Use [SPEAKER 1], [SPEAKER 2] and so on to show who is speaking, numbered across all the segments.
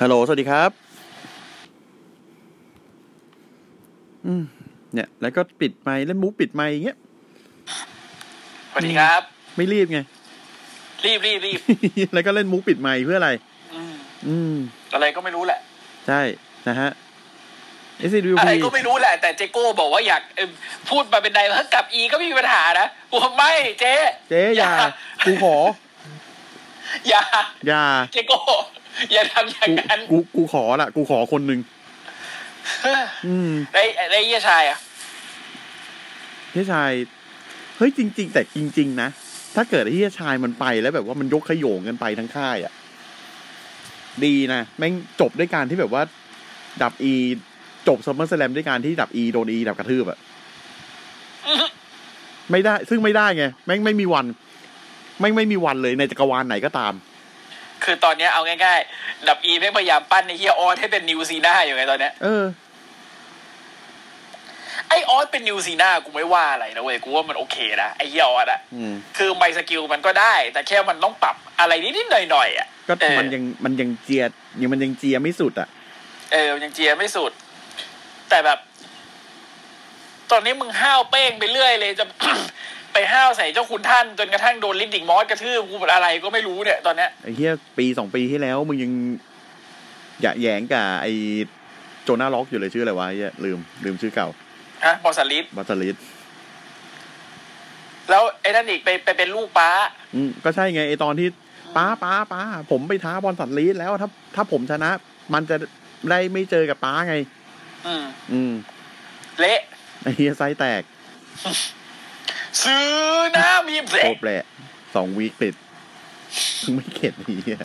[SPEAKER 1] ฮัลโหล สวัสดีครับ อืม เนี่ย แล้วก็ปิดไมค์เล่นมุกปิดไมค์อย่างเงี้ย
[SPEAKER 2] สวัสดีครับ
[SPEAKER 1] ไม่รีบไง
[SPEAKER 2] รีบรีบรีบ
[SPEAKER 1] แล้วก็เล่นมุกปิดไมค์เพื่ออะไร
[SPEAKER 2] อืม
[SPEAKER 1] อืม
[SPEAKER 2] อะไรก็ไม่รู้แหละ
[SPEAKER 1] ใช่ นะฮะ S W
[SPEAKER 2] อะ
[SPEAKER 1] P
[SPEAKER 2] ไรก็ไม่รู้แหละ แต่เจโก้บอกว่าอยากเอิ่มพูดมาเป็นใดแล้วกลับอีก็ไม่มีปัญหานะผมไม่เจ๊
[SPEAKER 1] เจ๊อย่า กูขอ
[SPEAKER 2] อย่า
[SPEAKER 1] อย่า
[SPEAKER 2] เจโก้อย่าทำอย่าง
[SPEAKER 1] กู
[SPEAKER 2] นั้น
[SPEAKER 1] กู กูขอละ กูขอคนหนึ่ง อืม
[SPEAKER 2] ไอ้ไอ้เยี่ยชายอ่ะ
[SPEAKER 1] พี่ชาย เฮ้ยจริง ๆ แต่จริง ๆ นะ ถ้าเกิดไอ้เฮียชายมันไปแล้วแบบว่ามันยกขโยงกันไปทั้งค่ายอะ่ะ ดีนะแม่งจบด้วยการที่แบบว่า ดับอี จบซัมเมอร์สแลมด้วยการที่ดับอีโดนอีดับกระทืบอะ่ะ
[SPEAKER 2] อื้อหือ
[SPEAKER 1] ไม่ได้ ซึ่งไม่ได้ไงแม่งไม่มีวันแม่งไม่มีวันเลยในจักรวาลไหนก็ตาม
[SPEAKER 2] คือตอนเนี้ยเอาง่ายๆ ดับอีแม่งพยายามปั้นไอ้เฮียออสให้เป็นนิวซีน่าอยู่ไงตอนเนี้ย
[SPEAKER 1] เออ
[SPEAKER 2] ไอ้ออสเป็นนิวซีน่ากูไม่ว่าอะไรนะเว้ยกูว่ามันโอเคนะไอ้เฮียออสอะ
[SPEAKER 1] อืม
[SPEAKER 2] คือไบสกิลมันก็ได้ แต่แค่มันต้องปรับอะไรนิดๆหน่อยๆอ่ะ
[SPEAKER 1] ก็
[SPEAKER 2] เออ
[SPEAKER 1] มันยังมันยังเจียยังมันยังเจียไม่สุดอะ่ะ
[SPEAKER 2] เออยังเจียไม่สุด แต่แบบ ตอนนี้มึงห้าวเป้งไปเรื่อยเลยจะ ไปห้าวใส่เจ้าคุณท่านจนกระทั่งโดนลิดดิ่งมอสกระทืบกูเป็นอะไรก็ไม่รู้เนี่ยตอนเนี้ย
[SPEAKER 1] ไอ้เฮียปีสองปีที่แล้วมึงยังหยะแหยงกับไอ้โจนาล็อกอยู่เลยชื่ออะไรวะไอ้เฮียลืม ลืมชื่อเก่า
[SPEAKER 2] ฮะบอสลิด
[SPEAKER 1] บัตเตอร์ลิส
[SPEAKER 2] แล้วไอ้นั่นอีกไปไปเป็นลูกป้า
[SPEAKER 1] อืมก็ใช่ไงไอ้ตอนที่ป้าป้าป้าผมไปท้าบอลสัตว์ลีดแล้วถ้า ถ้าผมชนะ มันจะได้ไม่เจอกับป้าไง
[SPEAKER 2] อืม
[SPEAKER 1] อืม
[SPEAKER 2] เละ
[SPEAKER 1] ไอ้เฮียไส้แตก
[SPEAKER 2] ซื้อนะมีเพล
[SPEAKER 1] โค
[SPEAKER 2] ง
[SPEAKER 1] ตรแปละสองวีคติดมึงไม่เข็ดไอ้เฮีย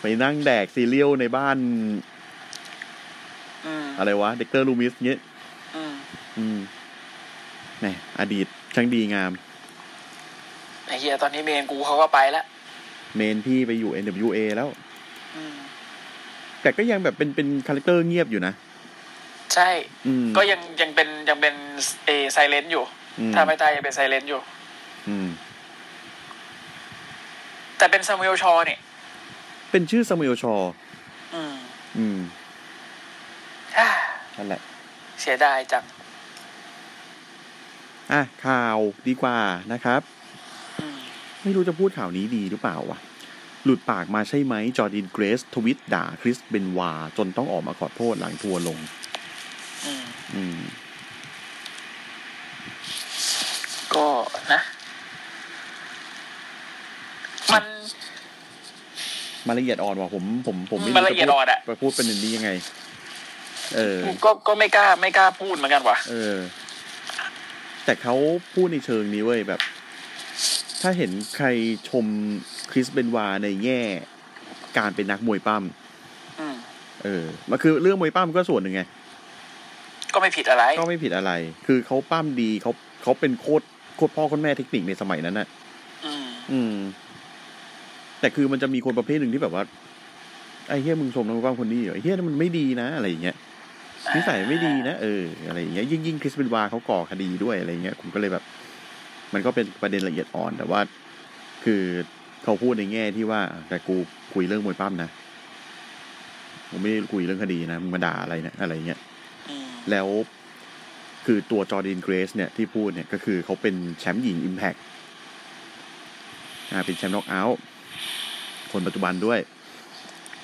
[SPEAKER 1] ไปนั่งแดกซีเรียลในบ้าน
[SPEAKER 2] อืม
[SPEAKER 1] อะไรวะ เด็กเตอร์ลูมิสเงี้ย
[SPEAKER 2] อืม
[SPEAKER 1] อืมแหมอดีตช่างดีงาม
[SPEAKER 2] ไอ้เฮียตอนนี้เมนกูเขาก็ไปละ
[SPEAKER 1] เมนพี่ไปอยู่ NWA แล้ว
[SPEAKER 2] อืม
[SPEAKER 1] แต่ก็ยังแบบเป็นเป็นคาแรคเตอร์เงียบอยู่นะ
[SPEAKER 2] ใช่
[SPEAKER 1] อืม
[SPEAKER 2] ก็ยังยังเป็นยังเป็นเอไซเลนต์อยู่
[SPEAKER 1] อืม
[SPEAKER 2] ถ้าไม่ตายยังเป็นไซเลนต์อยู่
[SPEAKER 1] อืม
[SPEAKER 2] แต่เป็นซามูเอลชอเนี่ย
[SPEAKER 1] เป็นชื่อซามูเอลชอ
[SPEAKER 2] อืม
[SPEAKER 1] อืมนั่นแหละ
[SPEAKER 2] เสียดายจัง
[SPEAKER 1] อ่ะ ข่าวดีกว่านะครับ
[SPEAKER 2] อืม
[SPEAKER 1] ไม่รู้จะพูดข่าวนี้ดีหรือเปล่าวะ หลุดปากมาใช่ไหม จอร์ดินเกรส ทวิตด่าคริสเบนวา จนต้องออกมาขอโทษหลังทัวร์ลง
[SPEAKER 2] อืม
[SPEAKER 1] อืม
[SPEAKER 2] ก็นะ มัน
[SPEAKER 1] มาละเอียดอ่อนว่ะผมผมผมไม่
[SPEAKER 2] มา
[SPEAKER 1] รู้
[SPEAKER 2] ละเอียดอ่อนอะ
[SPEAKER 1] จะพูดไปพูดเป็นอย่างนี้ยังไง เออ
[SPEAKER 2] ก็ก็ไม่กล้าไม่กล้าพูดเหมือนกันวะ
[SPEAKER 1] เออ แต่เขาพูดในเชิงนี้เว้ยแบบ ถ้าเห็นใครชมคริสเบนวาในแง่การเป็นนักมวยปั้ม
[SPEAKER 2] อืม
[SPEAKER 1] เออมันคือเรื่องมวยปั้มก็ส่วนหนึ่งไง
[SPEAKER 2] ก็ไม่ผิดอะไร
[SPEAKER 1] ก็ไม่ผิดอะไร คือเขาปั้มดีเขาเขาเป็นโคตรโคตรพ่อโคตรแม่เทคนิคในสมัยนั้นน่ะ
[SPEAKER 2] อืม
[SPEAKER 1] อืม แต่คือมันจะมีคนประเภทหนึ่งที่แบบว่า ไอ้เฮียมึงชมนักมวยปั้มคนนี้เหรอไอ้เฮียนั่นมันไม่ดีนะอะไรอย่างเงี้ยนิสัยไม่ดีนะเอออะไรอย่างเงี้ยยิ่งยิ่งคริสเบนวาเขาก่อคดีด้วยอะไรเงี้ยผมก็เลยแบบ มันก็เป็นประเด็นละเอียดอ่อน แต่ว่า คือเขาพูดในแง่ที่ว่า แต่กูคุยเรื่องมวยปั้มนะผมไม่ได้คุยเรื่องคดีนะมึงมาด่าอะไรเนะอะไรเงี้ย
[SPEAKER 2] อืม
[SPEAKER 1] แล้วคือตัวจอร์ดินเกรสเนี่ยที่พูดเนี่ยก็คือเขาเป็นแชมป์หญิงอิมแพกอ่าเป็นแชมป์น็อกเอาท์คนปัจจุบันด้วย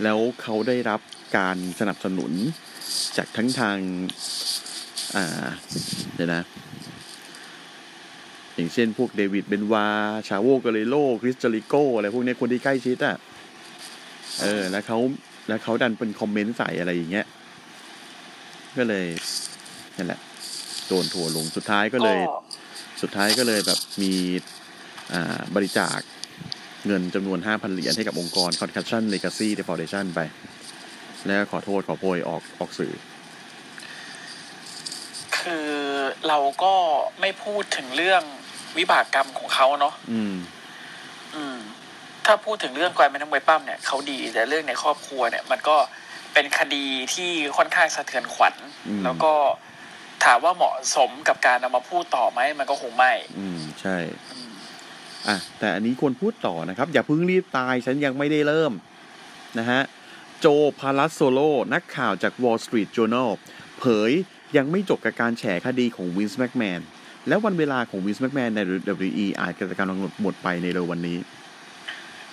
[SPEAKER 1] แล้วเขาได้รับการสนับสนุนจากทั้งทาง อ่า เดี๋ยวนะ อย่างเช่นพวกเดวิดเบนวา ชาโวเกเรโล คริสจลิโก อะไรพวกเนี้ยคนที่ใกล้ชิดอ่ะ เออ แล้วเขาแล้วเขาดันเป็นคอมเมนต์ใส่อะไรอย่างเงี้ย ก็เลยนั่นแหละโดนถั่วร์ลงสุดท้ายก็เลย สุดท้ายก็เลยแบบมีอ่าบริจาค เงินจำนวน 5,000 เหรียญให้กับองค์กร Concussion Legacy Foundation ไป แล้วก็ขอโทษขอโพยออกออกสื่อ
[SPEAKER 2] คือเราก็ไม่พูดถึงเรื่องวิบากกรรมของเขาเนาะ
[SPEAKER 1] อืม
[SPEAKER 2] อืม ถ้าพูดถึงเรื่องกวายแม่น้ำมวยปั้มเนี่ยเขาดีแต่เรื่องในครอบครัวเนี่ย มันก็เป็นคดีที่ค่อนข้างสะเทือนขวัญ
[SPEAKER 1] อืม
[SPEAKER 2] แล้วก็ถามว่าเหมาะสมกับการเอามาพูดต่อไหมมันก็คงไม่
[SPEAKER 1] อืม ใช่ อ่ะ แต่อันนี้ควรพูดต่อนะครับ อย่าเพิ่งรีบตายฉันยังไม่ได้เริ่ม นะฮะ โจพาลัสโซโล นักข่าวจาก Wall Street Journal เผยยังไม่จบกับการแฉคดีของวินส์แมกแมนและวันเวลาของวินส์แมกแมนใน WWE อาจจะกำลังหมดไปในเร็ววันนี้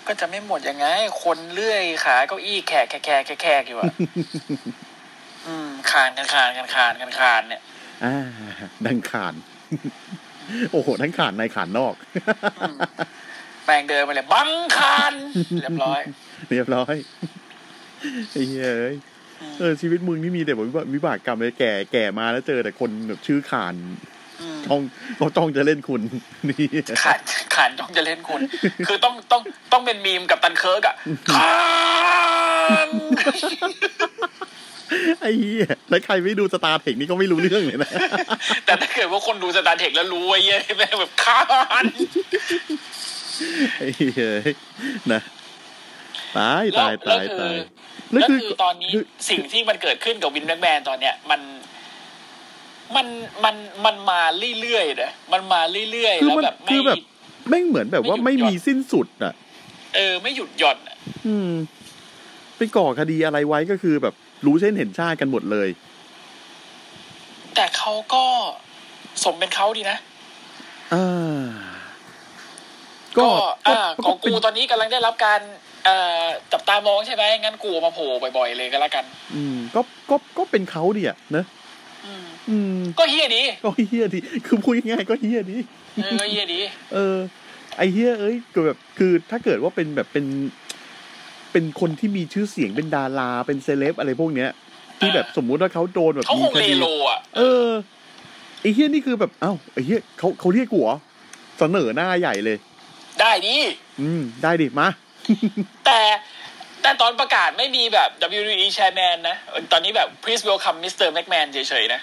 [SPEAKER 2] ก็จะไม่หมดยังไง คนเลื่อยขาเก้าอี้แขกแขกแขกแขกแขก อยู่อะ อืมคานกันคานกันคานกันคานเนี่ย
[SPEAKER 1] อ่าดังขาน โอ้โหทั้งขานในขานนอก
[SPEAKER 2] แม่งเดินไปเลยบังคานเรียบร้อย
[SPEAKER 1] เรียบร้อย ไอ้เหี้ยเอ้ยเออชีวิตมึงนี่มีแต่แบบวิบากวิบากกรรมเลยแก่แก่มาแล้วเจอแต่คนแบบชื่อขาน
[SPEAKER 2] อืม
[SPEAKER 1] จ้องเขาจ้องจะเล่นคุณ นี่
[SPEAKER 2] ขานขานจ้องจะเล่นคุณ คือต้องต้องต้องเป็นมีมกับตันเคิร์กอะคาน
[SPEAKER 1] ไอ้เหี้ยแล้วใครไม่ดูสตาร์เทคนี่ก็ไม่รู้เรื่องเลยนะ
[SPEAKER 2] แต่ถ้าเกิดว่าคนดูสตาร์เทคแล้วรู้ไอ้เหี้ยแม่งแบบคาน
[SPEAKER 1] ไอ้เหี้ยเอ้ยนะตายตายตายตาย
[SPEAKER 2] แล้วคือตอนนี้สิ่งที่มันเกิดขึ้นกับวินแบงแมนตอนเนี้ยมัน มันมันมันมาเรื่อยๆนะมันมาเรื่อยๆ
[SPEAKER 1] คือ
[SPEAKER 2] แล้ว
[SPEAKER 1] มัน
[SPEAKER 2] แบบไม่
[SPEAKER 1] คือแบบแม่งเหมือนแบบว่า
[SPEAKER 2] ไม่
[SPEAKER 1] ไม่
[SPEAKER 2] หยุดหย่อน
[SPEAKER 1] มีสิ้นสุดอ่ะ
[SPEAKER 2] เออไม่หยุดหย่อนอะ
[SPEAKER 1] อืมไปก่อคดีอะไรไว้ก็คือแบบรู้เช่นเห็นชาติกันหมดเลย
[SPEAKER 2] แต่เขาก็สมเป็นเขาดีนะ
[SPEAKER 1] อ่า ก็
[SPEAKER 2] ก็อ่าข
[SPEAKER 1] ก็
[SPEAKER 2] องกูตอนนี้กำลังได้รับการเอ่อจับตามองใช่ไหมงั้นกูเอามาโผล่บ่อยๆเลยก็แล้วกัน
[SPEAKER 1] อืมก็ก็ก็เป็นเขาดิอ่ะนะ
[SPEAKER 2] อืม
[SPEAKER 1] อืม
[SPEAKER 2] ก็เฮียดี
[SPEAKER 1] ก็เฮี้ยดีคือพูดง่ายๆก็เฮี้ยดี
[SPEAKER 2] เออก็เฮียดี
[SPEAKER 1] เออ ไอเฮียเอ้ยก็แบบคือถ้าเกิดว่าเป็นแบบเป็น เป็นคนที่มีชื่อเสียงเป็นดารา เป็นเซเลบอะไรพวกเนี้ย ที่แบบสมมุติว่าเขาโดนแบบ
[SPEAKER 2] เขาค
[SPEAKER 1] มี
[SPEAKER 2] ง
[SPEAKER 1] ค
[SPEAKER 2] เล
[SPEAKER 1] ดี
[SPEAKER 2] โลอ่ะ
[SPEAKER 1] เออไอเฮี้ยนี่คือแบบเอ้าไอเฮี้ยเขาเขาเรียกกูเหรอเสนอหน้าใหญ่เลย
[SPEAKER 2] ได้ดี
[SPEAKER 1] อืม ได้ดิมา
[SPEAKER 2] แต่แต่ตอนประกาศไม่มีแบบ WWE Chairman นะ ตอนนี้แบบ Please welcome Mr. McMahon เฉยๆนะ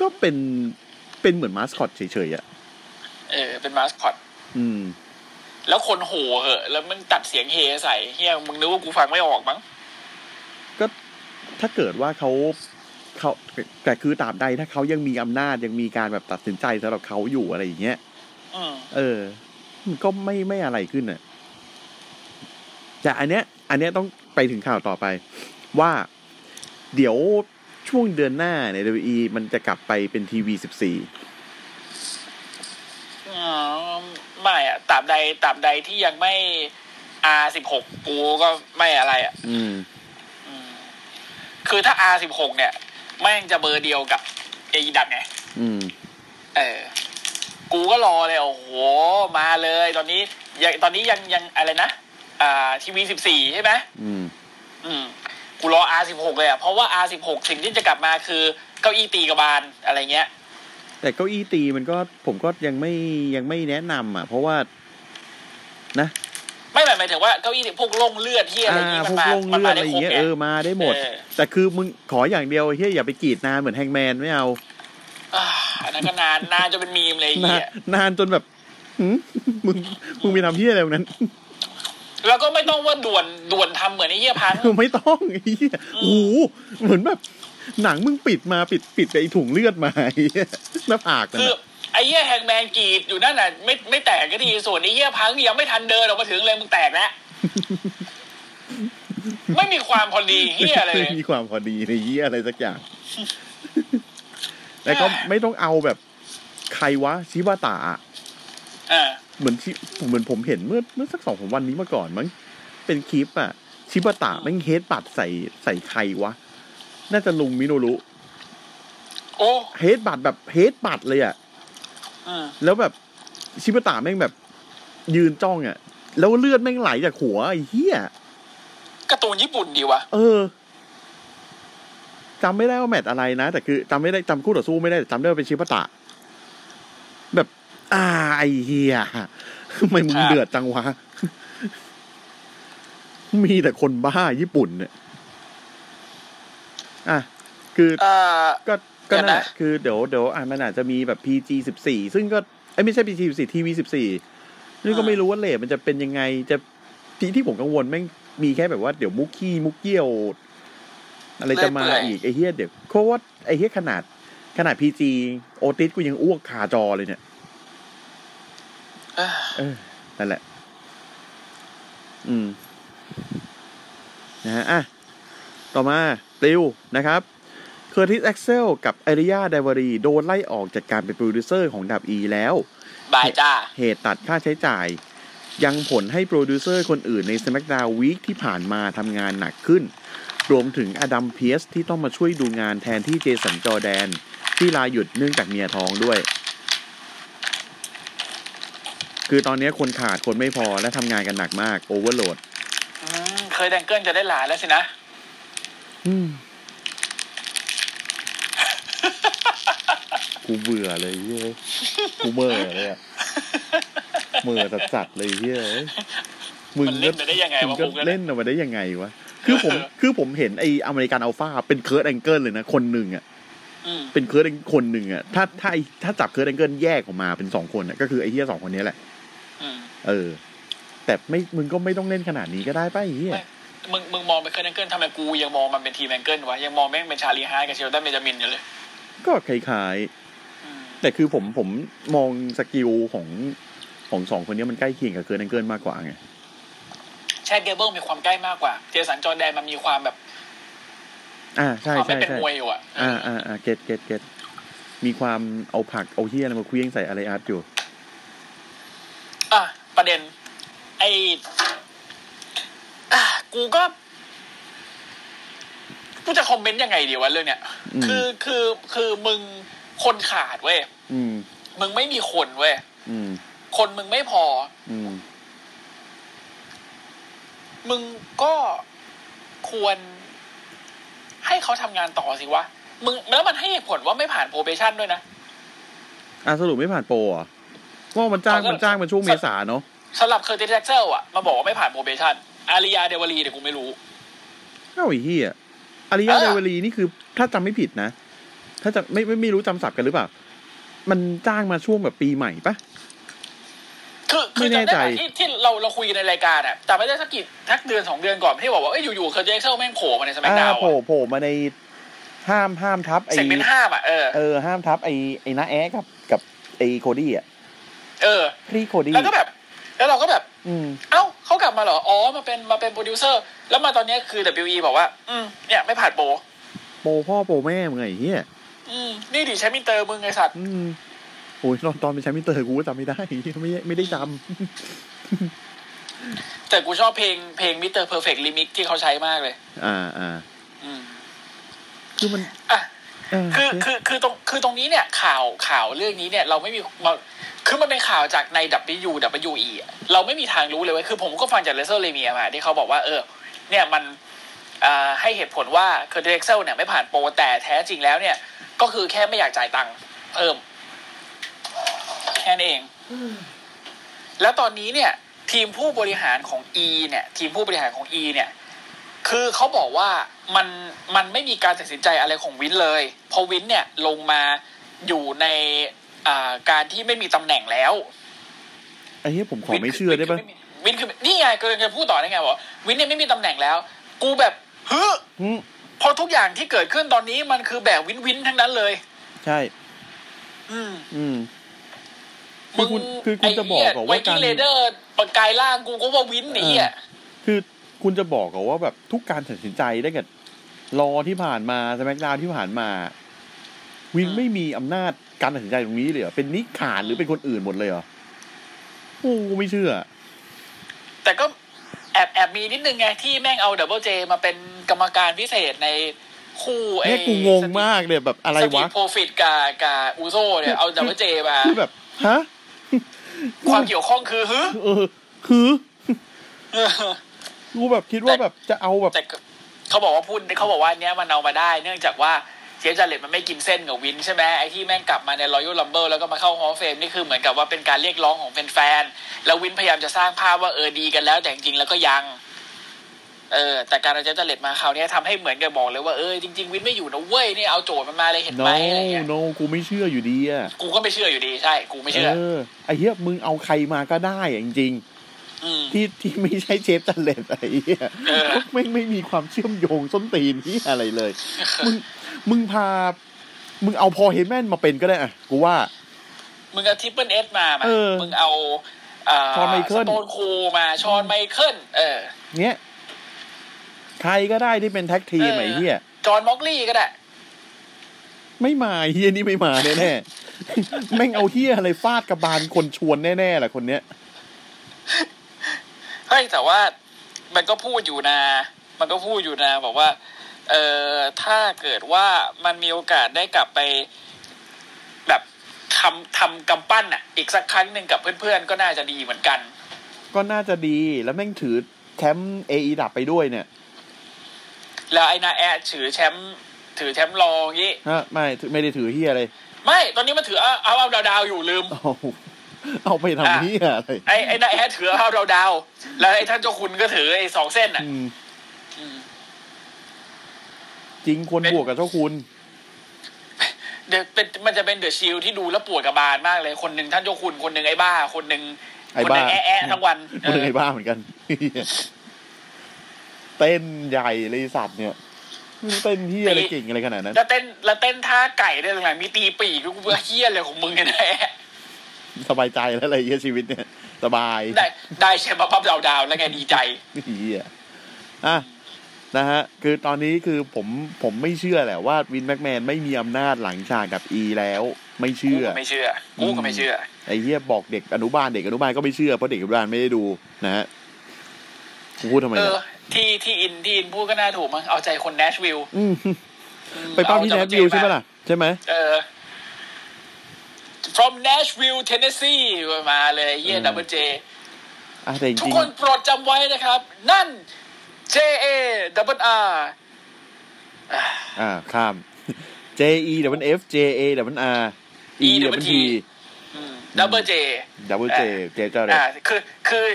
[SPEAKER 1] ก็เป็นเป็นเหมือนมาสคอตเฉยๆอ่ะ
[SPEAKER 2] เออ เป็นมาสคอต
[SPEAKER 1] อืม
[SPEAKER 2] แล้วคนโห่เหอะ แล้วมันตัดเสียงเฮใส่เฮียมึงนึกว่ากูฟังไม่ออกมั้ง
[SPEAKER 1] ก็ถ้าเกิดว่าเขาเขาแต่คือตามใดถ้าเขายังมีอำนาจยังมีการแบบตัดสินใจสำหรับเขาอยู่อะไรอย่างเงี้ย
[SPEAKER 2] อืม
[SPEAKER 1] เออ มันก็ไม่ไม่อะไรขึ้นอ่ะ แต่อันเนี้ย อันเนี้ยต้องไปถึงข่าวต่อไป ว่าเดี๋ยวช่วงเดือนหน้าเนี่ย WWE มันจะกลับไปเป็นทีวีสิบสี่
[SPEAKER 2] อืมไม่อะตราบใดตราบใดที่ยังไม่ R สิบหกกูก็ไม่อะไรอะ
[SPEAKER 1] อืม
[SPEAKER 2] คือถ้า R สิบหกเนี่ย แม่งจะเบอร์เดียวกับเอดับไง
[SPEAKER 1] อืม
[SPEAKER 2] เออ กูก็รอเลย โอ้โห มาเลย ตอนนี้ยังตอนนี้ยังยังอะไรนะ อ่าทีวีสิบสี่ใช่ไหม
[SPEAKER 1] อืม
[SPEAKER 2] อืม กูรอ R สิบหกเลยอะเพราะว่า R สิบหกสิ่งที่จะกลับมาคือเก้าอี้ตีกระบาลอะไรเงี้ย
[SPEAKER 1] แต่เก้าอี้ตีมันก็ผมก็ยังไม่ยังไม่แนะนำอ่ะ เพราะว่า นะ
[SPEAKER 2] ไม่หมายหมายถึงว่าเก้าอี้พวกโล่งเลือดที่อะไรนี้
[SPEAKER 1] พ
[SPEAKER 2] มัน
[SPEAKER 1] วก
[SPEAKER 2] มา
[SPEAKER 1] ลง
[SPEAKER 2] มัน
[SPEAKER 1] เลือดอะ
[SPEAKER 2] มาได้
[SPEAKER 1] ไร
[SPEAKER 2] ครบ
[SPEAKER 1] เงี้ย
[SPEAKER 2] ไง
[SPEAKER 1] เออมาได้หมด
[SPEAKER 2] เออ
[SPEAKER 1] แต่คือมึงขออย่างเดียวเฮียอย่าไปกรีดนานเหมือนแฮงแมนไม่เอา
[SPEAKER 2] อ่าอันนั้นก็นานนานจนเป็นมีมเลยไอ้
[SPEAKER 1] นาน
[SPEAKER 2] เหี้ย
[SPEAKER 1] นานจนแบบหืม มึงมึงไปทำเฮียอะไรตรงนั้น
[SPEAKER 2] แล้วก็ไม่ต้องว่าด่วนด่วนทำเหมือนไอ้เหี้ยพันธุ์
[SPEAKER 1] ไม่ต้องไอ้เฮียโอ้โหเหมือนแบบ หนังมึงปิดมาปิดปิดไปไอ้ถุงเลือดมาไอ้เหี้ย หน้าผากนั่น
[SPEAKER 2] คือ
[SPEAKER 1] น่ะ
[SPEAKER 2] ไอ้เหี้ยแฮงแมนกรีดอยู่นั่นน่ะไม่ไม่แตกก็ดีส่วนไอ้เหี้ยพังยังไม่ทันเดินออกมาถึงเลยมึงแตกแล้ว ไม่มีความพอดีเหี้ยอะไรเล
[SPEAKER 1] ไม่
[SPEAKER 2] ย
[SPEAKER 1] มีความพอดีในเฮียอะไรสัก อย่าง แต่ก็ไม่ต้องเอาแบบ ใครวะชิบะตะ
[SPEAKER 2] อ่า
[SPEAKER 1] เหมือนที่เหมือนผมเห็นเมื่อเมื่อสักสองสามวันนี้มาก่อนมั้งเป็นคลิปอะชิบะตะแม่งเฮดบัตใส่ใส่ใครวะ น่าจะลุงมิโนรุ
[SPEAKER 2] โอ้
[SPEAKER 1] เฮดบัตแบบเฮดบัตเลยอะ
[SPEAKER 2] อืม
[SPEAKER 1] แล้วแบบชิบะตะแม่งแบบยืนจ้องอะแล้วเลือดแม่งไหลจากหัวไอ้เหี้ย
[SPEAKER 2] การ์ตูนญี่ปุ่นดีวะ
[SPEAKER 1] เออจำไม่ได้ว่าแมตช์อะไรนะ แต่คือจำไม่ได้จำคู่ต่อสู้ไม่ได้แต่จำได้ว่าเป็นชิบะตะ แบบ อ่าไอ้เหี้ยทำไมมึงเดือดจังวะ มีแต่คนบ้าญี่ปุ่นเนี่ย อ่ะ คือ
[SPEAKER 2] เอ่อ
[SPEAKER 1] ก็ก็นั่นแหละ
[SPEAKER 2] เดี๋ยวนะ
[SPEAKER 1] คือเดี๋ยวเดี๋ยวอ่ะมันอาจจะมีแบบ PG สิบสี่ซึ่งก็ไอ้ยไม่ใช่ PG สิบสี่ TV สิบสี่นี่ก็ไม่รู้ว่าเลทมันจะเป็นยังไงจะที่ที่ผมกังวลแม่งมีแค่แบบว่าเดี๋ยวมุกขี้มุกเยี่ยว อะไรจะมาอีกไอ้เฮียเดี๋ยวเพราะว่าไอ้เฮียขนาดขนาด PG โอติสกูยังอ้วกคาจอเลยเนี่ย
[SPEAKER 2] เอ่อ
[SPEAKER 1] เออนั่นแหละ อืม นะฮะ อ่ะ ต่อมา ติว นะครับ เคอร์ติสแอ็กเซล กับเอริยาไดวารีโดนไล่ออกจากการเป็นโปรดิวเซอร์ของดับอีแล้ว
[SPEAKER 2] บายจ้า
[SPEAKER 1] เหตุตัดค่าใช้จ่าย ยังผลให้โปรดิวเซอร์คนอื่นใน SmackDown Week ที่ผ่านมาทำงานหนักขึ้น รวมถึงอดัมเพียสที่ต้องมาช่วยดูงานแทนที่เจสันจอร์แดน ที่ลาหยุดเนื่องจากเมียท้องด้วย คือตอนนี้คนขาดคนไม่พอและทำงานกันหนักมาก โอเวอร์โหลด
[SPEAKER 2] อืมเคยแดงเกิลจะได้หลานแล้วสินะ
[SPEAKER 1] กูเบื่อเลยเย้ยกูเหมื่อเลยอะเหมื่อจัดจัดๆเลยเย้ย
[SPEAKER 2] มันเล่นไปได้ยังไงวะ
[SPEAKER 1] มึก็
[SPEAKER 2] มุกเนี่ย
[SPEAKER 1] เล่นออกมาได้ยังไงวะ คือผมคือผมเห็นไออเมริกันอัลฟาเป็นเคิร์ดแองเกิลเลยนะคนหนึ่งอ่ะ
[SPEAKER 2] อืม
[SPEAKER 1] เป็นเคิร์ดคนหนึ่งอ่ะ ถ้าถ้าไอถ้าจับเคิร์ดแองเกิลแยกออกมาเป็นสองคนอ่ะก็คือไอเฮียสองคนนี้แหละ
[SPEAKER 2] อืม
[SPEAKER 1] เออ แต่ไม่มึงก็ไม่ต้องเล่นขนาดนี้ก็ได้ป่ะไอ้เฮีย
[SPEAKER 2] มึงมึงมองไปเคยแดงเกิลทำไมกูยังมองมันเป็นทีมแดงเกิลวะยังมองแม่งเป็นชาลีฮาร์ดกับเชลตันเบนจามินอยู่เลย
[SPEAKER 1] ก็คล้ายๆ
[SPEAKER 2] อืม
[SPEAKER 1] แต่คือผมผมมองสกิลของของสองคนเนี้ยมันใกล้เคียงกับเคิร์นแองเกิลมากกว่าไง
[SPEAKER 2] แชดเกเบิลมีความใกล้มากกว่า เจสันจอร์แดนมันมีความแบบ
[SPEAKER 1] อ่าใช่
[SPEAKER 2] ความไม่
[SPEAKER 1] ใช่
[SPEAKER 2] เป็น
[SPEAKER 1] ใช่
[SPEAKER 2] มวยอยู่อ่ะ
[SPEAKER 1] อ่าอ่าอ่าเก็ตเก็ตเก็ตมีความเอาผักเอาเฮียอะไรมาเคลี้ยงใส่อะไรอาร์ตอยู่
[SPEAKER 2] อ่ะประเด็น ไออ่ะกูก็กูจะคอมเมนต์ยังไงดีวะเรื่องเนี้ย
[SPEAKER 1] อืม
[SPEAKER 2] คือคือคือมึงคนขาดเว้ย
[SPEAKER 1] อืม
[SPEAKER 2] มึงไม่มีคนเว้ย
[SPEAKER 1] อืม
[SPEAKER 2] คนมึงไม่พอ
[SPEAKER 1] อืม
[SPEAKER 2] มึงก็ควรให้เขาทำงานต่อสิวะ มึงแล้วมันให้เหตุผลว่าไม่ผ่านโปรเบชั่นด้วยนะ
[SPEAKER 1] อ่ะสรุปไม่ผ่านโปรเหรอ่ะว่ามันจ้าง
[SPEAKER 2] เอาก็
[SPEAKER 1] มันจ้างมันช่วงเมษาเนาะ
[SPEAKER 2] สำหรับเคอร์ติสแจ็กเซลอะมาบอกว่าไม่ผ่านโปรเบชั่น อาริยาเดวารีเดี๋ยวกูไม่รู้
[SPEAKER 1] เอ้าไอ้เฮียอาริยา
[SPEAKER 2] เออ
[SPEAKER 1] เดวลีนี่คือถ้าจำไม่ผิดนะ ถ้าจะไม่ไม่ไม่รู้จำสับกันหรือเปล่า มันจ้างมาช่วงแบบปีใหม่ปะ
[SPEAKER 2] คือคือ
[SPEAKER 1] ไม่แน่
[SPEAKER 2] จำได้
[SPEAKER 1] ใจ
[SPEAKER 2] ปะที่ที่เราเราคุยกันในรายการอะแต่ไม่ได้สักกี่ทักเดือนสองเดือนก่อนที่บอกว่าเอ้ยอยู่ๆเคอร์ติสแจ็กเซลแม่งโผล่มาในสมัย
[SPEAKER 1] อ่า
[SPEAKER 2] ดาว
[SPEAKER 1] โผล่โผล่มาในห้ามห้ามทับไอ้
[SPEAKER 2] เซ็กเป็นห้ามอะเออ
[SPEAKER 1] เออ ห้ามทับไอ้ไอ้น้าแอ๊กับกับไอ้โคดี้อ่ะ
[SPEAKER 2] เออ
[SPEAKER 1] พี่โคดี้
[SPEAKER 2] แล้วก็แบบ แล้วเราก็แบบ
[SPEAKER 1] อืม
[SPEAKER 2] เอ้าเขากลับมาเหรอ อ๋อมาเป็นมาเป็นโปรดิวเซอร์ แล้วมาตอนเนี้ยคือ WE บอกว่า อืมเนี่ยไม่ผ่านโปร
[SPEAKER 1] โปรพ่อโปรแม่มึงไงไอ้เฮีย
[SPEAKER 2] อืมนี่ดิใช้มินเตอร์มึงไอสัตว์
[SPEAKER 1] อืมโอ้ยตอนตอนเป็นแชมป์มิสเตอร์กูก็จำไม่ได้ ไม่ไม่ได้จ
[SPEAKER 2] แต่กูชอบเพลงเพลงมิสเตอร์เพอร์เฟกต์ลิมิกที่เขาใช้มากเลย
[SPEAKER 1] ำอ่าอ่า
[SPEAKER 2] อืม
[SPEAKER 1] คือมัน
[SPEAKER 2] อ่ะ
[SPEAKER 1] เ
[SPEAKER 2] คือคือคือตรงคือตรงนี้เนี่ยข่าวข่าวเรื่องนี้เนี่ยเราไม่มีมาคือมันเป็นข่าวจากใน W W E อะเราไม่มีทางรู้เลยเว้ยคือผมก็ฟังจากเลเซอร์เลเมียมาที่เขาบอกว่าเออ เนี่ยมันอ่าให้เหตุผลว่าเคอร์เดเกเซลเนี่ยไม่ผ่านโปรแต่แท้จริงแล้วเนี่ย ก็คือแค่ไม่อยากจ่ายตังค์เพิ่มแค่นั้นเอง แล้วตอนนี้เนี่ย ทีมผู้บริหารของ E เนี่ย ทีมผู้บริหารของ E เนี่ย คือเขาบอกว่ามันมันไม่มีการตัดสินใจอะไรของวินเลย เพราะวินเนี่ยลงมาอยู่ในอ่าการที่ไม่มีตำแหน่งแล้ว
[SPEAKER 1] ไอ้เฮียผมขอไม่เชื่อได้ปะ
[SPEAKER 2] วินคือวินคือนี่ไงกำลังจะพูดต่อได้ไงบอกวินเนี่ยไม่มีตำแหน่งแล้ว กูแบบฮึ
[SPEAKER 1] อืม
[SPEAKER 2] เพราะทุกอย่างที่เกิดขึ้นตอนนี้มันคือแบบวินวินทั้งนั้นเลย
[SPEAKER 1] ใช่
[SPEAKER 2] อืม
[SPEAKER 1] อืม คือคุณคือคุณจะบอกก่อนว่า
[SPEAKER 2] ไวกิ้
[SPEAKER 1] การ
[SPEAKER 2] เลเดอร์ประกายล่างกูก็ว่าวินหนีอ่ะ
[SPEAKER 1] คือคุณจะบอกเหรอว่าแบบทุกการตัดสินใจได้กับรอที่ผ่านมาสมักดาวที่ผ่านมา วินไม่มีอำนาจการตัดสินใจตรงนี้เลยเหรอเป็นนิกขาดหรือเป็นคนอื่นหมดเลยเหรอโอ้กูไม่เชื่อ
[SPEAKER 2] แต่ก็แอบแอบมีนิดนึงไงที่แม่งเอาดับเบิลเจมาเป็นกรรมการพิเศษในคู่ไอ้
[SPEAKER 1] เนี่ยกูงงมากเลยแบบอะไร
[SPEAKER 2] สตี
[SPEAKER 1] วะ
[SPEAKER 2] ฟโปรฟิตกับกับอูโซเนี่ยเอาดับเบิลเจมา
[SPEAKER 1] คือแบบฮะ
[SPEAKER 2] ความเกี่ยวข้องคือฮึ
[SPEAKER 1] เออ คือ
[SPEAKER 2] เออ
[SPEAKER 1] กูแบบคิดว่าแบบจะเอาแบบ
[SPEAKER 2] แต่เขาบอกว่าพูดเขาบอกว่าอันเนี้ยมันเอามาได้ เนื่องจากว่า เทียบจาเลตมันไม่กินเส้นกับวินใช่ไหมไอ้ที่แม่งกลับมาในรอยัลลัมเบิลแล้วก็มาเข้าฮอลเฟมนี่คือเหมือนกับว่าเป็นการเรียกร้องของแฟนๆแล้ววินพยายามจะสร้างภาพว่าเออดีกันแล้วแต่จริงๆแล้วก็ยัง เออแต่การเอาเจยบจาเลตมาคราวเนี้ยทำให้เหมือนกับบอกเลยว่าเออจริงๆวินไม่อยู่นะเว้ยเนี่ยเอาโจทย์มันมาเลยเห็นไหม
[SPEAKER 1] no
[SPEAKER 2] อะไรเงี้ย
[SPEAKER 1] no กูไม่เชื่ออยู่ดีอะ
[SPEAKER 2] กูก็ไม่เชื่ออยู่ดีใช่ กูไม่
[SPEAKER 1] เอ
[SPEAKER 2] เชื่อ
[SPEAKER 1] อไอ้เหี้ยมึงเอาใครมาก็ได้อะจริง
[SPEAKER 2] อืม
[SPEAKER 1] ๆที่ที่ไม่ใช่เชฟตันเลตไอ้เหี้ย
[SPEAKER 2] เออ
[SPEAKER 1] ไม่ไม่มีความเชื่อมโยงส้นตีนที่อะไรเลย มึงมึงพา มึงเอาพอเฮแมนมาเป็นก็ได้อะกูว่า
[SPEAKER 2] มึงเอาทิปเปิลเอสมามา
[SPEAKER 1] เออ
[SPEAKER 2] มึงเอาเอ่
[SPEAKER 1] ชอนไมเคิล
[SPEAKER 2] สโตนครูมาชอนไมเคิลเออ
[SPEAKER 1] เนี้ยใครก็ได้ที่เป็นแท็กทีม
[SPEAKER 2] เออ
[SPEAKER 1] ไอ้เหี้ย
[SPEAKER 2] จอห์นม็อกลี่ก็ได้
[SPEAKER 1] ไม่มาไอ้เหี้ยนี่ไม่มาแน่แน่ ๆ แม่งเอาเหี้ยอะไรฟาดกระบาลคนชวนแน่ๆแหละคนเนี้ย
[SPEAKER 2] เฮ้ยแต่ว่ามันก็พูดอยู่นะ มันก็พูดอยู่นะ บอกว่า เออถ้าเกิดว่ามันมีโอกาสได้กลับไป แบบทำทำกำปั้นอ่ะ อีกสักครั้งหนึ่งกับเพื่อนๆ ก็น่าจะดีเหมือนกัน
[SPEAKER 1] ก็น่าจะดีแล้วแม่งถือแชมป์เอไอดับไปด้วยเนี่ย
[SPEAKER 2] แล้วไอ้นาแอดถือแชมป์ถือแชมป์รองอย่างงี้
[SPEAKER 1] ฮะไม่ไม่ได้ถือเฮียอะไร
[SPEAKER 2] ไม่ ตอนนี้มันถือเอาเอาเอาดาวดาวๆอยู่ลืม
[SPEAKER 1] เอาเอาไปทำเฮียอะไร
[SPEAKER 2] ไอ้ไอ้นาแอดถือเอาดาวดาวๆแล้วไอ้ท่านเจ้าคุณก็ถือไอ้สองเส้นอ่ะ
[SPEAKER 1] อืมจริงควรบวกกับเจ้าคุณ
[SPEAKER 2] เดี๋ยวเป็นมันจะเป็นเดอะชิลที่ดูแล้วปวดกระบาลมากเลย คนหนึ่งท่านเจ้าคุณคนหนึ่งไอ้บ้า คนหนึ่ง
[SPEAKER 1] ไอ้
[SPEAKER 2] คนห
[SPEAKER 1] บ้า
[SPEAKER 2] นึ่งแอะแอะทั้งวันเอ
[SPEAKER 1] มัน
[SPEAKER 2] อ
[SPEAKER 1] ไอ้บ้าเหมือน กันเต้นใหญ่เลยไอ้สัตว์เนี่ยไม่รู้เต้นเฮียอะไรเก่งอะไรขนาดนั้น
[SPEAKER 2] แล้วเต้นแล้วเต้นท่าไก่ด้วยหลังๆมีตีปีกด้วยกูเบื่อเฮี้ยเลยของมึงเนี่ยนะแอะ
[SPEAKER 1] สบายใจแล้วอะไรเฮียชีวิตเนี่ย สบาย
[SPEAKER 2] ได้ได้แชมป์มาปั๊บดาวดาวๆแล้วไงดีใจ
[SPEAKER 1] เฮียอ่ะนะฮะ คือตอนนี้คือผมผมไม่เชื่อแหละว่าวินแม็กแมนไม่มีอำนาจหลังฉากกับอีแล้ว ไม่
[SPEAKER 2] กู
[SPEAKER 1] เชื่อ
[SPEAKER 2] ก็ไม่เชื่อ กูก็ไม่เชื่อ
[SPEAKER 1] ไอ้เฮียบอกเด็กอนุบาลเด็กอนุบาลก็ไม่เชื่อเพราะเด็กอนุบาลไม่ได้ดูนะฮะกูพูดทำไม
[SPEAKER 2] เอ
[SPEAKER 1] เนี่ย
[SPEAKER 2] อที่ที่อินที่อินพูดก็น่าถูกมั้งเอาใจคน Nashville
[SPEAKER 1] อืม
[SPEAKER 2] อืม
[SPEAKER 1] ไปป้าพี่
[SPEAKER 2] เอา
[SPEAKER 1] แนท
[SPEAKER 2] ใจคเจ
[SPEAKER 1] วิวใช่ไหม
[SPEAKER 2] บ้าง
[SPEAKER 1] ล่ะ ใช่ไหม
[SPEAKER 2] เออ from Nashville Tennessee มาเลยเยี่ยดับเบิลเจ
[SPEAKER 1] อ่ะแต่จ
[SPEAKER 2] ทุก
[SPEAKER 1] ริง
[SPEAKER 2] คนโปรดจำไว้นะครับ นั่น J A double R
[SPEAKER 1] ๆอ่าข้าม J E W F J A W R E W T
[SPEAKER 2] double J
[SPEAKER 1] W J J เจ้าเลย
[SPEAKER 2] อ่าคือคือ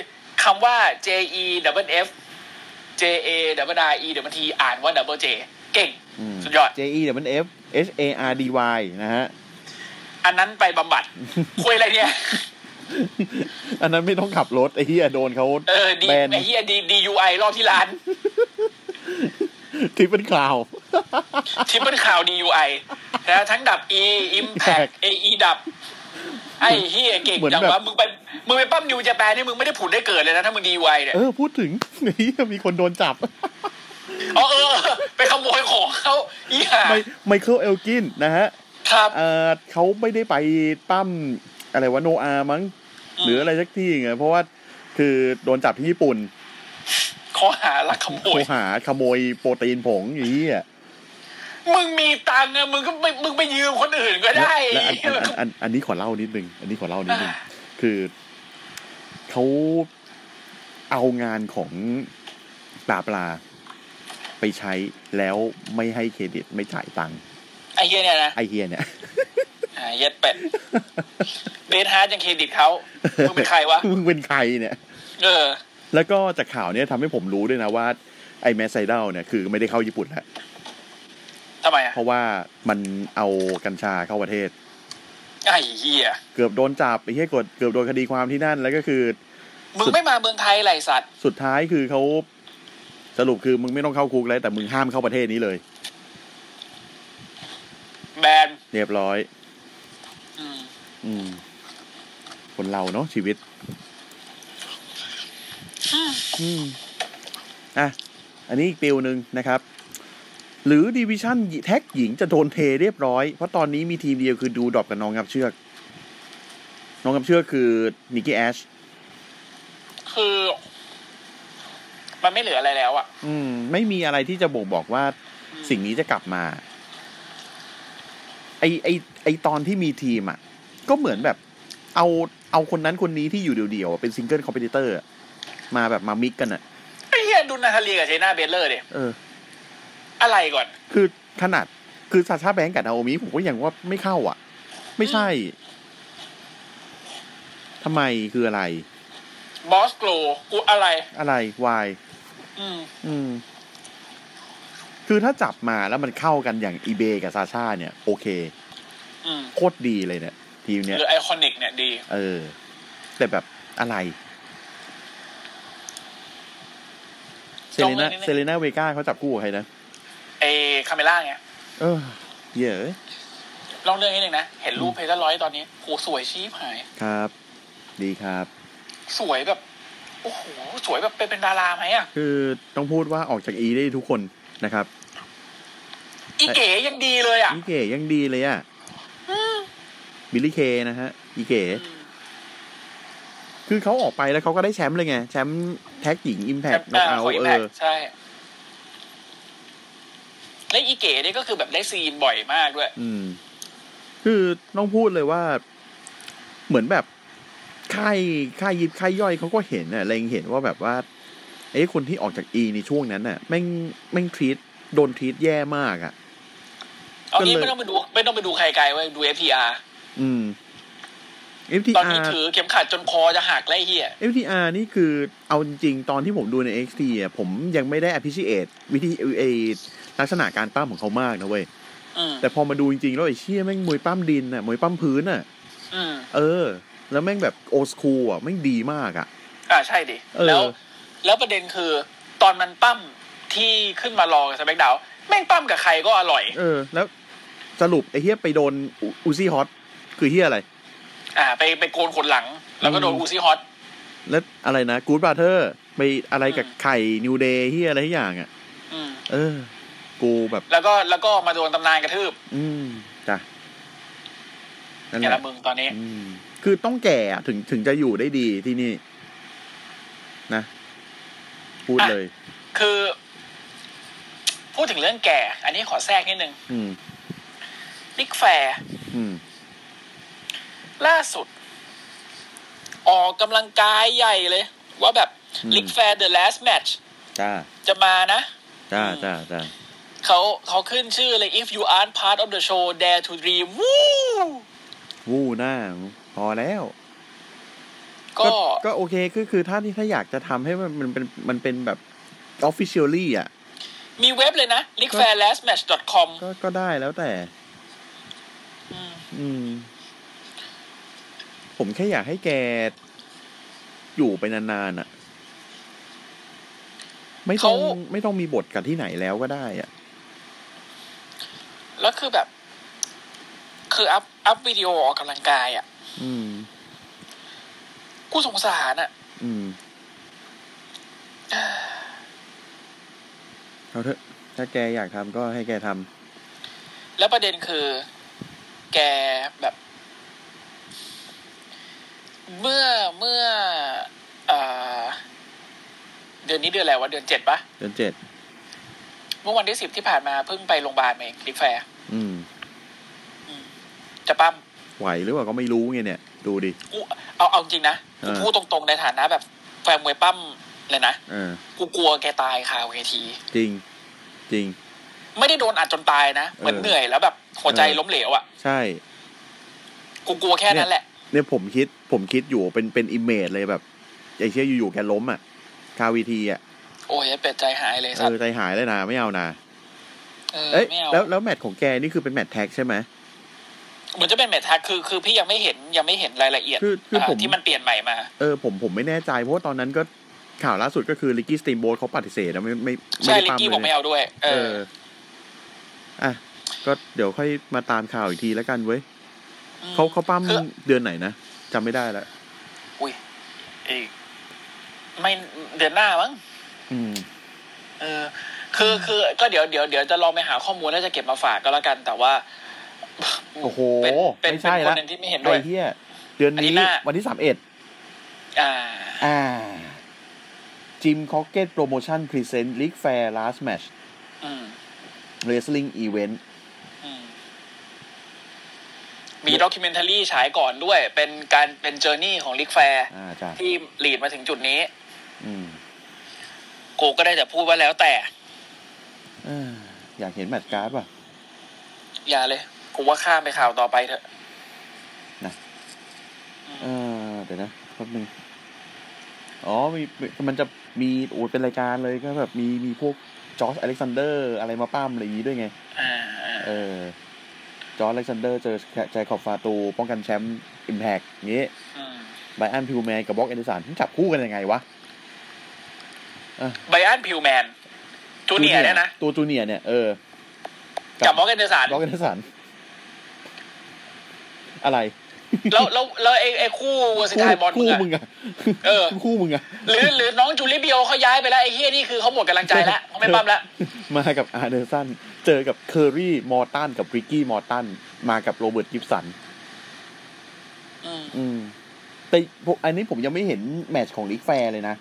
[SPEAKER 2] คำว่า J E double F J A double R E double T อ่านว่า double J เก่ง สุดยอด
[SPEAKER 1] J E W F H A R D Y นะฮะ
[SPEAKER 2] อันนั้นไปบำบัด คุยอะไรเนี่ย
[SPEAKER 1] อันนั้นไม่ต้องขับรถไอ้เฮียโดนเขา
[SPEAKER 2] เออ ดี
[SPEAKER 1] แบน
[SPEAKER 2] ไอ้เหี้ยดี DUI รอบที่ร้าน
[SPEAKER 1] ทิปเป็นคลาว
[SPEAKER 2] ทริปเปิลข่าว DUI นะทั้งดับ E Impact AE ดับ ไอ้เฮียเก่ง
[SPEAKER 1] เหมือน
[SPEAKER 2] จัง
[SPEAKER 1] แบบ
[SPEAKER 2] วะมึงไปมึงไปปั้มนิวจะแปนนี่มึงไม่ได้ผุดได้เกิดเลยนะ ถ้ามึง DUI เนี่ย
[SPEAKER 1] เออพูดถึง เฮียมีคนโดนจับ
[SPEAKER 2] อ๋อเออ ไปขโมยของเขาอีห่า
[SPEAKER 1] ไมไมเคิลเอลกินนะฮะ
[SPEAKER 2] ครับ
[SPEAKER 1] เออเขาไม่ได้ไปปั้มอะไรวะโนอามั้ง หรืออะไรสักที่ไงเพราะว่าคือโดนจับที่ญี่ปุ่น
[SPEAKER 2] ข้อหาลักขโม
[SPEAKER 1] โทร
[SPEAKER 2] ย
[SPEAKER 1] หาขโมยโปรตีนผงอย่างนี้อ่ะ
[SPEAKER 2] มึงมีตังค์อะมึงก็ไปมึงไปยืมคนอื่นก็ได้
[SPEAKER 1] และอันอันอันอันอันนี้ขอเล่านิดนึง อันนี้ขอเล่านิดนึง คือเขาเอางานของปลาปลาไปใช้แล้วไม่ให้เครดิตไม่จ่ายตังค์
[SPEAKER 2] ไอ้เฮียเนี่ยนะ
[SPEAKER 1] ไอเฮียเนี่ย
[SPEAKER 2] อ่าเย็ดเป็ดเบสฮาร์ดยังเครดิตเขามึงเป็นใครวะ
[SPEAKER 1] มึงเป็นใครเนี่ย
[SPEAKER 2] เออ
[SPEAKER 1] แล้วก็จากข่าวเนี้ยทำให้ผมรู้ด้วยนะว่า ไอ้แมสไซเดลเนี่ยคือไม่ได้เข้าญี่ปุ่นแล้ว
[SPEAKER 2] ทำไมอะ
[SPEAKER 1] เพราะว่ามันเอากัญชาเข้าประเทศ
[SPEAKER 2] ไอ้เฮีย
[SPEAKER 1] เกือบโดนจับไอ้เหี้ยกดเกือบโดนคดีความที่นั่น แล้วก็คือ
[SPEAKER 2] มึงไม่มาเมืองไทยไรสัตว์
[SPEAKER 1] สุดท้ายคือเขาสรุปคือมึงไม่ต้องเข้าคุกแล้วแต่มึงห้ามเข้าประเทศนี้เลย
[SPEAKER 2] แบน
[SPEAKER 1] เรียบร้อย
[SPEAKER 2] อืม
[SPEAKER 1] อืม คนเราเนาะชีวิต อืมอ่ะ อันนี้อีกปิวหนึ่งนะครับ หรือดิวิชั่นแท็กหญิงจะโดนเทเรียบร้อย เพราะตอนนี้มีทีมเดียวคือดูดรอปกับน้องกับเชือก น้องกับเชือกคือนิกกี้แอช
[SPEAKER 2] คือ มันไม่เหลืออะไรแล้วอะ
[SPEAKER 1] อืม ไม่มีอะไรที่จะบ่งบอกว่าสิ่งนี้จะกลับมา ไอไอไอตอนที่มีทีมอ่ะ ก็เหมือนแบบ เอาเอาคนนั้นคนนี้ที่อยู่เดี่ยวๆอะเป็นซิงเกิลคอมเพ t เตอร์มาแบบมามิกกันอ่ะ
[SPEAKER 2] ไอ้เหี้ยดูนาทาเลียกับเชน่าเบลเลอร์ดิ
[SPEAKER 1] เออ
[SPEAKER 2] อะไรก่อน
[SPEAKER 1] คือขนาด คือซาชาแบงก์กับนาโอมิผมก็ยังว่าไม่เข้าอ่ะ ไม่ใช่ทำไมคืออะไร
[SPEAKER 2] บอสโกลกูอะไร
[SPEAKER 1] อะไรวาย
[SPEAKER 2] อืม
[SPEAKER 1] อืม คือถ้าจับมาแล้วมันเข้ากันอย่างอีเบกับซาชาเนี่ย โอเค
[SPEAKER 2] อืม
[SPEAKER 1] โคตรดีเลยเนี่ย ทีมเนี่ย
[SPEAKER 2] หรือไอคอนิกเนี่ยดี
[SPEAKER 1] เออ แต่แบบอะไร เซ
[SPEAKER 2] จง
[SPEAKER 1] เล
[SPEAKER 2] เลย
[SPEAKER 1] นา
[SPEAKER 2] นิดนึง
[SPEAKER 1] เซเลนาเวก้าเขาจับคู่กับใครนะ
[SPEAKER 2] ไอคาเมล่าไง
[SPEAKER 1] เออเหี้ยเอะ
[SPEAKER 2] ลองเรื่องนิดหนึ่งนะ เห็นรูปเพเทอร์ร้อยตอนนี้โหสวยชีพหาย
[SPEAKER 1] ครับ ดีครับ
[SPEAKER 2] สวยแบบ โอ้โห สวยแบบเป็นเป็นดาราไหมอ่ะ
[SPEAKER 1] คือต้องพูดว่าออกจากอีได้ทุกคนนะครับ
[SPEAKER 2] อีเก๋ยังดีเลยอ่ะ
[SPEAKER 1] อีเก๋ยังดีเลยอ่ะ บิลลี่เคนะฮะ อีเก๋
[SPEAKER 2] อืม
[SPEAKER 1] คือเขาออกไปแล้วเขาก็ได้แชมป์เลยไง แชมป์แท็กหญิงอิมแพค
[SPEAKER 2] เอ
[SPEAKER 1] น็อก
[SPEAKER 2] อ
[SPEAKER 1] เอา
[SPEAKER 2] ของ
[SPEAKER 1] เอ
[SPEAKER 2] Impact
[SPEAKER 1] อ
[SPEAKER 2] ใช่และอีเก๋นี่ก็คือแบบได้ซีนบ่อยมากด้วย
[SPEAKER 1] อืม คือต้องพูดเลยว่า เหมือนแบบค่ายค่ายยิบค่ายย่อยเขาก็เห็นน่ะเล็งเห็นว่าแบบว่าไอ้คนที่ออกจากอีในช่วงนั้นน่ะแม่งแม่งทรีตโดนทรีตแย่มากอ่ะ
[SPEAKER 2] เอางี้
[SPEAKER 1] ก็เลย
[SPEAKER 2] ไม่ต้องไปดู ไม่ต้องไปดูใครไกลเว้ยดู FTR
[SPEAKER 1] อืม
[SPEAKER 2] ตอนนี้
[SPEAKER 1] FTR
[SPEAKER 2] ถือเข็มขัดจนคอจะหักแล้วไอ้เฮีย
[SPEAKER 1] FTR นี่คือเอาจริงๆตอนที่ผมดูใน XT อ่ะผมยังไม่ได้ appreciate วิธีไอลักษณะการปั้มของเขามากนะเว้ย
[SPEAKER 2] อืม
[SPEAKER 1] แต่พอมาดูจริงๆ แล้วไอ้เชี่ยแม่งมวยปั้มดินน่ะมวยปั้มพื้นน่ะ
[SPEAKER 2] อืม
[SPEAKER 1] เออ แล้วแม่งแบบโอสคูอ่ะแม่งดีมากอ่ะ
[SPEAKER 2] อ่าใช่ดิ
[SPEAKER 1] เออ
[SPEAKER 2] แล้ว แล้วประเด็นคือ ตอนมันปั้มที่ขึ้นมารอกับสแปกดาวแม่งปั้มกับใครก็อร่อย
[SPEAKER 1] เออ แล้วสรุปไอ้เฮียไปโดนอุอุซี่ฮอตคือเฮียอะไร
[SPEAKER 2] อ่า ไปไปโกนขนหลัง แล้วก็โดน
[SPEAKER 1] อืม
[SPEAKER 2] อูซี่ฮอต
[SPEAKER 1] แล้วอะไรนะกู๊ดบาเทอร์ไปอะไรกับ
[SPEAKER 2] อืม
[SPEAKER 1] ไข่นิวเดย์เฮียอะไรทุกอย่างอ่ะ
[SPEAKER 2] อืม
[SPEAKER 1] เออ กูแบบ
[SPEAKER 2] แล้วก็แล้วก็มาโดนตำนานกระทืบ
[SPEAKER 1] อืมจ้ะนั่น
[SPEAKER 2] แก
[SPEAKER 1] แห
[SPEAKER 2] ละ
[SPEAKER 1] ละ
[SPEAKER 2] มึงตอนนี้
[SPEAKER 1] อืมคือต้องแก่อะถึงถึงจะอยู่ได้ดีที่นี่ นะ พูดเลย
[SPEAKER 2] คือ พูดถึงเรื่องแก่ อันนี้ขอแทรกนิดนึง
[SPEAKER 1] อืม
[SPEAKER 2] บิ๊กแฟร์
[SPEAKER 1] อืม
[SPEAKER 2] ล่าสุด ออกกำลังกายใหญ่เลย ว่าแบบ
[SPEAKER 1] อืม
[SPEAKER 2] ลิกแฟร์เดอะ last match
[SPEAKER 1] จ้า
[SPEAKER 2] จะมานะ
[SPEAKER 1] จ้าจ้าจ้า
[SPEAKER 2] เขาเขาขึ้นชื่อเลย if you aren't part of the show dare to dream วู้
[SPEAKER 1] วู้หน้า พอแล้ว
[SPEAKER 2] ก็
[SPEAKER 1] ก็โอเคคือคือถ้าที่ถ้าอยากจะทำให้มันมันเป็นมันเป็นแบบ officially อ่ะ
[SPEAKER 2] มีเว็บเลยนะ l i g f a i r last match com
[SPEAKER 1] ก็ก็ได้แล้วแต่
[SPEAKER 2] อืม
[SPEAKER 1] อืม ผมแค่อยากให้แก อยู่ไปนานๆอ่ะ ไม่ต้อง
[SPEAKER 2] เขา
[SPEAKER 1] ไม่ต้องมีบทกับที่ไหนแล้วก็ได้อ่ะ
[SPEAKER 2] แล้วคือแบบ คืออัพอัพวิดีโอออกกำลังกายอ่ะ
[SPEAKER 1] อืม
[SPEAKER 2] กูสงสารอ่ะ
[SPEAKER 1] อืมเอาเถอะ ถ้าแกอยากทำก็ให้แกท
[SPEAKER 2] แล้วประเด็นคือ แกแบบ เมื่อเมื่อเอ่อเดือนนี้เดือนอะไรวะเดือนเจ็ดปะ
[SPEAKER 1] ำเดือนเจ็ด
[SPEAKER 2] เมื่อวันที่สิบที่ผ่านมาเพิ่งไปโรงพยาบาลมาเองลิกแฟร์
[SPEAKER 1] อืม
[SPEAKER 2] จะปั้ม
[SPEAKER 1] ไหวหรือเปล่าก็ไม่รู้ไงเนี่ย ดูดิ
[SPEAKER 2] กูเอาเอาจริงนะกู
[SPEAKER 1] อ่า
[SPEAKER 2] พูดตรงๆในฐานะแบบแฟนมวยปั้มเลยนะ
[SPEAKER 1] เออ
[SPEAKER 2] กูกลัวแกตายคาเวที
[SPEAKER 1] จริง จริง
[SPEAKER 2] ไม่ได้โดนอัดจนตายนะเหมือน
[SPEAKER 1] เออ
[SPEAKER 2] เหนื่อยแล้วแบบหัวใจ
[SPEAKER 1] เออ
[SPEAKER 2] ล้มเหลวอ่ะ
[SPEAKER 1] ใช่
[SPEAKER 2] กูกลัวแค่นั้นแหละ
[SPEAKER 1] เนี่ยผมคิด ผมคิดอยู่เป็นเป็นอิมเมจเลยแบบไอ้เชี่ยอยู่ๆแกล้มอ่ะ คาวีทีอ่ะ
[SPEAKER 2] โอ้ยเป็ดใจหายเลย
[SPEAKER 1] เอ
[SPEAKER 2] สัต
[SPEAKER 1] อ
[SPEAKER 2] ว์
[SPEAKER 1] ใจหายเลยนะไม่เอานะ
[SPEAKER 2] เออ
[SPEAKER 1] เอ้ย
[SPEAKER 2] ไม่เอา
[SPEAKER 1] แล้วแล้วแมตช์ของแกนี่คือเป็นแมตช์แท็กใช่ไหม
[SPEAKER 2] เหมือนจะเป็นแมทแท็กคือคือพี่ยังไม่เห็นยังไม่เห็นรายละเอียด
[SPEAKER 1] คือคืออ่
[SPEAKER 2] า
[SPEAKER 1] ผม
[SPEAKER 2] ที่มันเปลี่ยนใหม่มา
[SPEAKER 1] เออผมผมไม่แน่ใจ เพราะว่าตอนนั้นก็ข่าวล่าสุดก็คือลิกกี้สตีมโบ t เขาปฏิเสธนะไม่ไม่ไม่
[SPEAKER 2] ใช่
[SPEAKER 1] ได้
[SPEAKER 2] ลิก
[SPEAKER 1] ตาม
[SPEAKER 2] กี้บอก
[SPEAKER 1] เล
[SPEAKER 2] ไม่
[SPEAKER 1] ย
[SPEAKER 2] เอาด้วย เอ
[SPEAKER 1] เอ
[SPEAKER 2] อ
[SPEAKER 1] ออ่ะก็เดี๋ยวค่อยมาตามข่าวอีกทีแล้วกันเว้ยเขาเขาปั้ม
[SPEAKER 2] คือ
[SPEAKER 1] เดือนไหนนะจำไม่ได้ละ
[SPEAKER 2] อุ้ยเอ้ยไม่เดือนหน้ามั้ง
[SPEAKER 1] อืม
[SPEAKER 2] เออ คือคือก็เดี๋ยวเดี๋ยวเดี๋ยวจะลองไปหาข้อมูลแล้วจะเก็บมาฝากก็แล้วกัน แต่ว่า
[SPEAKER 1] โอ้โห
[SPEAKER 2] เป็นเป็
[SPEAKER 1] ไม่
[SPEAKER 2] นเป็
[SPEAKER 1] ใช่
[SPEAKER 2] นคน
[SPEAKER 1] ละ
[SPEAKER 2] หนึ่งที่ไม่เห็นด้
[SPEAKER 1] ไอ้
[SPEAKER 2] วย
[SPEAKER 1] เหี้ยเดือน
[SPEAKER 2] อาทิต
[SPEAKER 1] นี้
[SPEAKER 2] ย์หน้า
[SPEAKER 1] วันที่สามเอ็ด
[SPEAKER 2] อ่า
[SPEAKER 1] อ่า จิมคอกเก็ตโปรโมชั่นพรีเซนต์ลิกแฟร์ลาสแมช
[SPEAKER 2] อืม
[SPEAKER 1] เรสลิงอีเวนต์
[SPEAKER 2] อืมมีด็อกิเมนทารีฉายก่อนด้วย เป็นการเป็นเจอร์นี่ของลิกแฟร์
[SPEAKER 1] อ่าจ้ะ
[SPEAKER 2] ที่ลีดมาถึงจุดนี้
[SPEAKER 1] อืม
[SPEAKER 2] กูก็ได้แต่พูดว่าแล้วแต่
[SPEAKER 1] อาอยากเห็นแมตช์การ์ดป่ะ
[SPEAKER 2] อย่าเลยผมว่าข้ามไปข่าวต่อไปเถอะ
[SPEAKER 1] เออเดี๋ยวนะแป๊บนึงอ๋อมีมันจะมีโอ้ยเป็นรายการเลยก็แบบมีมีพวกจอร์จอเล็กซานเดอร์อะไรมาป้ามอะไรอย่างนี้ด้วยไง
[SPEAKER 2] อ่า
[SPEAKER 1] เออ จอร์จอเล็กซานเดอร์เจอแจคอบฟาตู ป้องกันแชมป์อิมแพกงี้
[SPEAKER 2] อืม
[SPEAKER 1] ไบอันพิวแมนกับบล็อกเอนเดอร์สันจับคู่กันยังไงวะ
[SPEAKER 2] ไบอันพิวแมนจูเนียร์เนี่ยนะ
[SPEAKER 1] ตัวจูเนียร์เนี่ย เออ
[SPEAKER 2] กับมอร์แกนเดอร์สัน
[SPEAKER 1] บล็อกเอนเด อร์สันอะไร
[SPEAKER 2] แล้วแล้วแล้วไอ้ไอ้คู่เวอร์ซิทายบอลมึ
[SPEAKER 1] คู่
[SPEAKER 2] งอะ
[SPEAKER 1] มึงอะ
[SPEAKER 2] เออ
[SPEAKER 1] คู่มึงอะ
[SPEAKER 2] หรือหรือน้องจูลิเบียวเขาย้ายไปแล้วไอ้เฮียนี่คือเขาหมดกำลังใจ แล้วเขาไม่ปั้มแล้ว
[SPEAKER 1] มากับอาร์เดอร์สัน เจอกับเคอรี่มอร์ตันกับริกกี้มอร์ตัน มากับโรเบิร์ตกิฟสัน
[SPEAKER 2] อืม
[SPEAKER 1] อืม แต่พวกอันนี้ผมยังไม่เห็นแมตช์ของลิกแฟร์เลยนะ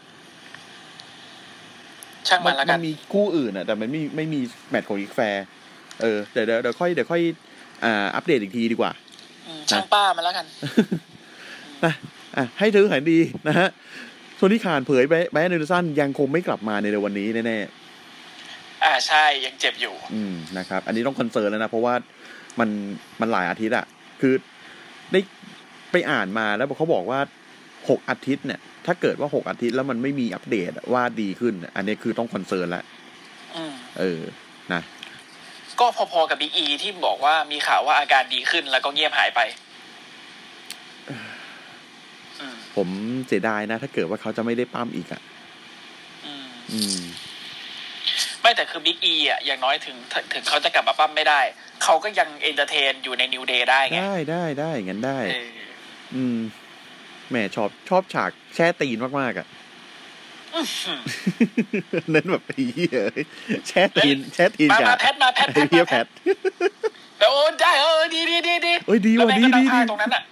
[SPEAKER 2] ช่างมันแล้วกัน
[SPEAKER 1] มีคู่อื่นอะแต่มันไม่ไม่มีแมตช์ของลิกแฟร์ เออ เดี๋ยวเดี๋ยวเดี๋ยวค่อยเดี๋ยวค่อยอ่าอัปเดตอีกทีดีกว่า
[SPEAKER 2] อืมช่างป้ามันแล้วกัน
[SPEAKER 1] นะอ่ะให้ถือหันดีนะฮะโทนี่คานเผยแบแบรนด์เดอร์สันยังคงไม่กลับมาในเร็ววันนี้แน่ๆ
[SPEAKER 2] อ่าใช่ยังเจ็บอยู่
[SPEAKER 1] อืมนะครับ อันนี้ต้องคอนเซิร์นแล้วนะ เพราะว่ามันมันหลายอาทิตย์อะคือได้ไปอ่านมาแล้วเขาบอกว่าหกอาทิตย์เนี่ย ถ้าเกิดว่าหกอาทิตย์แล้วมันไม่มีอัปเดตว่าดีขึ้น อันนี้คือต้องคอนเซิร์นแล้ว
[SPEAKER 2] อืม
[SPEAKER 1] เออนะ
[SPEAKER 2] ก็พอๆกับบีอีที่บอกว่ามีข่าวว่าอาการดีขึ้นแล้วก็เงียบหายไป อืม
[SPEAKER 1] ผมเสียดายนะ ถ้าเกิดว่าเขาจะไม่ได้ปั้มอีกอะ
[SPEAKER 2] อืม
[SPEAKER 1] อืม
[SPEAKER 2] ไม่แต่คือบิ๊กอีอ่ะอย่างน้อยถึงถึงถึงเขาจะกลับมาปั้มไม่ได้ เขาก็ยังเอนเตอร์เทนอยู่ในนิวเดย์ได้ไง
[SPEAKER 1] ได้ได้ได้อย่างนั้นได้
[SPEAKER 2] เออ
[SPEAKER 1] อืมแหมชอบชอบฉากแช่ตีนมากๆอะ นั่นแบบไอ้เหี้ยเอ้ยแช่ตีนแช่ตีน
[SPEAKER 2] มา
[SPEAKER 1] กั
[SPEAKER 2] มา
[SPEAKER 1] บ
[SPEAKER 2] แพทมาแพทแพ
[SPEAKER 1] ไอ้
[SPEAKER 2] ท
[SPEAKER 1] เหี้ยแพ
[SPEAKER 2] มา
[SPEAKER 1] ท
[SPEAKER 2] แล้วโอ้ได้เออดีดีดีดี
[SPEAKER 1] เอ้ยดีว่ะ
[SPEAKER 2] แล้ว
[SPEAKER 1] ดี
[SPEAKER 2] แม่ง
[SPEAKER 1] ดีดี
[SPEAKER 2] ก็นั่งท่าตรงนั้นน่ะ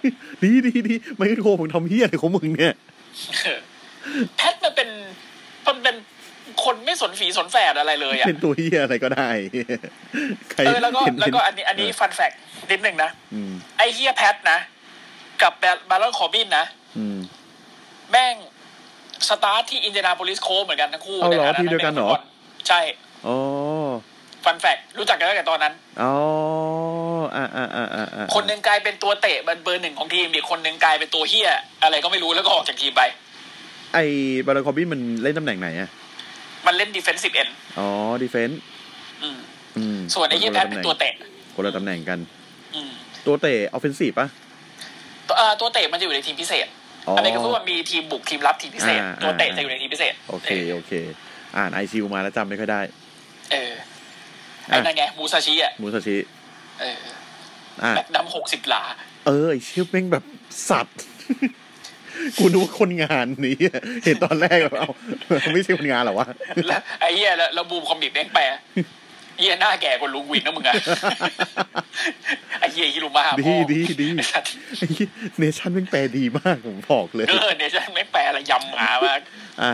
[SPEAKER 1] ดีดีดีไม่โทรผมทำเฮียอะไรของมึงเนี่ย
[SPEAKER 2] เออแพทมันเป็นมันเป็นคนไม่สนฝีสนแฝดอะไรเลยอ่ะ
[SPEAKER 1] เป็นตัวเฮียอะไรก็ได้ใคร
[SPEAKER 2] เออแล้วก็
[SPEAKER 1] เห็
[SPEAKER 2] แล้วก็
[SPEAKER 1] เห็
[SPEAKER 2] อันนี้อันนี้ฟันแฟกนิดหนึ่งนะ
[SPEAKER 1] อืม
[SPEAKER 2] ไอ้เฮียแพทนะ กับแบบบาลอนคอบินนะ
[SPEAKER 1] อืม
[SPEAKER 2] แม่ง สตาร์ทที่อินเดียนาโพลิสโคเหมือนกันทั้งคู่
[SPEAKER 1] เอาเหรอ
[SPEAKER 2] ใฐาะ
[SPEAKER 1] ทีมเดียวกันเหรอ
[SPEAKER 2] ป็ฟุตบลใช่
[SPEAKER 1] อ๋อ
[SPEAKER 2] ฟันแฟกรู้จักกันตั้งแต่ตอนนั้น
[SPEAKER 1] อ๋ออ่าอ่าอ่าอ่าอ่า
[SPEAKER 2] คนหนึ่งกลายเป็นตัวเตะเบอร์หนึ่งของทีมอีกคนหนึ่งกลายเป็นตัวเฮียอะไรก็ไม่รู้แล้วก็ออกจากทีมไป
[SPEAKER 1] ไอ้บาร์คอบี้มันเล่นตำแหน่งไหนอ่ะ
[SPEAKER 2] มันเล่นดิเฟนซีฟเอ็น
[SPEAKER 1] อ๋อดีเฟนต์อืม
[SPEAKER 2] ส่วนไอ้เฮียแพทเป็นตัวเตะ
[SPEAKER 1] คนละตำแหน่งกัน
[SPEAKER 2] อืม
[SPEAKER 1] ตัวเตะออฟเฟนซีฟป่ะ
[SPEAKER 2] ตัวเอ่อตัวเตะมันจะอยู่ในทีมพิเศษ
[SPEAKER 1] อ๋ออ
[SPEAKER 2] อะไรก็คือว่ามีทีมบุกทีมรับทีมพิเศษ
[SPEAKER 1] อ่า
[SPEAKER 2] ตัวเตะจะอยู่ในทีมพิเศษ
[SPEAKER 1] โอเคโอเค อ่านไอซิวมาแล้วจำไม่ค่อยได้
[SPEAKER 2] เออไอ้นั่นไงมูซาชิอ่ะ
[SPEAKER 1] มูซาชิ
[SPEAKER 2] เออ
[SPEAKER 1] อ่ะ
[SPEAKER 2] แบกดำหกสิบหลา
[SPEAKER 1] เออไอเชื่อแม่งแบบสัตว์ กูนึกว่าคนงานนี้ เห็นตอนแรกแบบเอาไม่ใช่คนงาน เหรอวะ
[SPEAKER 2] แล้วไอ้เหี้ยแล้วแล้วบูมคอมบิกแดงแปรเหี้ยหน้าแก่กว่าลุงวินนะมึ งอะ ไอ้เหี้ยฮิรุมาหา
[SPEAKER 1] ดี
[SPEAKER 2] พ่อ
[SPEAKER 1] ดีดี
[SPEAKER 2] ไอ้สัตว์
[SPEAKER 1] ไอ้เหี้ยเนชั่นแม่งแปลดีมากผมบอกเลย
[SPEAKER 2] เออเนี่ยจะไม่แปรอะไรยำหมามาก
[SPEAKER 1] อ่ะ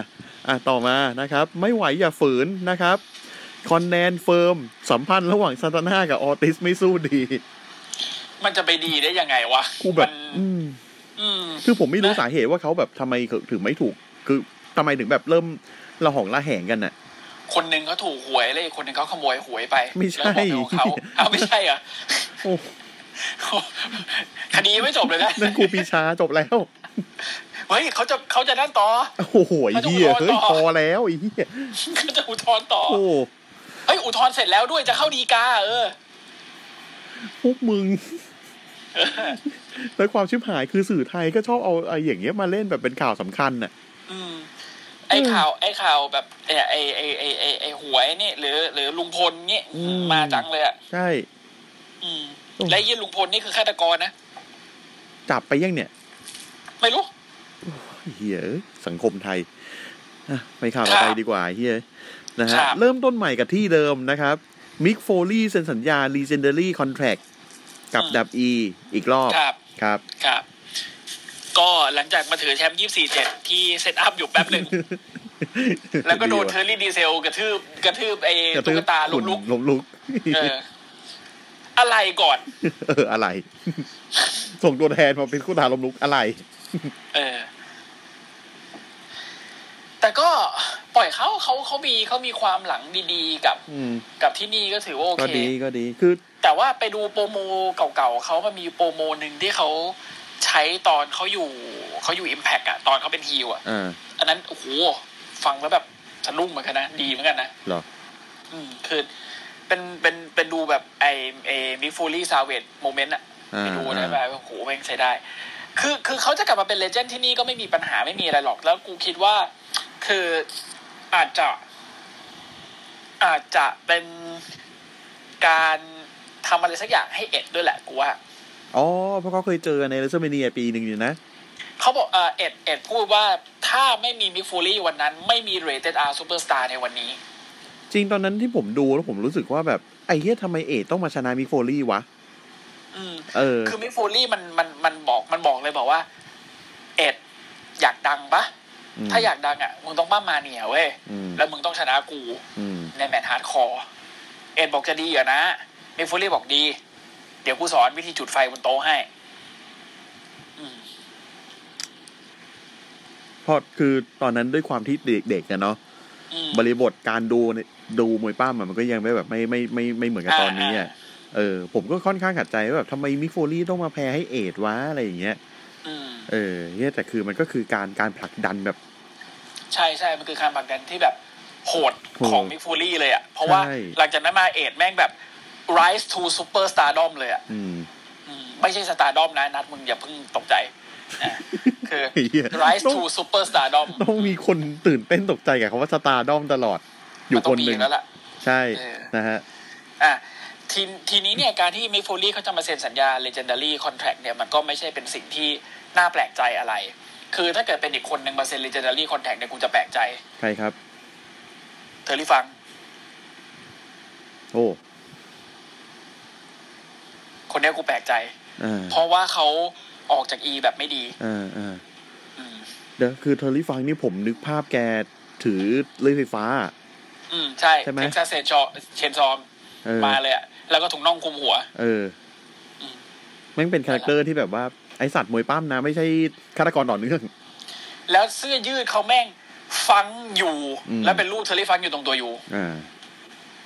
[SPEAKER 1] อ่ะต่อมานะครับ ไม่ไหวอย่าฝืนนะครับ คอนแนนเฟิร์ม สัมพันธ์ระหว่างซานตาน่ากับออติสไม่สู้ดี
[SPEAKER 2] มันจะไปดีได้ยังไงวะ
[SPEAKER 1] กูแบบ
[SPEAKER 2] มัน
[SPEAKER 1] อืม
[SPEAKER 2] อืม
[SPEAKER 1] คือผมไม่รู้
[SPEAKER 2] นะ
[SPEAKER 1] สาเหตุว่าเขาแบบทำไมถึงไม่ถูก คือทำไมถึงแบบเริ่มระหองระแหงกันน่ะ
[SPEAKER 2] คนหนึ่งเขาถูกหวยเลยคนหนึ่งเขาขโมยหวยไป
[SPEAKER 1] ไม่ใช่
[SPEAKER 2] แล้วก็เอาของเขาเอาไม่ใช่เหรอ
[SPEAKER 1] โอ้
[SPEAKER 2] คดียังไม่จบเลยนะ
[SPEAKER 1] นั่นกูปีชาจบแล้ว
[SPEAKER 2] เฮ้ยเขาจะเขาจะนั่นต่อ
[SPEAKER 1] โอ้โหไอ้เฮียเฮ้ยพอแล้วไอ้เฮีย
[SPEAKER 2] เขาจะอุทธรณ์ต่อ
[SPEAKER 1] โอ้
[SPEAKER 2] เฮ้ยอุทธรณ์เสร็จแล้วด้วยจะเข้าดีกาเออ
[SPEAKER 1] พวกมึง แล้วความชิบหายคือสื่อไทยก็ชอบเอาไอ้อย่างเงี้ยมาเล่นแบบเป็นข่าวสำคัญน่ะ
[SPEAKER 2] อืมไอ้ข่าวไอ้ข่าวแบบเนี่ยไอ้ไอ้ไอ้ไอ้ไอ้หวยนี่หรือ หรือลุงพลนี่
[SPEAKER 1] อืม
[SPEAKER 2] มาจังเลยอ่ะ
[SPEAKER 1] ใช่
[SPEAKER 2] อืม
[SPEAKER 1] โอ้
[SPEAKER 2] และยี่ลุงพลนี่คือฆาตกรนะ
[SPEAKER 1] จับไปยังเนี่ย
[SPEAKER 2] ไม่รู้
[SPEAKER 1] ไอ้เฮียเอ้ยสังคมไทยอ่ะไปข่าวต่อไป
[SPEAKER 2] ครับ
[SPEAKER 1] ดีกว่าไอ้เฮียนะฮะ
[SPEAKER 2] ครับ
[SPEAKER 1] เริ่มต้นใหม่กับที่เดิมนะครับมิกโฟลี่เซ็นสัญญา Legendary Contract กับดับอีอีกรอบ
[SPEAKER 2] ครับ
[SPEAKER 1] ครับ
[SPEAKER 2] ครับ ก็หลังจากมาถือแชมป์ยี่สี่เจ็ดที่เซตอัพอยู่แป๊บหนึ่ง แล้วก็โด นเทอร์รี่ดีเซลกระทืบกระทืบไอ้
[SPEAKER 1] กระ
[SPEAKER 2] ตุ๊
[SPEAKER 1] ทื
[SPEAKER 2] ก
[SPEAKER 1] บ
[SPEAKER 2] ตาลุกลุก
[SPEAKER 1] หุ่นลุก
[SPEAKER 2] เออ อะไรก่อน
[SPEAKER 1] เอออะไร ส่งตัวแทนมาเป็นคู่ตาลมลุกอะไร
[SPEAKER 2] เออ แต่ก็ปล่อยเขาเขาเขามีเขามีความหลังดีๆกับ
[SPEAKER 1] อืม
[SPEAKER 2] กับที่นี่ก็ถือว่าโอ
[SPEAKER 1] ก็
[SPEAKER 2] เค
[SPEAKER 1] ดีก็ดี คือ
[SPEAKER 2] แต่ว่าไปดูโปรโมเก่าๆเขามันมีโปรโมหนึ่งที่เขาใช้ตอนเขาอยู่เขาอยู่อิมแพกอะตอนเขาเป็นฮีลอะ
[SPEAKER 1] อ่า
[SPEAKER 2] อันนั้นโอ้โหฟังแล้วแบบทะลุ่งเหมือนกันนะดีเหมือนกันนะ
[SPEAKER 1] เหรอ
[SPEAKER 2] อืมคือเป็นเป็นเป็นดูแบบไอไอมิฟูลี่ซาเวตโมเมนต์อะ
[SPEAKER 1] อ่า
[SPEAKER 2] ไปดูนะ
[SPEAKER 1] อ่า
[SPEAKER 2] แบบโอ้โหแม่งใช้ได้ คือคือเขาจะกลับมาเป็นเลเจนด์ที่นี่ก็ไม่มีปัญหาไม่มีอะไรหรอก แล้วกูคิดว่า คืออาจจะ อาจจะเป็นการทำอะไรสักอย่างให้เอ็ดด้วยแหละกูว่า
[SPEAKER 1] อ๋อเพราะเขาเคยเจอในเลเซอร์เมเนียปีหนึ่งอยู่นะ
[SPEAKER 2] เขาบอกเอ่อเอ็ดเอ็ดพูดว่าถ้าไม่มีมิฟูลี่วันนั้น ไม่มีเรเ t ดอาร์ซูเปอร์สตาร์ในวันนี้
[SPEAKER 1] จริงตอนนั้นที่ผมดูแล้วผมรู้สึกว่าแบบไอ้เฮียทำไมเอทต้องมาชนะมิกโฟลี่วะ
[SPEAKER 2] อืม
[SPEAKER 1] เออ
[SPEAKER 2] คือมิกโฟลี่มันมันมันบอกมันบอกเลยบอกว่า เอ็ดอยากดังปะ
[SPEAKER 1] อืม
[SPEAKER 2] ถ้าอยากดังอ่ะมึงต้องบ้ามาเนียเว้ย
[SPEAKER 1] อืม
[SPEAKER 2] แล้วมึงต้องชนะกู
[SPEAKER 1] อืม
[SPEAKER 2] ในแมตช์ฮาร์ดคอร์เอ็ดบอกจะดีเหรอนะมิกโฟลี่บอกดี เดี๋ยวกูสอนวิธีจุดไฟบนโต๊ะให้อืม
[SPEAKER 1] เพราะคือตอนนั้นด้วยความที่เด็กๆกันเนาะ
[SPEAKER 2] อืม
[SPEAKER 1] บริบทการดูเนี่ยดูมวยป้ามอะมันก็ยังไม่แบบไม่ไม่ไม่ไม่เหมือนกับตอนนี้อ่ะเออ ผมก็ค่อนข้างขัดใจว่าแบบทำไมมิกโฟลี่ต้องมาแพ้ให้เอทวะอะไรอย่างเงี้ย
[SPEAKER 2] อืม
[SPEAKER 1] เออเฮียแต่คือมันก็คือการการผลักดันแบบ
[SPEAKER 2] ใช่ใช่มันคือการผลักดันที่แบบโหด
[SPEAKER 1] โหด
[SPEAKER 2] ของมิกโฟลี่เลยอ่ะเพราะว่า
[SPEAKER 1] ใช่
[SPEAKER 2] หลังจากนั้นมาเอ็ดแม่งแบบ rise to super stardom เลยอ่ะ
[SPEAKER 1] อืม
[SPEAKER 2] อืมไม่ใช่สตาร์ดอมนะ นัดมึงอย่าเพิ่งตกใจ นะคือ
[SPEAKER 1] ไอ้เหี้ย
[SPEAKER 2] Rise to Super Stardom
[SPEAKER 1] ต้องมีคนตื่นเต้นตกใจกับคำว่าสตาร์ดอมตลอด อยู่
[SPEAKER 2] มัต้
[SPEAKER 1] ค
[SPEAKER 2] อน งมี
[SPEAKER 1] หนึ่ง
[SPEAKER 2] แล้วล่ะ
[SPEAKER 1] ใช่
[SPEAKER 2] เออ
[SPEAKER 1] นะฮะ
[SPEAKER 2] อ่ะทีทีนี้เนี่ยการที่มิกโฟลี่เขาจะมาเซ็นสัญญา Legendary Contract เนี่ยมันก็ไม่ใช่เป็นสิ่งที่น่าแปลกใจอะไร คือถ้าเกิดเป็นอีกคนหนึ่งมาเซ็น Legendary Contract เนี่ยกูจะแปลกใจ
[SPEAKER 1] ใครครับ
[SPEAKER 2] เธอรีฟัง
[SPEAKER 1] โอ้
[SPEAKER 2] คนเนี้ยกูแปลกใจ
[SPEAKER 1] อ่า
[SPEAKER 2] เพราะว่าเขาออกจาก E แบบไม่ดี
[SPEAKER 1] อ่าอ่า
[SPEAKER 2] อืม
[SPEAKER 1] เดี๋ยวคือเทอร์รี่ฟังนี่ผมนึกภาพแกถือเลื่อยไฟฟ้า
[SPEAKER 2] อืมใช่
[SPEAKER 1] ใช่ไหม
[SPEAKER 2] เท็กซัสเชนซอม
[SPEAKER 1] เออ
[SPEAKER 2] มาเลยอะแล้วก็ถุงน่องคลุมหัว
[SPEAKER 1] เออ
[SPEAKER 2] อืม
[SPEAKER 1] แม่งเป็นคาแรคเตอร์ที่แบบว่าไอสัตว์มวยปั้มนะ ไม่ใช่ฆาตกรต่อเนื่อง
[SPEAKER 2] แล้วเสื้อยืดเขาแม่งฟังอยู่
[SPEAKER 1] อืม
[SPEAKER 2] แล้วเป็นรูปเทอรี่ฟังอยู่ตรงตัวอยู่
[SPEAKER 1] อ่า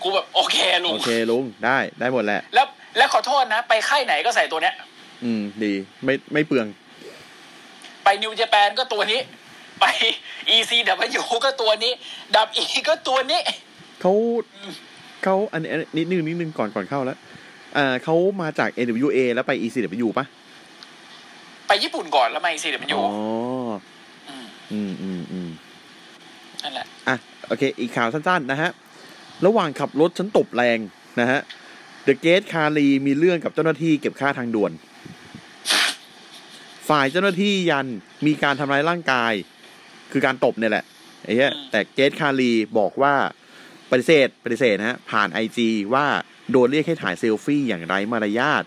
[SPEAKER 2] กูแบบโอเคลุ
[SPEAKER 1] โอง เคลุงได้ได้หมดแหละ
[SPEAKER 2] แล้วแล้วขอโทษนะ ไปค่ายไหนก็ใส่ตัวเนี้ย
[SPEAKER 1] อืม ดี ไม่ไม่เปลือง
[SPEAKER 2] ไปนิวเจแปนก็ตัวนี้ ไป ECW ก็ตัวนี้ ดับอีก็ตัวนี้
[SPEAKER 1] เขาเขาอันนี้อันนี้นิดนึงนิดนึงก่อนก่อนเข้าแล้วอ่าเขามาจาก NWA แล้วไป ECW ปะ
[SPEAKER 2] ไปญี่ปุ่นก่อนแล้วมา ECW
[SPEAKER 1] อ๋อ
[SPEAKER 2] ม
[SPEAKER 1] อืมอืมอืม
[SPEAKER 2] นั่นแหละ
[SPEAKER 1] อ่ะ โอเค อีกข่าวสั้นๆ นะฮะ ระหว่างขับรถฉันตบแรงนะฮะเดอะเกตคารีมีเรื่องกับเจ้าหน้าที่เก็บค่าทางด่วน ฝ่ายเจ้าหน้าที่ยันมีการทำร้ายร่างกาย คือการตบเนี่ยแหละไอ้เหี้ย
[SPEAKER 2] อืม
[SPEAKER 1] แต่เกตคารีบอกว่าปฏิเสธปฏิเสธนะฮะ ผ่านไอจีว่าโดนเรียกให้ถ่ายเซลฟี่อย่างไร้มารยาท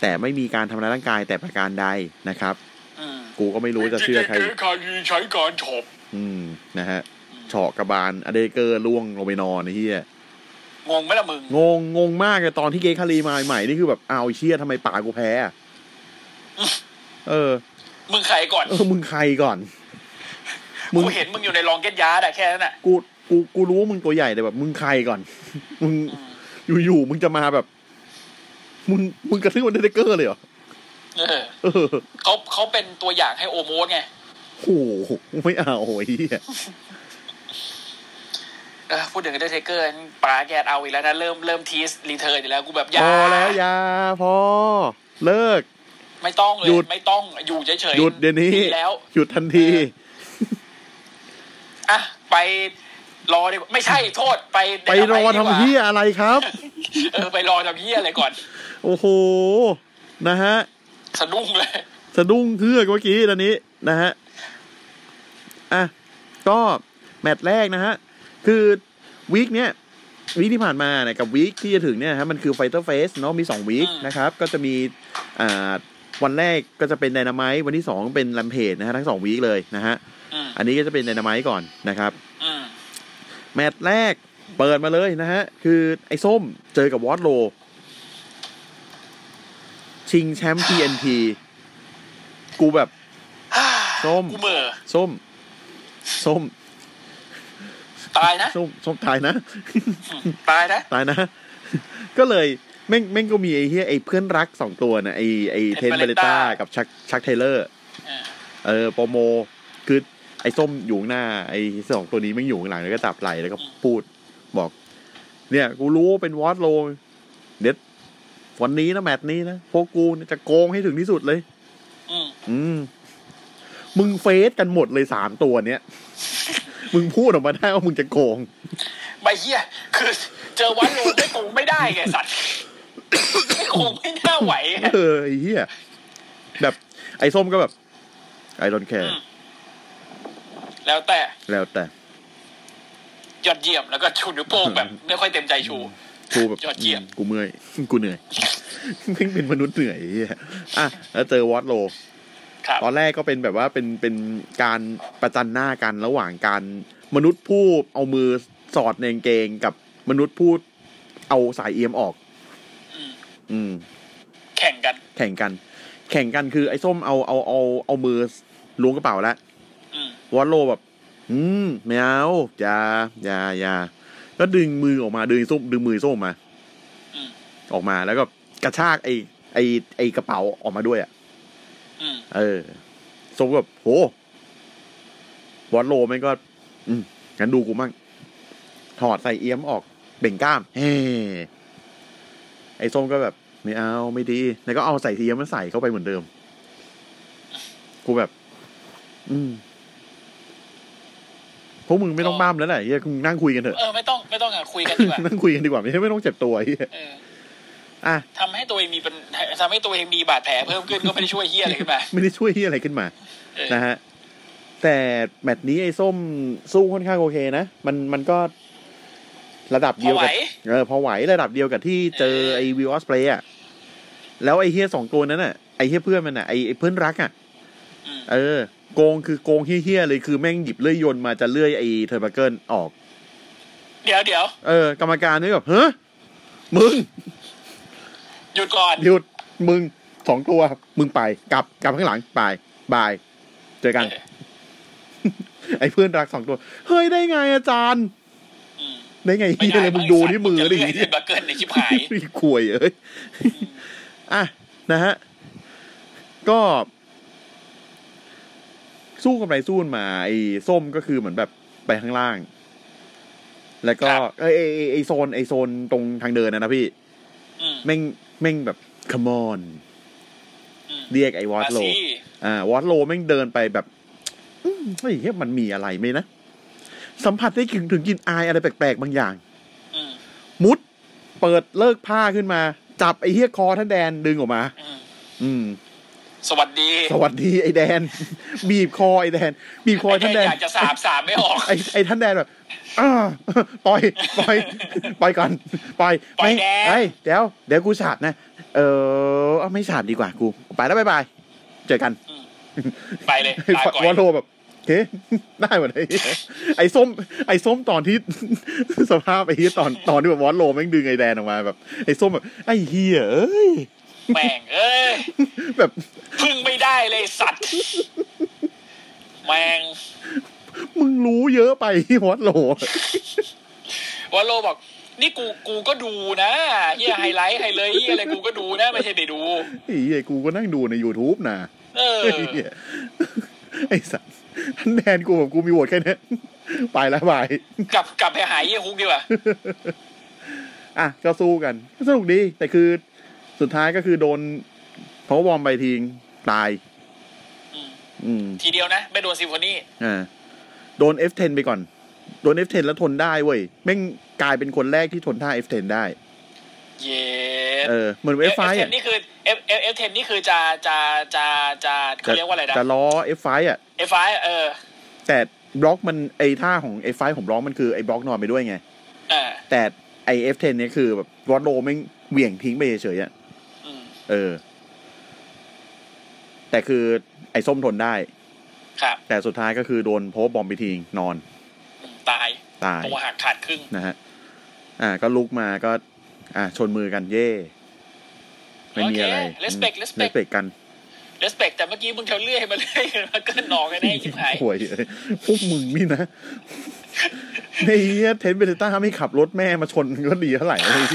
[SPEAKER 1] แต่ไม่มีการทำร้ายร่างกายแต่ประการใดนะครับ
[SPEAKER 2] อืม
[SPEAKER 1] กูก็ไม่รู้จะเชื่อใคร
[SPEAKER 2] เจ๊คารีใช้การถบ
[SPEAKER 1] อืมนะฮะเฉาะกระบาลอเดเกอร์ล่วงลงไปนอนไอ้เฮีย
[SPEAKER 2] งงไหมล่ะมึง
[SPEAKER 1] งงงงมากเลยตอนที่เกคารีมาใหม่นี่คือแบบอ้าวไอ้เชี่ยทำไมป่ากูแพ้อะเออ
[SPEAKER 2] มึงใครก่อน
[SPEAKER 1] เออ มึงใครก่อน มึง
[SPEAKER 2] กูเห็นมึงอยู่ในลองเก็ตยาร์ดอะแค่นั้นอะ
[SPEAKER 1] กูกูกูรู้ว่ามึงตัวใหญ่แต่แบบ มึงใครก่อน มึง
[SPEAKER 2] อืม
[SPEAKER 1] อยู่ๆมึงจะมาแบบ มึงมึงกระทืบอเดเกอร์เลยเหรอ
[SPEAKER 2] เออ
[SPEAKER 1] เออ
[SPEAKER 2] เขาเขาเป็นตัวอย่างให้โอโมสไง
[SPEAKER 1] โอ้โหไม่เอาไอ้เหี้ย
[SPEAKER 2] เออพูดถึงเดอร์เทเกอร์ป๋าแกเอาอีกแล้วนะ เริ่มเริ่มทีสรีเทิร์นอีกแล้วกูแบบอยา
[SPEAKER 1] พอแล้วอยาพอ เลิก
[SPEAKER 2] ไม่ต้องเลย
[SPEAKER 1] หยุด
[SPEAKER 2] ไม่ต้องอยู่เฉยๆ
[SPEAKER 1] หยุดเดี๋ยวนี้
[SPEAKER 2] แล้ว
[SPEAKER 1] หยุดทันที
[SPEAKER 2] อ่ะ ไปรอดีกว่าไม่ใช่โทษไป
[SPEAKER 1] ไปรอทำเหี้ยอะไรครับ
[SPEAKER 2] เออไปรอทำเฮียอะไรก่อน
[SPEAKER 1] โอ้โห นะฮะ
[SPEAKER 2] สะดุ้งเลย
[SPEAKER 1] สะดุ้งเฮือกเมื่อกี้ตอนนี้นะฮะ อ่ะ ก็แมตช์แรกนะฮะ คือวีคเนี้ยวีคที่ผ่านมาเนี่ยกับวีคที่จะถึงเนี่ยนะฮะมันคือไฟเตอร์เฟสเนาะมีสองวีค
[SPEAKER 2] อืม
[SPEAKER 1] นะครับ ก็จะมีอ่าวันแรกก็จะเป็นไดนาไม t e วันที่สองเป็นลัมเพจนะฮะทั้งสองวีคเลยนะฮะ
[SPEAKER 2] อืม
[SPEAKER 1] อันนี้ก็จะเป็นไดนาไม t e ก่อนนะครับ
[SPEAKER 2] อืม
[SPEAKER 1] แมตช์แรกเปิดมาเลยนะฮะ คือไอ้ส้มเจอกับวอตโล ชิงแชมป์ TNT กูแบบ
[SPEAKER 2] ฮ่า
[SPEAKER 1] ส้ม
[SPEAKER 2] กูเหม่อ
[SPEAKER 1] ส้ม ส้ม
[SPEAKER 2] ตายนะ
[SPEAKER 1] ส้ม ส้มตายนะ
[SPEAKER 2] ตายนะ
[SPEAKER 1] ตายนะ ก็เลย แม่งแม่งก็มีไอ้เฮียไอ้เพื่อนรักสองตัวนะไอ้ไอ้เทน
[SPEAKER 2] Trent
[SPEAKER 1] เบ
[SPEAKER 2] Barretta
[SPEAKER 1] ลต้ากับชักชักเทเลอร์
[SPEAKER 2] อ่า
[SPEAKER 1] เออโปรโม คือไอ้ส้มอยู่ข้างหน้า ไอ้สองตัวนี้ไม่งอยู่ข้างหลังแล้วก็จับไหลแล้วก็พูดบอก เนี่ย กูรู้ว่าเป็นวอตโลเด็ดวันนี้นะแมตช์นี้นะพวกกูเนี่ยจะโกงให้ถึงที่สุดเลย
[SPEAKER 2] อืม
[SPEAKER 1] อืม มึงเฟซกันหมดเลยสามตัวเนี้ย มึงพูดออกมาได้ว่ามึงจะโกง
[SPEAKER 2] ใบเฮียคือ เจอวันโลไม่โกงไม่ได้ไงสัตว์ไม่โกงไม่น่าไหวไง
[SPEAKER 1] เออไอ้เหี้ยแบบไอ้ส้มก็แบบไอรอนแคร์
[SPEAKER 2] อืม แล้วแต่
[SPEAKER 1] แล้วแต่
[SPEAKER 2] ยอดเยี่ยมแล้วก็ชูนิ้วโป้งแบบไม่ค่อยเต็มใจชู
[SPEAKER 1] กูแบบ
[SPEAKER 2] ยอดเยี่ยม
[SPEAKER 1] กูเมื่อย กูเหนื่อยแม่งเป็นมนุษย์เหนื่อยไอ้เหี้ยอ่ะแล้วเจอวอตโล
[SPEAKER 2] ครับ
[SPEAKER 1] ตอนแรกก็เป็นแบบว่าเป็นเป็นการประจันหน้ากันระหว่างการมนุษย์ผู้เอามือสอดในกางเกงกับมนุษย์ผู้เอาสายเอียมออก
[SPEAKER 2] อืม
[SPEAKER 1] อืม
[SPEAKER 2] แข่งกัน
[SPEAKER 1] แข่งกัน แข่งกันคือไอ้ส้มเอาเอาเอาเอามือล้วงกระเป๋าแล้ว
[SPEAKER 2] อืม
[SPEAKER 1] วอลโลแบบ อืมไม่เอาอย่าอย่าอย่าแล้วดึงมือออกมาดึงส้มดึงมือส้มมา
[SPEAKER 2] อืม
[SPEAKER 1] ออกมาแล้วก็กระชากไอ้ไอ้ไอ้กระเป๋าออกมาด้วยอ่ะ
[SPEAKER 2] อืม
[SPEAKER 1] เออส้มก็แบบโหวอลโลแม่งก็ อืมงั้นดูกูมั่งถอดใส่เอี้ยมออกเบ่งกล้าม เฮ้ไอ้ส้มก็แบบ ไม่เอาไม่ดี แล้วก็เอาใส่เอี้ยมมาใส่เข้าไปเหมือนเดิม กูแบบ อืมพวกมึงไม่ต้องบ้ามแล้วแหละเฮียมึงนั่งคุยกันเถอะ
[SPEAKER 2] เออไม่ต้องไม่ต้องอ่ะคุยกันดีกว่า
[SPEAKER 1] นั่งคุยกันดีกว่าไม่ใช่ไม่ต้องเจ็บตัวเฮีย
[SPEAKER 2] เออ
[SPEAKER 1] อ่ะ
[SPEAKER 2] ทำให้ตัวเองมีปัญทำให้ตัวเองมีบาดแผลเพิ่มขึ้นก็ไม่ได้ช่วยเฮียอะไรขึ้นมา
[SPEAKER 1] ไม่ได้ช่วยที่อะไรขึ้นมา
[SPEAKER 2] เออ
[SPEAKER 1] นะฮะ แต่แมตช์นี้ไอ้ส้มสู้ค่อนข้างโอเคนะ มันมันก็ระดับเดียวกั
[SPEAKER 2] พอไหว
[SPEAKER 1] บเออพอไหวระดับเดียวกับที่เจอไอ้วิวออสเพลย์อะแล้วไอ้เฮียสองตัวนั้นอะไอ้เฮียเพื่อนมันอะไอ้ไอ้เพื่อนรักอะ
[SPEAKER 2] อืม
[SPEAKER 1] เออ โกงคือโกงเฮี้ยๆเลยคือแม่งหยิบเลื่อยยนต์มาจะเลื่อยไอ้เทอร์บัเกิลออก
[SPEAKER 2] เดี๋ยวเดี๋ยว
[SPEAKER 1] เออกรรมการนี่แบบเฮ้ยมึง
[SPEAKER 2] หยุดก่อน
[SPEAKER 1] หยุดมึงสองตัวมึงไปกลับกลับข้างหลังไปบาย เจอกัน
[SPEAKER 2] เออ
[SPEAKER 1] ไอ้เพื่อนรักสองตัว เฮ้ยได้ไงอาจารย์
[SPEAKER 2] อืม
[SPEAKER 1] ได้ไง
[SPEAKER 2] ไม่
[SPEAKER 1] เฮียอะไรมึงดูที่มือดิ
[SPEAKER 2] ไอ้สัตว์จะเลื่อยบักเกิลในชิบหาย
[SPEAKER 1] มีควยเอ้ ยอ่ะนะฮะ ก็ สู้กับไรสู้กันมาไอ้ส้มก็คือเหมือนแบบไปข้างล่าง แล้วก็ไอ้ไอ้ไอ้ไอ้โซนไอ้โซนตรงทางเดินนะนะพี่
[SPEAKER 2] อืม
[SPEAKER 1] แม่งแม่งแบบ come on
[SPEAKER 2] อืม
[SPEAKER 1] เรียกไอ้วอต
[SPEAKER 2] มา
[SPEAKER 1] โล
[SPEAKER 2] สิ
[SPEAKER 1] อ่าวอตโลแม่งเดินไปแบบอืมเฮ้ยเฮ้ยมันมีอะไรไหมนะ สัมผัสได้ถึงถึงกลินอายอะไรแปลกๆ บางอย่าง
[SPEAKER 2] อืม
[SPEAKER 1] มุด เปิดเลิกผ้าขึ้นมา จับไอ้เฮียคอท่านแดนดึงออกมา
[SPEAKER 2] อืม
[SPEAKER 1] อืม
[SPEAKER 2] สวัสดี
[SPEAKER 1] สวัสดีไอ้แดน บีบคอไอ้แดน บีบคอท่านแดน
[SPEAKER 2] อยากจะสาบสาบไม่ ออก
[SPEAKER 1] ไอ้ไอ้ท่านแดนแบบอ้าปล่อยปล่อยปล่อยก่อนปล่อย
[SPEAKER 2] ปล่อยแดน
[SPEAKER 1] ไอ้ยเดี๋ยวเดี๋ยวกูฉาดนะ เออเอาไม่ฉาดดีกว่ากูไปแล้วบายบายเจอกัน
[SPEAKER 2] ไปเลยลาก่อ
[SPEAKER 1] วอน ลโลแบบเฮ้ ได้หมดไอ้เหี้ยไอ้ส้ม ไอ้ส้มตอนที่ สภาพไอ้เฮียตอนตอนที่แบบวอลโลแม่งดึงไอ้แดนออกมาแบบ ไอ้ส้มแบบไอ้เฮียเอ้ย
[SPEAKER 2] แม่งเอ้ย
[SPEAKER 1] แบบ
[SPEAKER 2] พึ่งไม่ได้เลยสัตว์แม่ง
[SPEAKER 1] มึงรู้เยอะไปที่วอลโล
[SPEAKER 2] วอลโลบอก นี่กูกูก็ดูนะเฮียไฮไลท์ไฮเลยเฮียอะไรกูก็ดูนะ ไม่ใช่ไปดู
[SPEAKER 1] ไอ้เฮียกูก็นั่งดูใน YouTube นะ
[SPEAKER 2] เออ
[SPEAKER 1] ไอ้เหี้ย ไอ้สัสแดนกูแบบกูมีโหวตแค่เนี้ย ไปแล้วบาย
[SPEAKER 2] กลับกลับไปหาเฮียฮุกดีกว่า
[SPEAKER 1] อ่ะก็สู้กันก็สนุกดี แต่คือสุดท้ายก็คือโดนเพราะวอมไปทิ้งตาย
[SPEAKER 2] อืม
[SPEAKER 1] อืม
[SPEAKER 2] ทีเดียวนะไม่โดนซิมโฟนี
[SPEAKER 1] อ่าโดน F10 ไปก่อน โดน F10 แล้วทนได้เว้ยแม่งกลายเป็นคนแรกที่ทนท่า F10 ได้
[SPEAKER 2] เย็
[SPEAKER 1] เออ เหมือน
[SPEAKER 2] เอฟ
[SPEAKER 1] F5
[SPEAKER 2] เท
[SPEAKER 1] อ่ะ
[SPEAKER 2] นนี่คือเอฟเอฟเทนนี่คือจะจะจะจะเขาเรียกว่าอะไรนะ
[SPEAKER 1] จะล้อ F5 อ่ะ
[SPEAKER 2] เอฟไฟเออ
[SPEAKER 1] แต่บล็อกมันไอท่าของ F5 ของบล็อกมันคือไอบล็อกนอนไปด้วยไง
[SPEAKER 2] เอ่า
[SPEAKER 1] แต่ไอ F10 เนี่ยคือแบบวอดโลแม่งเหวี่ยงทิ้งไปเฉยๆอ่ะ
[SPEAKER 2] อืม
[SPEAKER 1] เออ แต่คือไอส้มทนได้
[SPEAKER 2] ครับ
[SPEAKER 1] แต่สุดท้ายก็คือโดนโพบบอมไปทิ้งนอน
[SPEAKER 2] อืมตาย
[SPEAKER 1] ตาย
[SPEAKER 2] ตัวหักขาดครึ่ง
[SPEAKER 1] นะฮะ อ่า ก็ลุกมาก็ อ่า ชนมือกันเย่ไม่มีอะไร
[SPEAKER 2] เลสเปกเลสเป
[SPEAKER 1] เล
[SPEAKER 2] ก
[SPEAKER 1] สเปกกัน
[SPEAKER 2] เลสเปกแต่เมื่อกี้มึงเทาเลื่อยมาเรื่อยมาเกิน หนองกันได้ชิบหาย
[SPEAKER 1] ห่วยเอ้ยพวกมึงนี่นะ ในเฮียเทนเบลต้าไม่ขับรถแม่มาชนก็ดีเท่าไหร่เลย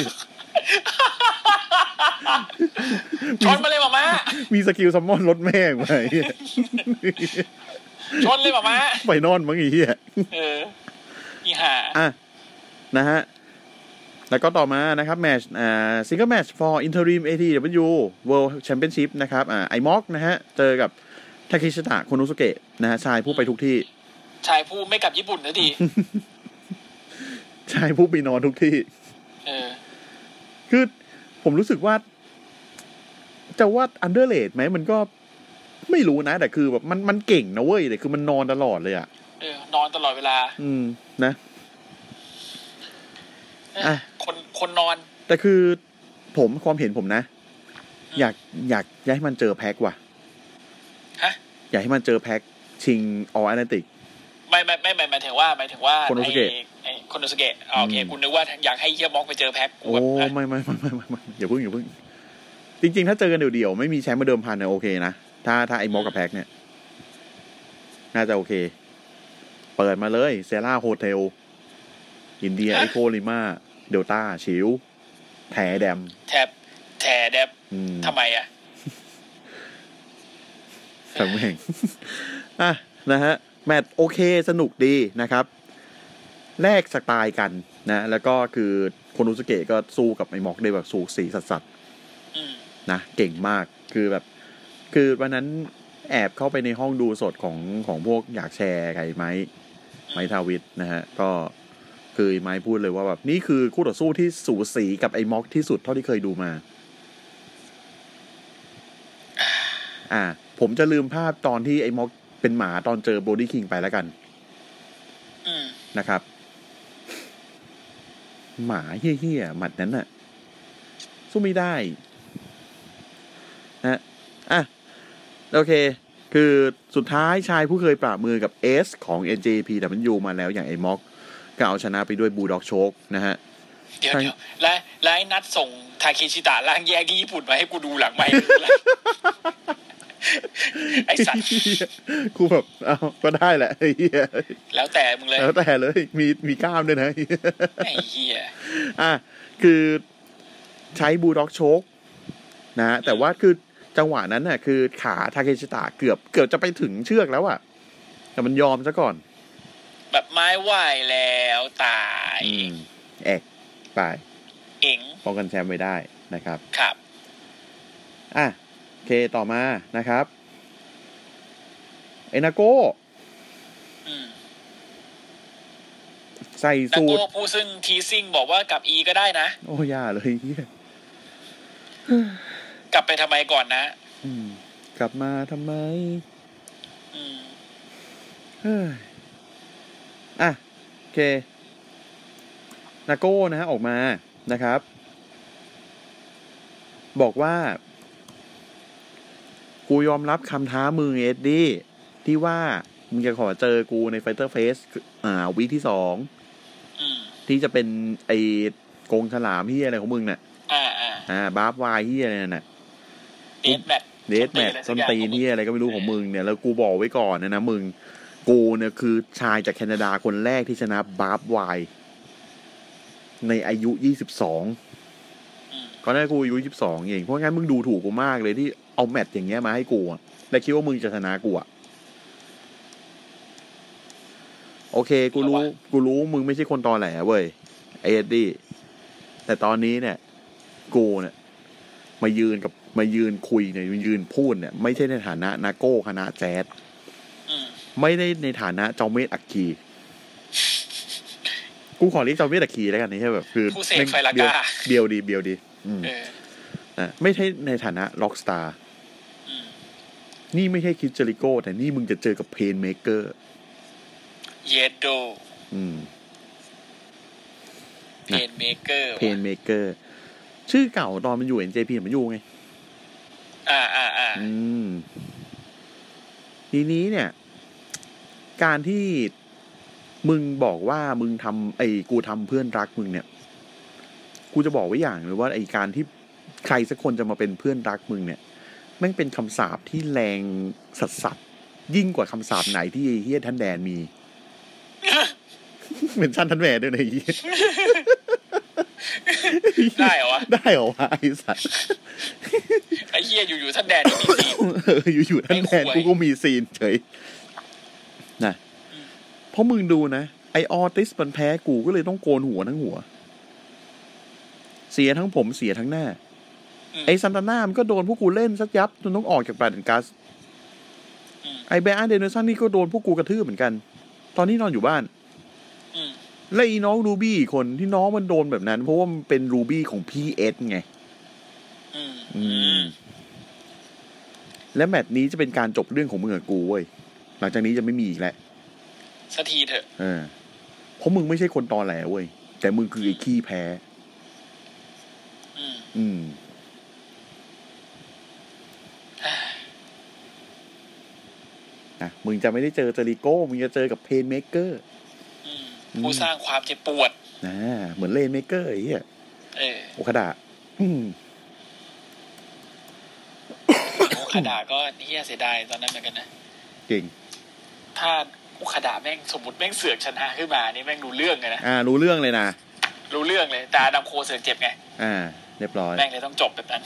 [SPEAKER 2] ชนมาเลยหมามา
[SPEAKER 1] มีสกิลซัมมอนรถแม่งไป
[SPEAKER 2] ชนเลยหมามา
[SPEAKER 1] ไปนอนมั้งไอ้เหี้ย
[SPEAKER 2] เอออีห่า
[SPEAKER 1] อ่ะ นะฮะ แล้วก็ต่อมานะครับ แมชอ่าซิงเกิลแมช for interim ATW World Championship นะครับ อ่าไอม็อกนะฮะ เจอกับทาเคชิตะโคโนสุเกะนะฮะ ชายผู้ไปทุกที่
[SPEAKER 2] ชายผู้ไม่กลับญี่ปุ่นนะดี
[SPEAKER 1] ชายผู้ไปนอนทุกที่
[SPEAKER 2] เออ
[SPEAKER 1] คือผมรู้สึกว่า จะว่าอันเดอร์เลดไหม มันก็ไม่รู้นะ แต่คือแบบมันมันเก่งนะเว้ย แต่คือมันนอนตลอดเลยอะ่ะ
[SPEAKER 2] เออ นอนตลอดเวลา
[SPEAKER 1] อืม นะ อ่ะ
[SPEAKER 2] คนคนนอน
[SPEAKER 1] แต่คือผมความเห็นผมนะ อยากอยากอยากให้มันเจอแพ็กว่ะ
[SPEAKER 2] ฮะ
[SPEAKER 1] อยากให้มันเจอแพ็กชิงออแอตแลนติก
[SPEAKER 2] ไม่ไม่ไม่ไม่หมายถึงว่าหมายถึงว่า
[SPEAKER 1] คนโนสุเกะ
[SPEAKER 2] ไอ้ไอ้คนโนสุเกะอ๋อโอเค
[SPEAKER 1] อืม
[SPEAKER 2] คุณนึกว่าอยากให้เฮียม็อกไปเจอแพ็คกู
[SPEAKER 1] โอ้
[SPEAKER 2] แบบอ่ะ
[SPEAKER 1] ไม่ไม่ไม่ไม่ไม่ไม่อย่าเพิ่งอย่าเพิ่ง จริง ๆ ถ้าเจอกันเดี่ยวๆ ไม่มีแชมป์มาเดิมพันเนี่ยโอเคนะ ถ้าถ้าไอ้มอกกับแพ็กเนี่ย น่าจะโอเค เปิดมาเลยเซราโฮเทล อิน เดียไอโคลิมาเดลต้าชิวแถแดม
[SPEAKER 2] แถบแถแดบ
[SPEAKER 1] อืม
[SPEAKER 2] ทำไมอ่ะ
[SPEAKER 1] ทั้งแม่ง อ่ะ นะฮะ แมตช์โอเคสนุกดีนะครับ แลกสไตล์กันนะ แล้วก็คือโคนอุสเกะก็สู้กับไอ้หมอกได้แบบสูสีสัสสัส
[SPEAKER 2] อืม
[SPEAKER 1] ๆนะ เก่งมากคือแบบ คือวันนั้นแอบเข้าไปในห้องดูสดของของพวกอยากแชร์ไก่ไม้ไม้ทาวิทนะฮะ ก็คือไม้พูดเลยว่าแบบนี่คือคู่ต่อสู้ที่สูสีกับไอ้หมอกที่สุดเท่าที่เคยดูมา อ่า ผมจะลืมภาพตอนที่ไอ้ม็อกเป็นหมาตอนเจอโบดี้คิงไปแล้วกัน
[SPEAKER 2] อืม
[SPEAKER 1] นะครับ หมาเฮี้ยๆหมัดนั้นน่ะ สู้ไม่ได้นะอ่ะ โอเค คือสุดท้ายชายผู้เคยปราบมือกับเอสของ NJPW มาแล้วอย่างไอ้ม็อกก็เอาชนะไปด้วยบูด็อกโชกนะฮะ
[SPEAKER 2] เดี๋ยว
[SPEAKER 1] ใช่
[SPEAKER 2] เดี๋ยวและและไอ้นัดส่งทาเคชิตะร่างแยกที่ญี่ปุ่นมาให้กูดูหลังไม่ ไอสัตว์
[SPEAKER 1] กูแบบเอาก็ได้แหละไอ้เหี้ย
[SPEAKER 2] แล้วแต่มึงเลย
[SPEAKER 1] แล้วแต่เลยมีมีกล้ามด้วยนะ
[SPEAKER 2] ไอ้เฮีย
[SPEAKER 1] อ่ะคือใช้บูลด็อกโชกนะฮะแต่ว่าคือจังหวะนั้นน่ะ คือขาทาเคชิตะเกือบเกือบจะไปถึงเชือกแล้วอะแต่มันยอมซะก่อน
[SPEAKER 2] แบบไม้ไหวแล้วตาย
[SPEAKER 1] แอกไป
[SPEAKER 2] เอ๋ง
[SPEAKER 1] ป้องกันแชมป์ไว้ได้นะครับ
[SPEAKER 2] ครับ
[SPEAKER 1] อ่ะโอเคต่อมานะครับ เอนาโก้
[SPEAKER 2] อืม
[SPEAKER 1] ใส่
[SPEAKER 2] นัก
[SPEAKER 1] สู
[SPEAKER 2] โท
[SPEAKER 1] ตร
[SPEAKER 2] ษผู้ซึ่งทีซิ่งบอกว่ากลับอีก็ได้นะ
[SPEAKER 1] โอ้ย่าเลยเหี้ย
[SPEAKER 2] กลับไปทำไมก่อนนะ
[SPEAKER 1] อืม กลับมาทำไม
[SPEAKER 2] อืม
[SPEAKER 1] เฮ้ยอ่ะ โอเค นาโก้นะฮะ ออกมานะครับ บอกว่า กูยอมรับคำท้ามือเอ็ดดี้ที่ว่า มึงจะขอเจอกูในไฟเตอร์เฟสอ่าวีคที่สอง
[SPEAKER 2] อืม
[SPEAKER 1] ที่จะเป็นไอ้โกงฉลามที่อะไรของมึงน่ะ
[SPEAKER 2] อ่าอ่า
[SPEAKER 1] อ่า บาร์บวายที่อะไรนั่นน่ะ
[SPEAKER 2] เดทแมท
[SPEAKER 1] เดทแมทส้นตีนที่อะไรก็ไม่รู้ของมึงเนี่ย แล้วกูบอกไว้ก่อนนะนะมึง กูเนี่ยคือชายจากแคนาดาคนแรกที่ชนะบาร์บไวาย ในอายุยี่สิบสองก่อนหน้ากูอายุยี่สิบสองเอง เพราะงั้นมึงดูถูกกูมากเลยที่เอาแมตช์อย่างเงี้ยมาให้กูอะและคิดว่ามึงจะชนะกูอะโอเค กูรู้ กูรู้มึงไม่ใช่คนตอแหลเว้ยไอเอ็ดดี้แต่ตอนนี้เนี่ย กูเนี่ย มายืนกับมายืนคุยเนี่ยมายืนพูดเนี่ย ไม่ใช่ในฐานะนาโก้คณะแจ๊ส
[SPEAKER 2] อืม
[SPEAKER 1] ไม่ได้ในฐานะจอมเมธอักคีกูขอเรียกจอมเมธอักคีแล้วกันนี่ใช่แบบคือ
[SPEAKER 2] ผู้เสกไฟลา
[SPEAKER 1] เบียว
[SPEAKER 2] ก้า
[SPEAKER 1] เบียวดีเบียวดีอืม
[SPEAKER 2] เออ
[SPEAKER 1] นะไม่ใช่ในฐานะล็อกสตาร์
[SPEAKER 2] อืม
[SPEAKER 1] นี่ไม่ใช่คิดเจอริโก้ แต่นี่มึงจะเจอกับเพนเมเกอร์
[SPEAKER 2] เยดโด
[SPEAKER 1] อืม
[SPEAKER 2] เพนเมเกอร์
[SPEAKER 1] เพนเมเกอร์ ชื่อเก่าตอนมันอยู่ NJP มันอยู่ไง
[SPEAKER 2] อ่าอ่าอ่า
[SPEAKER 1] อืม ทีนี้เนี่ย การที่มึงบอกว่ามึงทำไอ้กูทำเพื่อนรักมึงเนี่ย กูจะบอกไว้อย่างเลยว่าไอ้การที่ใครสักคนจะมาเป็นเพื่อนรักมึงเนี่ยแม่งเป็นคำสาปที่แรงสัสสัสๆยิ่งกว่าคำสาปไหนที่ไอ้เฮียท่านแดนมี เป็นชั้นท่านแหวนด้วยนะไอ้เฮีย
[SPEAKER 2] ได้เหรอวะ
[SPEAKER 1] ได้เหรอวะไอ้สัส
[SPEAKER 2] ไอ้เฮียอยู่ๆท่านแดนก็มีสี
[SPEAKER 1] เอออยู่ๆนั่นแทน
[SPEAKER 2] ไม่ควร
[SPEAKER 1] กูก็มีซีนเฉยนะเพราะมึงดูนะ ไอออติสมันแพ้กูก็เลยต้องโกนหัวทั้งหัว เสียทั้งผมเสียทั้งหน้า
[SPEAKER 2] อืม
[SPEAKER 1] ไอซันตาน่ามันก็โดนพวกกูเล่นสักยับจนต้องออกจากปาดันกัส
[SPEAKER 2] อืม
[SPEAKER 1] ไอแบรอันเดนเนอร์สันนี่ก็โดนพวกกูกระทืบเหมือนกัน ตอนนี้นอนอยู่บ้าน
[SPEAKER 2] อืม
[SPEAKER 1] และอีน้องรูบี้อีกคนที่น้องมันโดนแบบนั้น เพราะว่ามันเป็นรูบี้ของพีเอสไง
[SPEAKER 2] อืม
[SPEAKER 1] อื
[SPEAKER 2] อื
[SPEAKER 1] ม
[SPEAKER 2] ม
[SPEAKER 1] และแมตช์นี้จะเป็นการจบเรื่องของมึงกับกูเว้ยหลังจากนี้จะไม่มีอีกแล้ว
[SPEAKER 2] สักทีเถอะ
[SPEAKER 1] เออเพราะมึงไม่ใช่คนตอแหลเว้ย แต่มึงคือไอ้ขี้แพ้
[SPEAKER 2] อืม
[SPEAKER 1] อืม อ่ะ มึงจะไม่ได้เจอเจอริโก้ มึงจะเจอกับเพนเมเกอร์
[SPEAKER 2] อืม
[SPEAKER 1] อืม
[SPEAKER 2] ผู้สร้างความเจ็บปวด
[SPEAKER 1] นะ เหมือนเลนเมเกอร์ไอ้เหี้ย
[SPEAKER 2] เออ
[SPEAKER 1] โอคาดะอืม
[SPEAKER 2] อุคาดาก็เฮียเสียดายตอนนั้นเหมือนกันนะ
[SPEAKER 1] เก่ง
[SPEAKER 2] ถ้าอุคาดาแม่งสมมติแม่งเสือกชนะขึ้นมานี่แม่งรู้เรื่องเลยนะ
[SPEAKER 1] อ่า รู้เรื่องเลยนะ
[SPEAKER 2] รู้เรื่องเลย แต่อดัมโคเสือกเจ็บไง
[SPEAKER 1] อ่า เรียบร้อย
[SPEAKER 2] แม่งเลยต้องจบแบบนั้น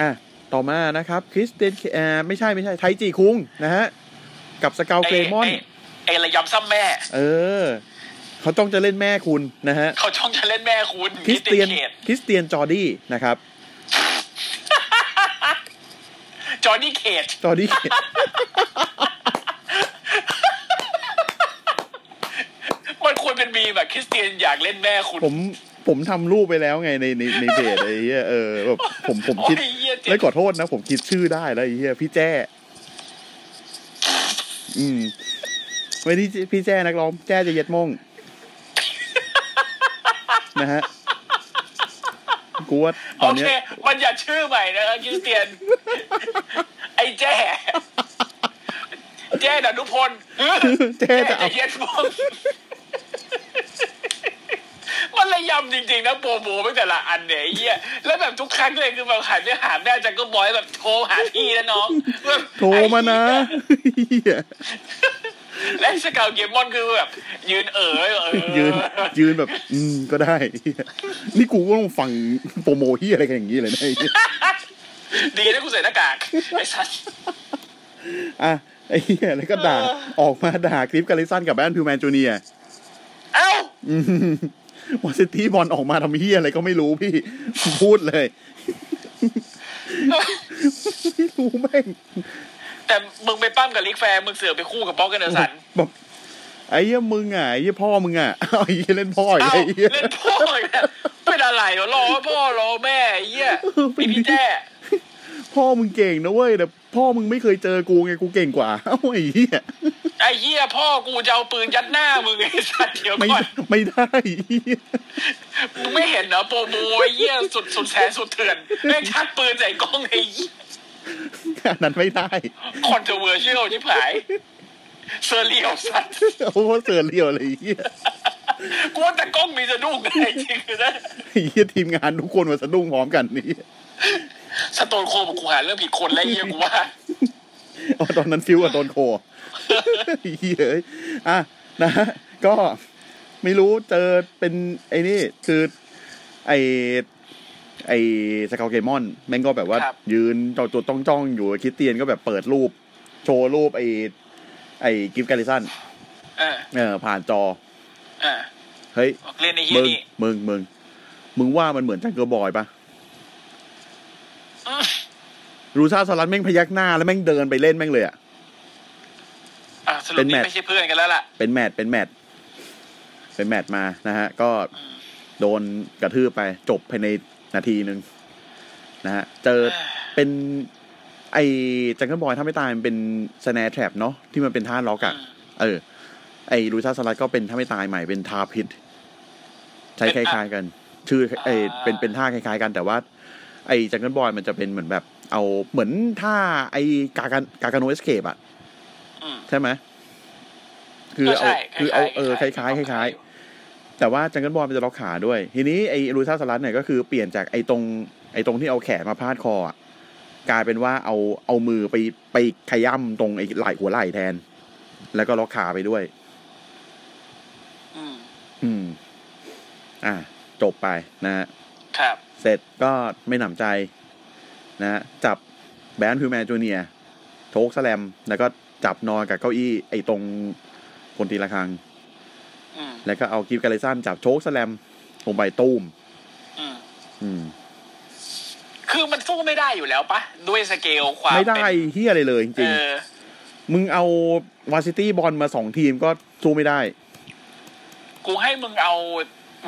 [SPEAKER 1] อ่ะ ต่อมานะครับ คริสเตียนเคอ่าไม่ใช่ไม่ใช่ ไทจีคุงนะฮะ กับสเกลเกรมอน
[SPEAKER 2] ไไอ้ระยำซ้ำแม่
[SPEAKER 1] เออ เขาต้องจะเล่นแม่คุณนะฮะ
[SPEAKER 2] เขาช่องจะเล่นแม่คุณ
[SPEAKER 1] คริสเตียน
[SPEAKER 2] มิขต
[SPEAKER 1] คริสเตียนจอร์ดี้นะครับ
[SPEAKER 2] จอห์นนี่เขต
[SPEAKER 1] จ อร์ดี้
[SPEAKER 2] มันควรเป็นมีแบบคริสเตียนอยากเล่นแม่คุณ
[SPEAKER 1] ผมผมทำรูปไปแล้วไงในในในเพจไอ้เหี้ยเออแบบผมผมคิด
[SPEAKER 2] โอ้ยเหี้ยเจ็บ
[SPEAKER 1] แล้วขอโทษนะ ผมคิดชื่อได้แล้วไอ้เหี้ยพี่แจ้ อืมไม่ที่พี่แจ้นักร้องแจ้จะเย็ดมง นะฮะกูว่าต
[SPEAKER 2] โอ
[SPEAKER 1] อน
[SPEAKER 2] เค
[SPEAKER 1] เนี้ย
[SPEAKER 2] มันอย่าชื่อใหม่นะครับคริสเตียน ไอ้แจ้ แจ้ดนุพล
[SPEAKER 1] แจ้จะเอา
[SPEAKER 2] เย็นพงมันระยำจริงๆนะโบโบไม่แต่ละอันเนี่ยไอ้เหี้ยแล้วแบบทุกครั้งเลยคือแบบหันไปหาแม่จังก็บอยแบบโทรหาพี่นะน้องแบบ
[SPEAKER 1] โทรมานะ
[SPEAKER 2] ไอ้เหี้ย
[SPEAKER 1] เหี้ย
[SPEAKER 2] และสเกาวเกมมอนคือแบบ ยืนเอ๋ยเอ๋ย
[SPEAKER 1] ยืนยืนแบบ อืมก็ได้ เหี้ยนี่กูก็ต้องฟังโปรโมเฮียอะไรกันอย่างนี้เลยนะไอ้เหี้ ย
[SPEAKER 2] ดีนะกูใส่หน้ากากไอ้สัส
[SPEAKER 1] อ่ะไอ้เหี้ยแล้วก็ด่า
[SPEAKER 2] เออ
[SPEAKER 1] ออกมาด่าคลิปกาลิซันกับแอนพิวแมนจูเนีย
[SPEAKER 2] เอ้าว
[SPEAKER 1] อซิตี้บอลออกมาทำเหี้ยอะไรก็ไม่รู้พี่ พูดเลย ไม่รู้แม่ง
[SPEAKER 2] แต่มึงไปปั้มกับลิกแฟร์มึงเสือกไปคู่กับป๊อกกันเดอร์สัน
[SPEAKER 1] แบบไอ้เหี้ยมึงอ่ะไอ้เหี้ยพ่อมึงอ่ะ เอาไอ้เหี้ยเล่นพ่ออีก
[SPEAKER 2] เอ้า
[SPEAKER 1] ไอ้เหี้ย
[SPEAKER 2] เล่นพ่ออีกแล้วเป็นอะไรวะรอพ่อรอแม่ไอ้เหี้ย
[SPEAKER 1] เป็
[SPEAKER 2] ไอน พี่แจ้
[SPEAKER 1] พ่อมึงเก่งนะเว้ยแต่พ่อมึงไม่เคยเจอกูไงกูเก่งกว่า เอ้าไอ้เหี้ย
[SPEAKER 2] ไอ้เหี้ยพ่อกูจะเอาปืนยัดหน้ามึงไอ้สัสเดี๋ยว
[SPEAKER 1] ไม่
[SPEAKER 2] ก่อน
[SPEAKER 1] ไม่ได้ เหี้ย
[SPEAKER 2] มึงไม่เห็นเหรอโปรโมไอ้เหี้ยสุดสุดแสนสุดเถื่อนแม่งชักปืนใส่กล้องไอ้เหี้ย
[SPEAKER 1] อันนั้นไม่ได้
[SPEAKER 2] controversial ชิบหายเซอร์เรียลสัส
[SPEAKER 1] โอ้โหเสือเรียวเลยไอ้เหี้ย
[SPEAKER 2] กูว่าแต่กล้องมีสะดุ้งไงจริงๆนะ
[SPEAKER 1] ไอ้เหี้ยทีมงานทุกคนมาสะดุ้งพร้อมกันนี่
[SPEAKER 2] สโตนโคบอกกูหาเรื่องผิดคนแล้วไอ้เฮียกูว่า
[SPEAKER 1] อ๋อตอนนั้นฟิวกับโดนโค เหี้ยเอ้ยอ่ะนะ ก็ไม่รู้เจอเป็นไอ้นี่คือไอไอสเกลเกมอนแม่งก็แบบว่า
[SPEAKER 2] ครับ
[SPEAKER 1] ยืนจอจุดต้องจ้องอยู่คริสเตียนก็แบบเปิดรูป โชว์รูปไอไอกิฟต์การิสัน
[SPEAKER 2] เออ
[SPEAKER 1] เออผ่านจอ
[SPEAKER 2] เออ
[SPEAKER 1] เฮ้ย
[SPEAKER 2] บอกเล่นในเฮีย
[SPEAKER 1] มึง
[SPEAKER 2] นี่
[SPEAKER 1] มึง มึง มึงว่ามันเหมือนจังเกอร์บอยปะ
[SPEAKER 2] อืม
[SPEAKER 1] รูซาสลัดแม่งพยักหน้าแล้วแม่งเดินไปเล่นแม่งเลยอะ
[SPEAKER 2] อ่ะสรุ
[SPEAKER 1] เป็
[SPEAKER 2] ป
[SPEAKER 1] นแม
[SPEAKER 2] นี่
[SPEAKER 1] ตช์
[SPEAKER 2] ไม่ใช่เพื่อนกันแล้วล่ะ
[SPEAKER 1] เป็นแมตช์เป็นแมตช์เป็นแมตช์มานะฮะ ก็โดนกระทืบไปจบภายในนาทีหนึ่งนะฮะ เจอเป็น ไอ้จังเกิลบอยถ้าไม่ตายมันเป็นสแนร์แทรปเนาะที่มันเป็นท่าล็อกอะ
[SPEAKER 2] อืม
[SPEAKER 1] เออ ไอ้ลูซาสลัดก็เป็นถ้าไม่ตายใหม่เป็นทาพิษใช้คล้ายๆกัน ชื่อไอ้เป็นเป็นท่าคล้ายๆกัน แต่ว่า ไอ้จังเกิลบอยมันจะเป็นเหมือนแบบ เอาเหมือนท่าไอ้กากันกากันโนเอสเคปอะ
[SPEAKER 2] อืม
[SPEAKER 1] ใช่ไหม คือ
[SPEAKER 2] ก็
[SPEAKER 1] เอา
[SPEAKER 2] ใช่
[SPEAKER 1] คือเอา เออ ค
[SPEAKER 2] ล้
[SPEAKER 1] ล้าย
[SPEAKER 2] ๆ
[SPEAKER 1] ๆ คล้ายๆ แต่ว่าจังเกิลบอลมันจะล็อกขาด้วย ทีนี้ไอ้ลูซ่าสลัดเนี่ยก็คือเปลี่ยนจากไอ้ตรง ไอ้ตรงที่เอาแขนมาพาดคออะกลายเป็นว่าเอา เอามือไป ไปขย้ำตรงไอ้ไหล่หัวไหล่แทน แล้วก็ล็อกขาไปด้วย
[SPEAKER 2] อืม
[SPEAKER 1] อืม อ่า จบไปนะฮะ
[SPEAKER 2] ครับ
[SPEAKER 1] เสร็จก็ไม่หนำใจนะฮะจับแบรนด์พิวแมนจูเนียร์โชกสแลม แล้วก็จับนอนกับเก้าอี้ไอ้ตรงคนตีละครัง
[SPEAKER 2] อืม
[SPEAKER 1] แล้วก็เอากิฟกาเลซันจับโชกสแลมลงไปตูม
[SPEAKER 2] อืม
[SPEAKER 1] อืม
[SPEAKER 2] คือมันสู้ไม่ได้อยู่แล้วปะด้วยสเกลความ
[SPEAKER 1] ไม่ได้
[SPEAKER 2] เป็น
[SPEAKER 1] เฮียอะไรเลยจ
[SPEAKER 2] เอ
[SPEAKER 1] ริง
[SPEAKER 2] อ
[SPEAKER 1] ๆ มึงเอาวาซิตี้บอลมาสองทีมก็สู้ไม่ได้
[SPEAKER 2] กูให้มึงเอา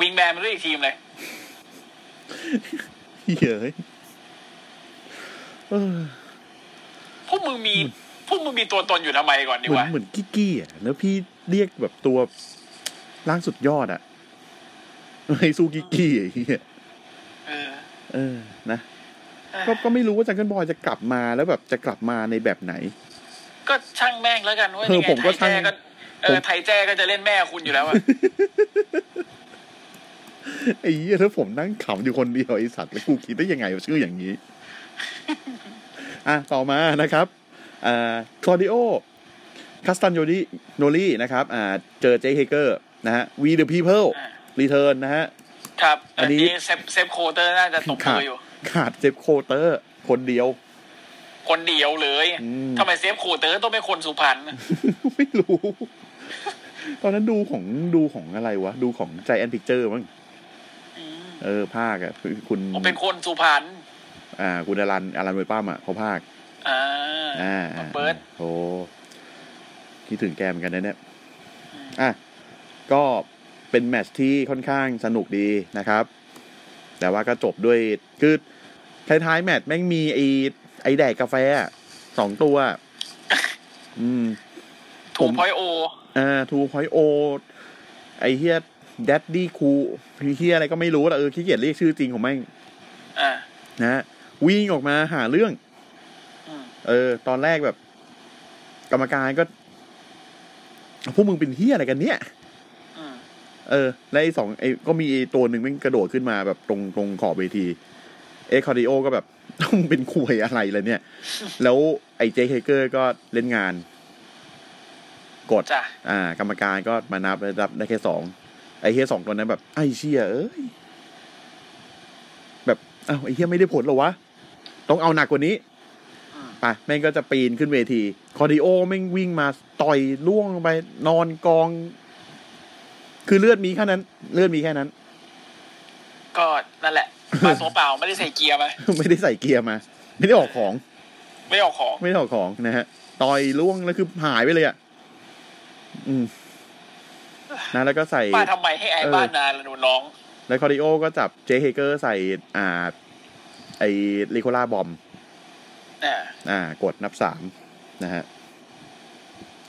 [SPEAKER 2] วิงแมนมาด้วยอีกทีมเลย
[SPEAKER 1] เหี้ยเฮ้ยเออ
[SPEAKER 2] พวกมึงมีพวกมึงมีตัวตนอยู่ทำไมก่อนดี
[SPEAKER 1] เหมื
[SPEAKER 2] วะ
[SPEAKER 1] อนเหมือนกิ๊กกี้อ่ะแล้วพี่เรียกแบบตัวล่างสุดยอดอ่ะไอ้สู้กิ๊กกี้ไอ้เฮีย
[SPEAKER 2] เออ
[SPEAKER 1] เออ นะ
[SPEAKER 2] เออ
[SPEAKER 1] ก็ ก็ไม่รู้ว่าจังเกิลบอยจะกลับมาแล้วแบบจะกลับมาในแบบไหน
[SPEAKER 2] ก็ช่างแม่งแล้วกันเว่า
[SPEAKER 1] เออผมก็
[SPEAKER 2] ไทยแจ้
[SPEAKER 1] ช่าง
[SPEAKER 2] ก็เอ
[SPEAKER 1] ผ
[SPEAKER 2] อ
[SPEAKER 1] ม
[SPEAKER 2] ไทยแจ้ก็จะเล่นแม่คุณอยู่แล้ว อะ
[SPEAKER 1] ไอ้เหี้ยถ้าผมนั่งขำอยู่คนเดียวไอ้สัตว์แล้วกูคิดได้ยังไงว่าชื่ออย่างนี้ อ่ะ ต่อมานะครับอ่าคลอดิโอคัสตันโยดีโนลี่นะครับ อ่า เจอเจคเฮเกอร์นะฮะวีเดอะพีเพิลรีเทิร์นนะฮะ
[SPEAKER 2] ครับ
[SPEAKER 1] อั
[SPEAKER 2] อั
[SPEAKER 1] น
[SPEAKER 2] น
[SPEAKER 1] นี้
[SPEAKER 2] นี้เซฟเซฟโคเตอร์น่าจะตก
[SPEAKER 1] ขาด
[SPEAKER 2] มืออยู่
[SPEAKER 1] ขาดเจฟโคเตอร์ คนเดียว
[SPEAKER 2] คนเดียวเลย
[SPEAKER 1] อืม
[SPEAKER 2] ทำไมเซฟโคเตอร์ต้องเป็นคนสุพรรณ
[SPEAKER 1] ไม่รู้ ตอนนั้นดูของดูของอะไรวะ ดูของใจแอนพิกเจอร์มั้งเออ ภาคอะคือคุณ
[SPEAKER 2] ผมเป็นคนสุพรรณ
[SPEAKER 1] อ่าคุณอรันอรันเวป้ามอ่ะเขาภาค
[SPEAKER 2] อ่า
[SPEAKER 1] อ่า
[SPEAKER 2] ข
[SPEAKER 1] อ่า
[SPEAKER 2] องเบิร์ต
[SPEAKER 1] โอ้คิดถึงแกเหมือนกันนะเนี่ยอ่ะก็เป็นแมตช์ที่ค่อนข้างสนุกดีนะครับ แต่ว่าก็จบด้วยคือท้ายๆแมตช์แม่งมีไอไอแดกกาแฟอะสองตัว อืม ผ
[SPEAKER 2] ถู
[SPEAKER 1] ม
[SPEAKER 2] พอยโอ
[SPEAKER 1] อ่าทูพอยโอไอเฮียแดดดี้คูเฮียอะไรก็ไม่รู้แต่เออขี้เกียจเรียกชื่อจริงของแม่ง
[SPEAKER 2] อ่า
[SPEAKER 1] นะฮะวิ่งออกมาหาเรื่อง
[SPEAKER 2] อืม
[SPEAKER 1] เออ ตอนแรกแบบ กรรมการก็ พวกมึงเป็นเฮียอะไรกันเนี่ย
[SPEAKER 2] อืม
[SPEAKER 1] เออ และไอ้สองไอ้ก็มีไอ้ตัวหนึ่งแมันกระโดดขึ้นมาแบบตรงตรงขอบเวที เอคอร์ดิโอก็แบบ ต้องเป็นคุยอะไรเลยเนี่ย แล้วไอ้เจคเฮเกอร์ก็เล่นงาน กด
[SPEAKER 2] จ้ะ
[SPEAKER 1] อ่า กรรมการก็มานับได้รับได้แค่สอง ไอ้เฮียสองตัวนั้นแบบ ไอ้เชี่ยเอ้ย แบบอ้าวไอ้เฮียไม่ได้ผลเหรอวะ ต้องเอาหนักกว่านี้อ่ะแม่งก็จะปีนขึ้นเวที คอร์ดิโอแม่งวิ่งมาต่อยล่วงลงไป นอนกอง คือเลือดมีแค่นั้น เลือดมีแค่นั้น
[SPEAKER 2] ก็นั่นแหละมาตัวเปล่า ไม่ได้ใส่เกียร์มา
[SPEAKER 1] ไม่ได้ใส่เกียร์มา ไม่ได้ออกของ
[SPEAKER 2] ไม่ได้เออกของ
[SPEAKER 1] ไม่ได้ออกของนะฮะ ต่อยล่วงแล้วคือหายไปเลยอ่ะ อืม นะแล้วก็ใส่
[SPEAKER 2] ป้าทำไมให้ไอ้
[SPEAKER 1] เออ
[SPEAKER 2] บ้านนาละหนูน้อง
[SPEAKER 1] แล้วคอร์ดิโอก็จับเจเฮเกอร์ใส่อ่า ไอลิโคล่าบอม
[SPEAKER 2] อ่า
[SPEAKER 1] อ่ากดนับสามนะฮะ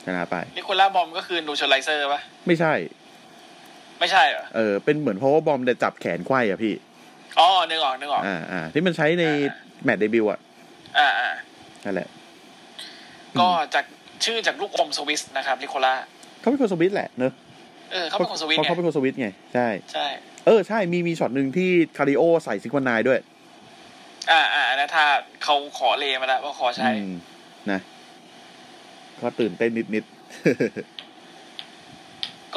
[SPEAKER 1] ชนะไป
[SPEAKER 2] นิโคล่าบอมก็คือนูเชลไลเซอร์ปะ
[SPEAKER 1] ไม่ใช่
[SPEAKER 2] ไม่ใช่เหรอ
[SPEAKER 1] เออ เป็นเหมือนเพราะว่าบอมแต่จับแขนไขว้อะพี่
[SPEAKER 2] อ๋อ นึกออก นึกออก
[SPEAKER 1] อ่าอ่าที่มันใช้ในแมตช์เดบิวต์อะ
[SPEAKER 2] อ่าอ่า
[SPEAKER 1] นั่นแหละ
[SPEAKER 2] ก็จากชื่อจากลูกอมสวิสนะครับนิโคล่า
[SPEAKER 1] เขาเป็นคนสวิตแหละเนอะ
[SPEAKER 2] เออ เขาเป็นคนสวิส
[SPEAKER 1] เพราะ
[SPEAKER 2] ไง
[SPEAKER 1] เขาเป็นคนสวิตไง ใช่
[SPEAKER 2] ใช่
[SPEAKER 1] เออ ใช่ มีมีช็อตหนึ่งที่คาริโอใส่ซิกวันนายด้วย
[SPEAKER 2] อ่าอ่าอันนะถ้าเขาขอเลมาแล้วว่าขอใช้
[SPEAKER 1] อืมนะก็ตื่นเต้นนิดนิด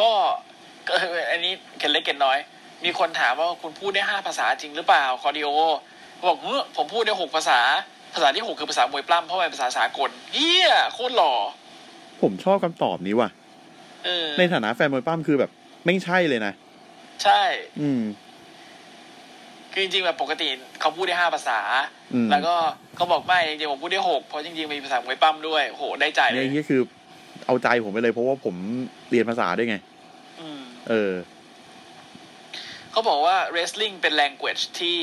[SPEAKER 2] ก็ ก็เอออันนี้เกันเล็กเกันน้อย มีคนถามว่าคุณพูดได้ห้าภาษาจริงหรือเปล่า คอร์ดิโอเขาบอกเฮ้อผมพูดได้หกภาษา ภาษาที่หกคือภาษามวยปล้ำเพราะเป็นภาษาสากลเฮียโคตรหล่อ
[SPEAKER 1] ๆ ผมชอบคำตอบนี้ว่ะ
[SPEAKER 2] เออ
[SPEAKER 1] ในฐานะแฟนมวยปั้มคือแบบไม่ใช่เลยนะ
[SPEAKER 2] ใช่
[SPEAKER 1] อืม
[SPEAKER 2] คือจริงๆแบบปกติเขาพูดได้ห้าภาษา
[SPEAKER 1] อืม
[SPEAKER 2] แล้วก็เขาบอกไม่จริงๆผมพูดได้หกเพราะจริงๆมีภาษามวยปั้มด้วยโหได้ใจเล
[SPEAKER 1] เนี่ย ยนี่คือเอาใจผมไปเลยเพราะว่าผมเรียนภาษาด้วยไง
[SPEAKER 2] อืม
[SPEAKER 1] เออ
[SPEAKER 2] เขาบอกว่า wrestling เป็น language ที่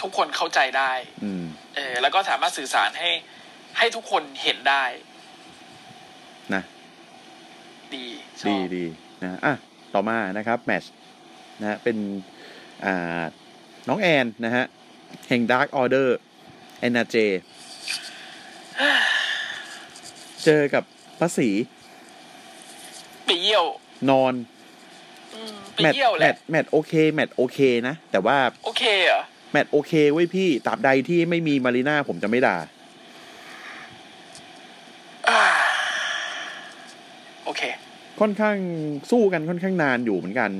[SPEAKER 2] ทุกคนเข้าใจได้
[SPEAKER 1] อืม
[SPEAKER 2] เออแล้วก็สามารถสื่อสารให้ให้ทุกคนเห็นได้
[SPEAKER 1] นะ
[SPEAKER 2] ดีชอ
[SPEAKER 1] ดี
[SPEAKER 2] บ
[SPEAKER 1] ดีนะอ่ะ ต่อมานะครับ แมชนะฮะเป็นอ่าน้องแอนนะฮะ แห่ง Dark Order แอนนาเจ เจอกับพระศรี
[SPEAKER 2] ไปเยี่ยวน
[SPEAKER 1] อน
[SPEAKER 2] อืมไป
[SPEAKER 1] แมท
[SPEAKER 2] เยี่ยวแห
[SPEAKER 1] แม
[SPEAKER 2] ละ
[SPEAKER 1] ทแมทโอเค แมทโอเคนะ แต่ว่า
[SPEAKER 2] โอเคเหรอ
[SPEAKER 1] แมทโอเคเว้ยพี่ตราบใดที่ไม่มีมารีน่าผมจะไม่ด่า
[SPEAKER 2] โอเค
[SPEAKER 1] ค่อนข้างสู้กันค่อนข้างนานอยู่เหมือนกัน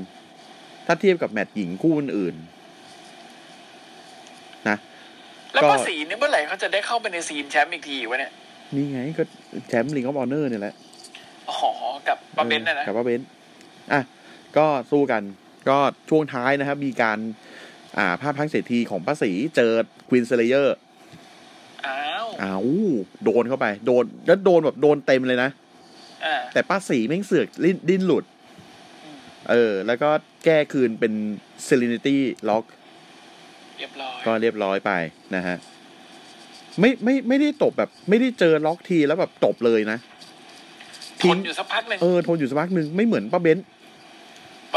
[SPEAKER 1] ถ้าเทียบกับแมตช์หญิงคู่อื่นๆนะ
[SPEAKER 2] แล้ว
[SPEAKER 1] ก็
[SPEAKER 2] ภาษีนี่เมื่อไหร่เขาจะได้เข้าไปในซีนแชมป์อีกทีวะเนี่ย
[SPEAKER 1] นี่ไงก็แชมป์ลิงออฟออเนอร์เนี่ยแหละ
[SPEAKER 2] อ๋อกับปาเบนซ์นะนะ
[SPEAKER 1] กับป้าเบนซ์อ่ะ ก็สู้กัน ก็ช่วงท้ายนะครับ มีการ อ่า ภาพพังเศรษฐีของป้าศรีเจอควีนเซเลเยอร์
[SPEAKER 2] อ้าว
[SPEAKER 1] อ้าว โดนเข้าไป โดน แล้วโดนแบบโดนเต็มเลยนะ
[SPEAKER 2] อ่า
[SPEAKER 1] แต่ป้าศรีแม่งเสือกลิ้นดิ้นหลุด เออ แล้วก็แก้คืนเป็นเซเลนิตี้ล็อก
[SPEAKER 2] เรียบร้อย
[SPEAKER 1] ก็เรียบร้อยไปนะฮะ ไม่ไม่ไม่ได้ตบแบบ ไม่ได้เจอล็อกทีแล้วแบบตบเลยนะ
[SPEAKER 2] ทนอยู่สักพักหนึ่ง
[SPEAKER 1] เออ ทนอยู่สักพักหนึ่งไม่เหมือนป้าเบนซ์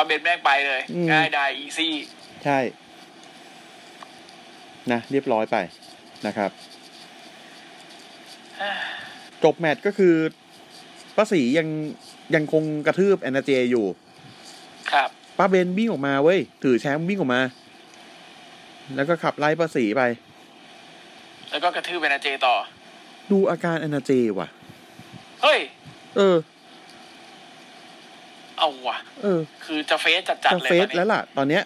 [SPEAKER 2] ปาเบนซ์แม่งไปเลย
[SPEAKER 1] อืม
[SPEAKER 2] ง่ายดายอีซี่
[SPEAKER 1] ใช่ นะ เรียบร้อยไปนะครับ จบแมตช์ก็คือป้าสียังยังคงกระทืบแอนนาเจอยู่
[SPEAKER 2] ครับ
[SPEAKER 1] ป้าเบนวิ่งออกมาเว้ย ถือแชมป์วิ่งออกมา แล้วก็ขับไล่ป้าสีไป
[SPEAKER 2] แล้วก็กระทืบเบนาเจต่อ
[SPEAKER 1] ดูอาการแอนนาเจว่ะ
[SPEAKER 2] เฮ้ย
[SPEAKER 1] เออ
[SPEAKER 2] เอาว่ะ
[SPEAKER 1] เออ
[SPEAKER 2] คือจะเฟสจัดจัด
[SPEAKER 1] จะ
[SPEAKER 2] เลย
[SPEAKER 1] เฟ
[SPEAKER 2] ต
[SPEAKER 1] ส
[SPEAKER 2] อนนี้
[SPEAKER 1] แล้วล่ะ ตอนเนี้ย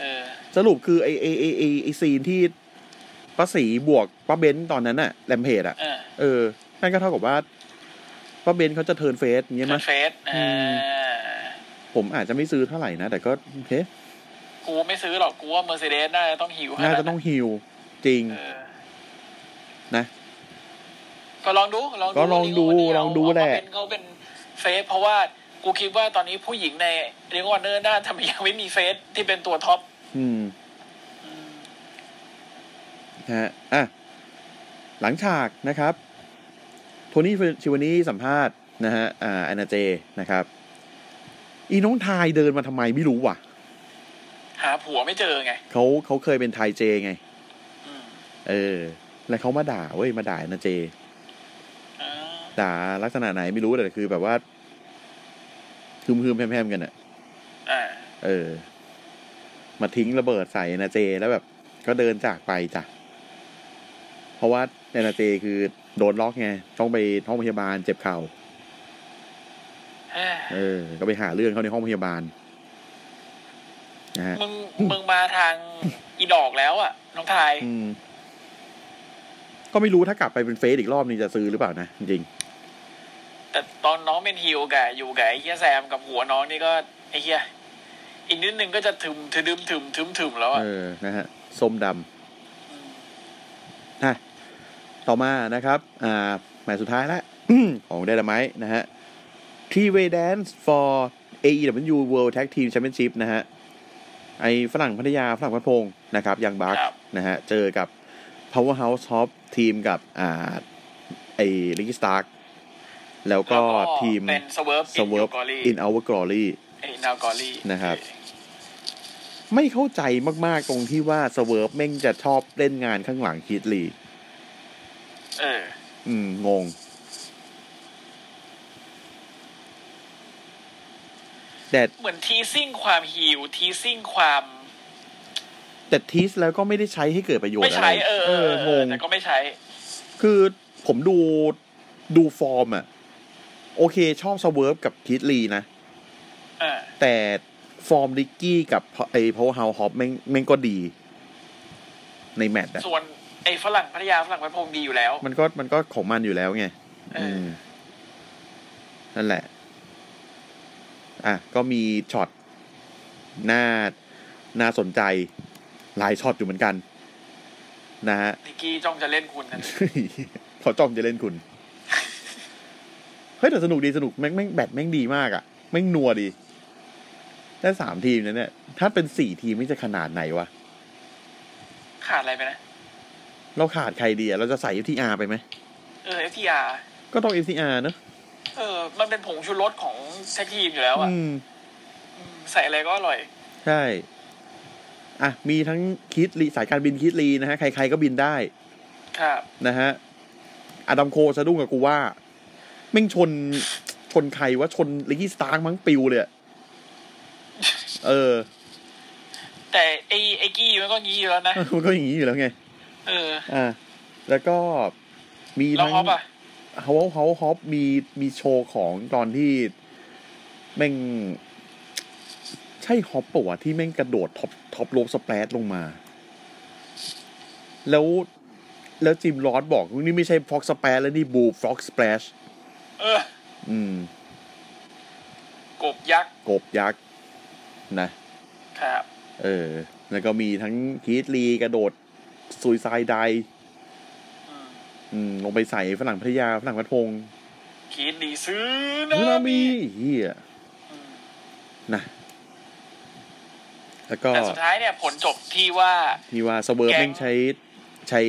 [SPEAKER 2] เออ
[SPEAKER 1] สรุปคือไอไอไอไอไอซีนที่ป้าสีบวกป้าเบนตอนนั้นน่ะแรมเพจอะ
[SPEAKER 2] เออ
[SPEAKER 1] เออนั่นก็เท่ากับว่าป้าเบนเขาจะเทิร์นเฟสอย่างเงี้ยมั้ย
[SPEAKER 2] เฟสเอออ
[SPEAKER 1] ผมอาจจะไม่ซื้อเท่าไหร่นะ แต่ก็โอเค
[SPEAKER 2] กูไม่ซื้อหรอก กูว่าเมอร์เซเดสน่าจะต้องหิว
[SPEAKER 1] น่าจะต้องฮิวจริง
[SPEAKER 2] เออ
[SPEAKER 1] นะ
[SPEAKER 2] ก็ลองดู ลองดู
[SPEAKER 1] ก็ลองดู
[SPEAKER 2] วันนี้
[SPEAKER 1] ลองดูแหละ
[SPEAKER 2] เขาเป็นเขาเป็นเฟสเพราะว่ากูคิดว่าตอนนี้ผู้หญิงในเรียกว่าเนอร์น่าทำยังไม่มีเฟสที่เป็นตัวท็อป
[SPEAKER 1] อืมฮะอ่ะ หลังฉากนะครับ โทนี่ชิวานี่สัมภาษณ์นะฮะ อ่าแอนนาเจนะครับ อีน้องทายเดินมาทำไมไม่รู้ว่ะ
[SPEAKER 2] หาผัวไม่เจอไง
[SPEAKER 1] เขาเขาเคยเป็นไทยเจไง
[SPEAKER 2] อืม
[SPEAKER 1] เออ แล้วเขามาด่าเว้ย มาด่าแอนนาเจ
[SPEAKER 2] อ่า
[SPEAKER 1] ด่าลักษณะไหนไม่รู้แต่คือแบบว่าฮึมฮึมๆแพร่มๆกันอะ
[SPEAKER 2] อ่า
[SPEAKER 1] เออ มาทิ้งระเบิดใส่นาเจแล้วแบบ ก็เดินจากไปจ้ะ เพราะว่าในนาเจคือโดนล็อกไง ต้องไปห้องพยาบาลเจ็บเข่า
[SPEAKER 2] เอ้ย
[SPEAKER 1] เออ ก็ไปหาเรื่องเขาในห้องพยาบาลนะฮะ
[SPEAKER 2] มึง มึงมาทางอีดอกแล้วอ่ะ น้องทาย
[SPEAKER 1] อืม ก็ไม่รู้ถ้ากลับไปเป็นเฟสอีกรอบนี้จะซื้อหรือเปล่านะจริง
[SPEAKER 2] แต่ตอนน้องเป็นฮิวกับอยู่กับไอ้เฮียแซมกับหัวน้องนี่ก็ไอ้เฮียอีกนิดนึงก็จะถึมถึดึมถึมถึมถึมแล้ว
[SPEAKER 1] ๆ
[SPEAKER 2] อ่ะ
[SPEAKER 1] เออ นะฮะ ส้มดำนะต่อมานะครับ อ่าแมตช์สุดท้ายละ ของไดนาไมต์นะฮะ ทีเวด a น c e for AEW World Tag Team Championship นะฮะ ไอฝรั่งพัทยาฝรั่งพันพงศ์นะครับยังบักนะฮะ เจอกับ Powerhouse Top ทีมกับ อ่า ไอริกสตาร์กแล้วก็ทีม
[SPEAKER 2] เป็นสเวิร์ฟ
[SPEAKER 1] s w e r v
[SPEAKER 2] กอรี่
[SPEAKER 1] in Our Glory
[SPEAKER 2] ไอ้นาวกอรี่
[SPEAKER 1] นะครับ ไม่เข้าใจมาก ๆ ตรงที่ว่า s w e r v แม่งจะชอบเล่นงานข้างหลังคิดลี
[SPEAKER 2] เออ
[SPEAKER 1] อืม งง แต่
[SPEAKER 2] เหมือนทีซิ่งความฮิวทีซิ่งความ
[SPEAKER 1] แต่ทีสแล้วก็ไม่ได้ใช้ให้เกิดประโยชน์
[SPEAKER 2] ไม่
[SPEAKER 1] อะไร
[SPEAKER 2] ใช้เออเออเออง
[SPEAKER 1] ง
[SPEAKER 2] แต่ก็ไม่ใช้
[SPEAKER 1] คือผมดูดูฟอร์มอะโอเคชอบสเวิร์ฟกับคิดลีนะ
[SPEAKER 2] เออ
[SPEAKER 1] แต่ฟอร์มลิกกี้กับไอ้พาวเฮาฮอปแม่งแม่งก็ดี ในแมตช์อะ
[SPEAKER 2] ส่วนไอ้ฝรั่งพัทยาฝรั่งพันพงดีอยู่แล้ว
[SPEAKER 1] มันก็มันก็ของมันอยู่แล้วไง
[SPEAKER 2] เอ
[SPEAKER 1] อื
[SPEAKER 2] อ
[SPEAKER 1] ม นั่นแหละ อ่ะ ก็มีช็อตน่า น่าสนใจ หลายช็อตอยู่เหมือนกัน นะฮ ะ
[SPEAKER 2] นิกกี้จ้องจะเล่นคุณนั่น
[SPEAKER 1] เขาจ้องจะเล่นคุณ เฮ้ย แต่สนุกดีสนุกแม่งแม่งแบตแม่งดีมากอะ่ะ แม่งนัวดีได้สามทีมนะเนี่ย ถ้าเป็นสี่ทีมนี่จะขนาดไหนวะ
[SPEAKER 2] ขาดอะไรไปนะ
[SPEAKER 1] เราขาดใครดีอะเราจะใส่ FTR ไปไหม
[SPEAKER 2] เออเอฟทีอาร์
[SPEAKER 1] ก็ต้อง FTR เนอะ
[SPEAKER 2] เออ มันเป็นผงชูรสของแท็กทีมอยู่แล้วอ่ะ
[SPEAKER 1] อืม
[SPEAKER 2] อืมใส่อะไรก็อร่อย
[SPEAKER 1] ใช่ อ่ะ มีทั้งคิดลีสายการบินคิดลีนะฮะ ใคร ๆ ก็บินได้
[SPEAKER 2] ครับ
[SPEAKER 1] นะฮะ อดัมโคสะดุ้งกับกูว่าแม่งชน ชนใครว่าชนลิกกี้สตาร์มั้งปิวเลยอะเออ
[SPEAKER 2] แต่ไอ้ไอ้กี้มันก็งี้อยู่แล้วนะ
[SPEAKER 1] มันก็อย่างนี้อยู่แล้วไง
[SPEAKER 2] เออ
[SPEAKER 1] อ่า แล้วก็มี
[SPEAKER 2] แล้ว
[SPEAKER 1] ทั้ง
[SPEAKER 2] ฮอปอ่ะ
[SPEAKER 1] เฮาเฮาฮอปมีมีโชว์ของตอนที่แม่ง ใช่ฮอปปะวะที่แม่งกระโดดท็อปท็อปโรปสเปรดลงมา แล้วแล้วจิมลอสบอกนี่ไม่ใช่ฟ็อกสเปรดแล้วนี่บูฟ็อกสเปรช
[SPEAKER 2] เออ
[SPEAKER 1] อืม
[SPEAKER 2] กบยักษ์
[SPEAKER 1] กบยักษ์นะ
[SPEAKER 2] ครับ
[SPEAKER 1] เออ แล้วก็มีทั้งคีตลีกระโดดซุยไซด์ไดฟ์
[SPEAKER 2] อืม
[SPEAKER 1] อืมลงไปใส่ฝรั่งพัทยาฝรั่งพัดพงษ์
[SPEAKER 2] คิดดีซื้อ
[SPEAKER 1] ซึนา
[SPEAKER 2] นะ
[SPEAKER 1] มิเฮียนะ แล้วก็
[SPEAKER 2] แต่สุดท้ายเนี่ย ผลจบที่ว่า
[SPEAKER 1] ที่ว่าสเวิร์ฟ
[SPEAKER 2] แก๊ง
[SPEAKER 1] แม่งใช้ใช้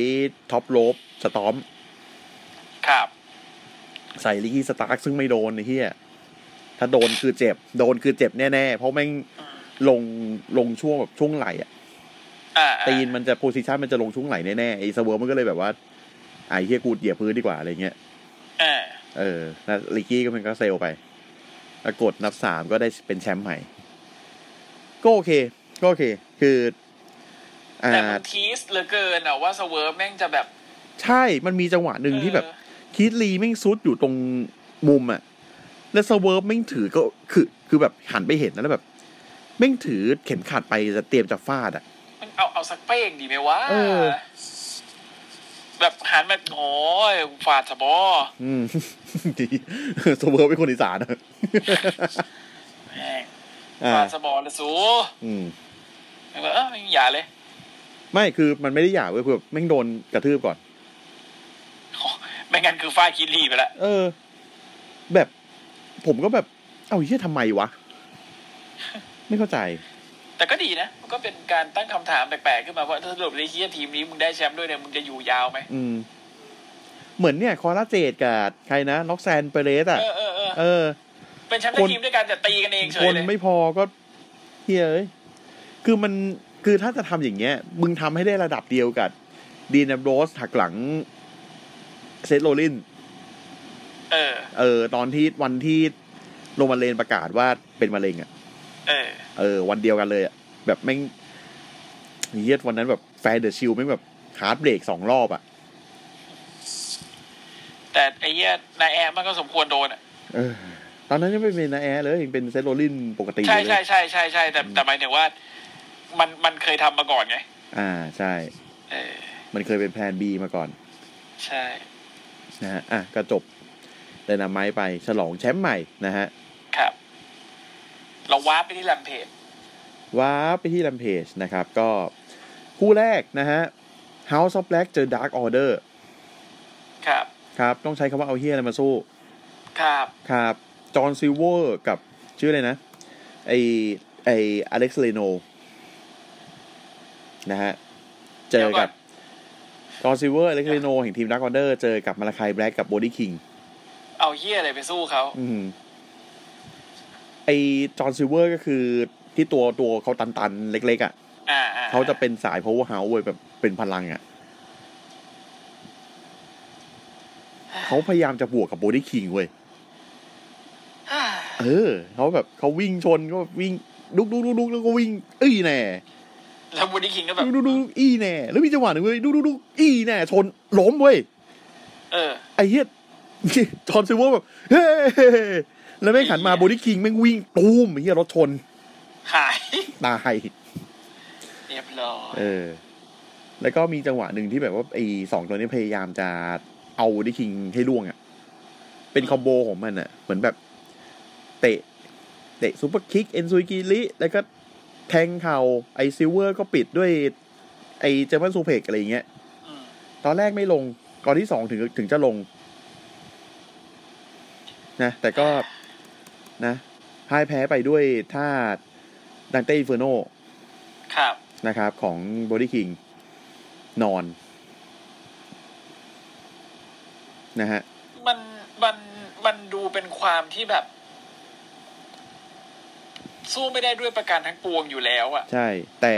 [SPEAKER 1] ท็อปโรปสตอม
[SPEAKER 2] ครับ
[SPEAKER 1] ใส่ลิกกี้สตาร์คซึ่งไม่โดนไอ้เฮียถ้าโดนคือเจ็บ โดนคือเจ็บแน่ ๆ เพราะแม่งลงลงช่วงแบบช่วงไหลอะ
[SPEAKER 2] อ่า
[SPEAKER 1] ตีนมันจะโพซิชันมันจะลงช่วงไหลแน่ๆไอ้สเวิร์ฟมันก็เลยแบบว่าไอ้เฮียกูเหยียบพื้นดีกว่าอะไรเงี้ย
[SPEAKER 2] อ่า
[SPEAKER 1] เออแล้วลิกกี้ก็มันก็เซลไปแล้วกดนับสามก็ได้เป็นแชมป์ใหม่ ก็โอเค ก็โอเค คือ อ่า
[SPEAKER 2] แต่มันทีสเหลือเกินอะว่าสเวิร์ฟแม่งจะแบบ
[SPEAKER 1] ใช่ มันมีจังหวะหนึ่งที่แบบ
[SPEAKER 2] เออ
[SPEAKER 1] คีตลีแม่งซุดอยู่ตรงมุมอะแล้วสเวิร์ฟแม่งถือก็คือ คือแบบหันไปเห็นนะแล้วแบบ แม่งถือเข็มขัดไปจะเตรียมจะฟาดอะ
[SPEAKER 2] มันเอาเอาสักเป้งดีไหมวะ
[SPEAKER 1] เออ
[SPEAKER 2] แบบหันมาโอ้ยฟาดสะบอ
[SPEAKER 1] อืม ดีสเวิร์ฟเป็นคนอีสานอะ
[SPEAKER 2] แม่ง
[SPEAKER 1] อ่า
[SPEAKER 2] ฟาดสะบอเลยสู
[SPEAKER 1] อืม
[SPEAKER 2] แล้วก็เออไม่มีอย่าเลย
[SPEAKER 1] ไม่คือมันไม่ได้หยาบเว้ยคือแบบแม่งโดนกระทืบก่อน
[SPEAKER 2] ไม่งั้นคือฟาดคิดรีไปละ
[SPEAKER 1] เออ แบบผมก็แบบ เอ้าเฮียทำไมวะ ไม่เข้าใจ
[SPEAKER 2] แต่ก็ดีนะ มันก็เป็นการตั้งคำถามแปลกๆขึ้นมาว่าถ้าสรุปในเฮียทีมนี้มึงได้แชมป์ด้วยเนี่ยมึงจะอยู่ยาวไหม
[SPEAKER 1] อืม เหมือนเนี่ย คอร่าเจดกับใครนะล็อกแซนเปเรสอ่ะ
[SPEAKER 2] เออเออเออ
[SPEAKER 1] เออ
[SPEAKER 2] เป็นแชมป์
[SPEAKER 1] ค
[SPEAKER 2] ใน
[SPEAKER 1] น
[SPEAKER 2] ทีมด้วยกันแต่ตีกันเองเฉ
[SPEAKER 1] ค
[SPEAKER 2] ย
[SPEAKER 1] น
[SPEAKER 2] เลย
[SPEAKER 1] ไม่พอก็เฮียเอ้ยคือมันคือถ้าจะทำอย่างเงี้ย มึงทำให้ได้ระดับเดียวกับดีนแอมโรสหักหลังเซธโรลินส์
[SPEAKER 2] เออ
[SPEAKER 1] เออ ตอนที่วันที่โรมาเลนประกาศว่าเป็นมะเร็งอ่ะ
[SPEAKER 2] เออ
[SPEAKER 1] เออวันเดียวกันเลยอะแบบแม่งเยียดวันนั้นแบบแฟนเดอะชิลแม่งแบบฮาร์ดเบรกสองรอบอะ
[SPEAKER 2] แต่ไอ้เฮียนายแอมมันก็สมควรโดนอ่ะ
[SPEAKER 1] เออตอนนั้นยังไม่เป็นนาแอร์เลยยังเป็นเซตโรลินปกติอยู่
[SPEAKER 2] ใช่
[SPEAKER 1] เลย
[SPEAKER 2] ใช่ใช่ใช่ใช่แต่แต่หมายถึงว่า มันมันเคยทำมาก่อนไง
[SPEAKER 1] อ่าใช่
[SPEAKER 2] เออ
[SPEAKER 1] มันเคยเป็นแพลน B มาก่อน
[SPEAKER 2] ใช่
[SPEAKER 1] นะฮะอ่ะก็จบไดนาไม้ไปฉลองแชมป์ใหม่นะฮะ
[SPEAKER 2] ครับ เราว้าร์ปไปที่แลมเพจ
[SPEAKER 1] ว้าร์ปไปที่ลำเพจนะครับ ก็คู่แรกนะฮะ House of Black เจอ Dark Order
[SPEAKER 2] ครับ
[SPEAKER 1] ครับ ต้องใช้คำว่าเอาเฮียอะไรมาสู้
[SPEAKER 2] ครับ
[SPEAKER 1] ครับ จอห์นซิลเวอร์กับชื่ออะไรนะ ไอไออเล็กซ์เลโนนะฮะ เจอกับ จอห์นซิลเวอร์อเล็กซ์เลโนแห่งทีมดักออเดอร์ เจอกับมาลาคายแบล็กกับโบดี้คิง
[SPEAKER 2] เอาเฮียอะไรไปสู้เขา
[SPEAKER 1] อืมไอจอห์นซิลเวอร์ก็คือที่ตัวตัวเขาตันๆ เล็ก ๆ อ่ะ
[SPEAKER 2] อ่าอ่
[SPEAKER 1] เขาจะเป็นสาย power house เว้ยแบบเป็นพลังอ่ะ เขาพยายามจะบวกกับโบดี้คิงเว้ย
[SPEAKER 2] อ่า
[SPEAKER 1] เออเขาแบบเขาวิ่งชนก็วิ่งลุกลุกลุกลุกแล้วก็วิ่ง อี้แน่
[SPEAKER 2] แล้วบูดี้คิงก็แบบ
[SPEAKER 1] ลุกลุกลุกลุกอี้แน่ แล้วมีจังหวะหนึ่งเว้ยลุกลุกลุกอี้แน่ชนล้มเว้ย
[SPEAKER 2] เออ
[SPEAKER 1] ไอ้เหี้ย จอห์นซิลเวอร์แบบเฮ้แล้วแม่งหันมาโบดี้คิงแม่งวิ่งตูมไอ้เหี้ยรถชน
[SPEAKER 2] หาย
[SPEAKER 1] ตาย
[SPEAKER 2] เรียบร้อย
[SPEAKER 1] เออ แล้วก็มีจังหวะหนึ่งที่แบบว่าไอ้สองตัวนี้พยายามจะเอาโบดี้คิงให้ล่วงอ่ะเป็นคอมโบของมันอ่ะ เหมือนแบบ เตะ เตะซูเปอร์คิก เอนซุยกิริแล้วก็แทงเข่าไอซิลเวอร์ก็ปิดด้วย ไอเจอร์มันซูเพกอะไรอย่างเงี้ย
[SPEAKER 2] ม
[SPEAKER 1] ตอนแรกไม่ลง ตอนที่สองถึงถึงจะลง นะ แต่ก็นะพ่ายแพ้ไปด้วยท่าดังเต้อินเฟอร์โน
[SPEAKER 2] ครับ
[SPEAKER 1] นะครับ ของบ o ดี้คิง นอน นะฮะ
[SPEAKER 2] มันมันมันดูเป็นความที่แบบ สู้ไม่ได้ด้วยประการทั้งปวงอยู่แล้วอ่ะ
[SPEAKER 1] ใช่ แต่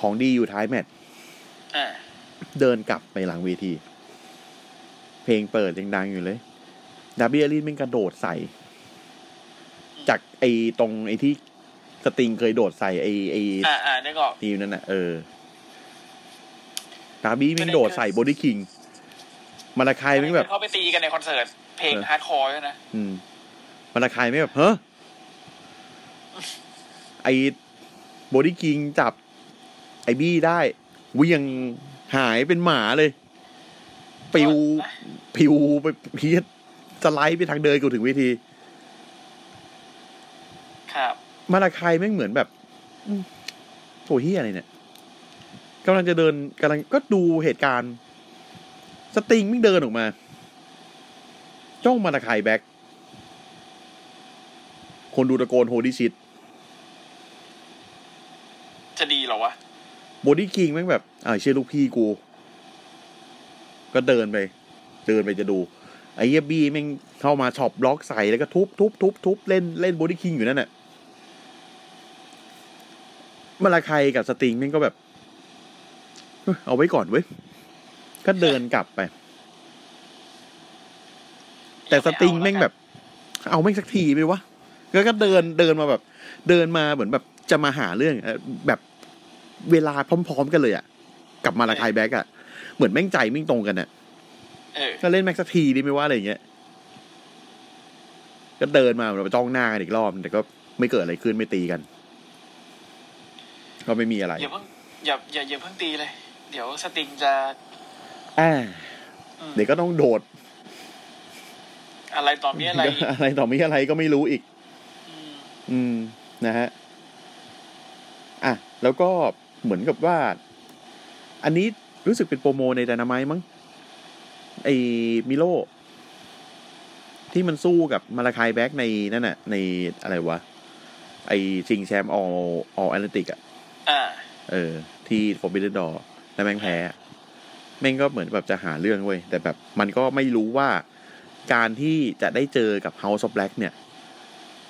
[SPEAKER 1] ของดีอยู่ท้ายแมตช์
[SPEAKER 2] อ่า
[SPEAKER 1] เดินกลับไปหลังเวที เพลงเปิดยังดังอยู่เลยดับเบิลลินเป็นกระโดดใส่ จากไอ้ตรงไอ้ที่สติงเคยโดดใส่ไอ้ไอ้
[SPEAKER 2] อ่าอ่านึกออก
[SPEAKER 1] ทีมนั่นน่ะเออดาบี้แม่งโดดใส่โบดี้คิง มาราคายแม่งแบบ
[SPEAKER 2] เขาไปตีกันในคอนเสิร์ต เพลง
[SPEAKER 1] เออ
[SPEAKER 2] ฮาร์ดคอร์ด้วยนะ
[SPEAKER 1] อืมมาราคายแม่งแบบเฮ้อ ไอ้บอดี้คิงจับ ไอ้บี้ได้เหวียงหายเป็นหมาเลยปิวปิวไปเพียสไลด์ไปทางเดินกูถึงเวที
[SPEAKER 2] ครับ
[SPEAKER 1] มาลาคายแม่งเหมือนแบบอืมโถ่เฮียอะไรเนี่ยกำลังจะเดินกำลังก็ดูเหตุการณ์ สติงแม่งเดินออกมา จ้องมาลาคายแบ็คคนดูตะโกนโฮดี้ชิด
[SPEAKER 2] จะดีเหรอวะ
[SPEAKER 1] บอดี้คิงแม่งแบบอ่าวเชื่อลูกพี่กู ก็เดินไป เดินไปจะดู ไอ้เหี้ยบี้แม่งเข้ามาช็อปบล็อกใส่แล้วก็ทุบทุบทุบทุบเล่นเล่นบอดี้คิงอยู่นั่นแหละมาลาไคยกับสติงแม่งก็แบบ เอ้ยเอาไว้ก่อนเว้ย ก็เดินกลับไป แต่สติงแม่งแบบ เอาแม่งสักทีไปวะแล้วก็เดินเดินมาแบบ เดินมาเหมือนแบบจะมาหาเรื่องเอ่อแบบเวลาพร้อม ๆ กันเลยอะกับมาลาไคยแบ็กอะเหมือนแม่งใจแม่งตรงกันอะ
[SPEAKER 2] เออ
[SPEAKER 1] ก็เล่นแม็กซ์สักทีดีไหมว่าอะไรอย่างเงี้ย ก็เดินมาเราไปจ้องหน้ากันอีกรอบ แต่ก็ไม่เกิดอะไรขึ้นไม่ตีกัน ก็ไม่มีอะไร
[SPEAKER 2] อย่าเพิ่งอย่าอย่าอย่าเพิ่งตีเลย เดี๋ยวสติงจะ
[SPEAKER 1] อ่า
[SPEAKER 2] อืม
[SPEAKER 1] เดี๋ยวก็ต้องโดด
[SPEAKER 2] อะไรต่อมีอะไรอีก
[SPEAKER 1] อะไรต่อมีอะไรก็ไม่รู้อีก
[SPEAKER 2] อืม
[SPEAKER 1] อืม นะฮะ อ่ะ แล้วก็เหมือนกับว่า อันนี้รู้สึกเป็นโปรโมในดานาไมมั้ง ไอ้มิโล ที่มันสู้กับมาลาคายแบ็กในนั่นน่ะ ในอะไรวะ ไอ้ชิงแชมป์ออออแอตแลนติกอ่ะ
[SPEAKER 2] อ่า
[SPEAKER 1] เออ ที่ฟอร์บิเดนดอแล้วแม่งแพ้แม่งก็เหมือนแบบจะหาเรื่องเว้ย แต่แบบ มันก็ไม่รู้ว่าการที่จะได้เจอกับ House of Black เนี่ย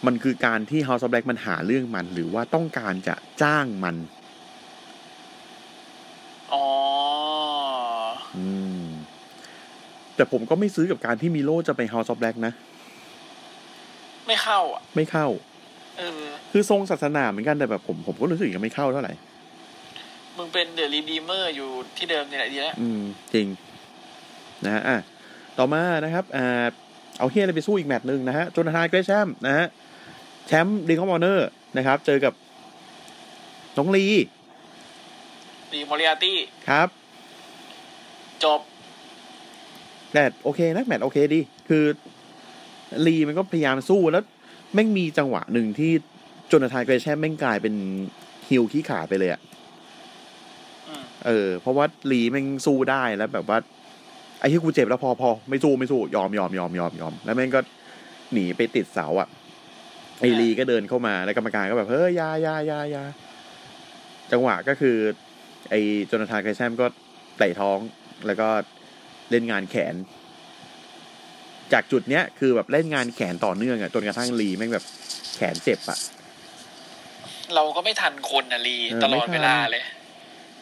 [SPEAKER 1] มันคือการที่ House of Black มันหาเรื่องมัน หรือว่าต้องการจะจ้างมัน
[SPEAKER 2] อ๋อ
[SPEAKER 1] อืม แต่ผมก็ไม่ซื้อกับการที่มิโลจะไป House of Black นะ
[SPEAKER 2] ไม่เข้าอ่ะ
[SPEAKER 1] ไม่เข้า
[SPEAKER 2] เออ
[SPEAKER 1] คือทรงศาสนาเหมือนกันแต่แบบผมผมก็รู้สึกยังไม่เข้าเท่าไหร่
[SPEAKER 2] มึงเป็นเดอะรีดีเมอร์อยู่ที่เดิมนี่แหละดีแล้ว
[SPEAKER 1] อืม จริง นะฮะอ่ะต่อมานะครับอ่าเอาเฮียอะไรไปสู้อีกแมตช์หนึ่งนะฮะโจนาธานเกรแชมป์นะฮะ แชมป์ดิงคอมอเนอร์นะครับ เจอกับ น้องลี
[SPEAKER 2] รีมอริอาตี้
[SPEAKER 1] ครับ
[SPEAKER 2] จบ
[SPEAKER 1] แต่โอเคนะแมตช์โอเคดี คือลีมันก็พยายามสู้แล้วแม่งมีจังหวะหนึ่งที่โจนาธานเกรแชมป์แม่งกลายเป็นฮิลขี้ขาไปเลยอะ
[SPEAKER 2] อืม
[SPEAKER 1] เออเพราะว่าลีแม่งสู้ได้แล้วแบบว่า ไอ้ที่กูเจ็บแล้วพอพอไม่สู้ไม่สู้ยอมยอมยอมยอมยอมแล้วแม่งก็หนีไปติดเสาอ่ะไอ้ลีก็เดินเข้ามาแล้วกรรมการก็แบบเฮ้ยอยาอยาอยาอยาจังหวะก็คือ ไอ้โจนาธานไคแซมก็เตะท้องแล้วก็เล่นงานแขน จากจุดเนี้ยคือแบบเล่นงานแขนต่อเนื่องอ่ะจนกระทั่งลีแม่งแบบแขนเจ็บอ่ะ
[SPEAKER 2] เราก็ไม่ทันคนนะรี
[SPEAKER 1] เออ
[SPEAKER 2] ตลอด
[SPEAKER 1] ไม่ทัน
[SPEAKER 2] เวลาเลย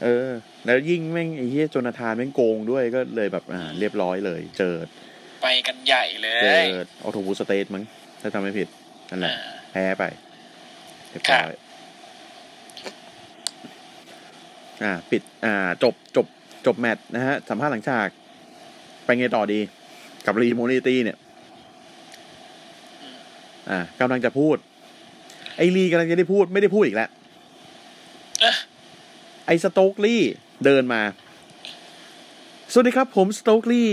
[SPEAKER 1] เออ แล้วยิ่งแม่งไอ้เฮียโจนาธานแม่งโกงด้วยก็เลยแบบอ่าเรียบร้อยเลย เจอ
[SPEAKER 2] ไปกันใหญ่เล
[SPEAKER 1] เจอย ออโตบูสเตทมั้งถ้าจำไม่ผิด นั่นแหละ
[SPEAKER 2] อ่า
[SPEAKER 1] แพ้ไปเรียบร้อยอ่า ปิด อ่า จบจบ จบแมตช์นะฮะ สัมภาษณ์หลังฉาก ไปไงต่อดี กับรีโมนิตี้เนี่ย อ่ากำลังจะพูด ไอรีกำลังจะได้พูด ไม่ได้พูดอีกแล้ว
[SPEAKER 2] เอ๊ะ
[SPEAKER 1] ไอสโตกลี่ เดินมา สวัสดีครับ ผมสโตกลี่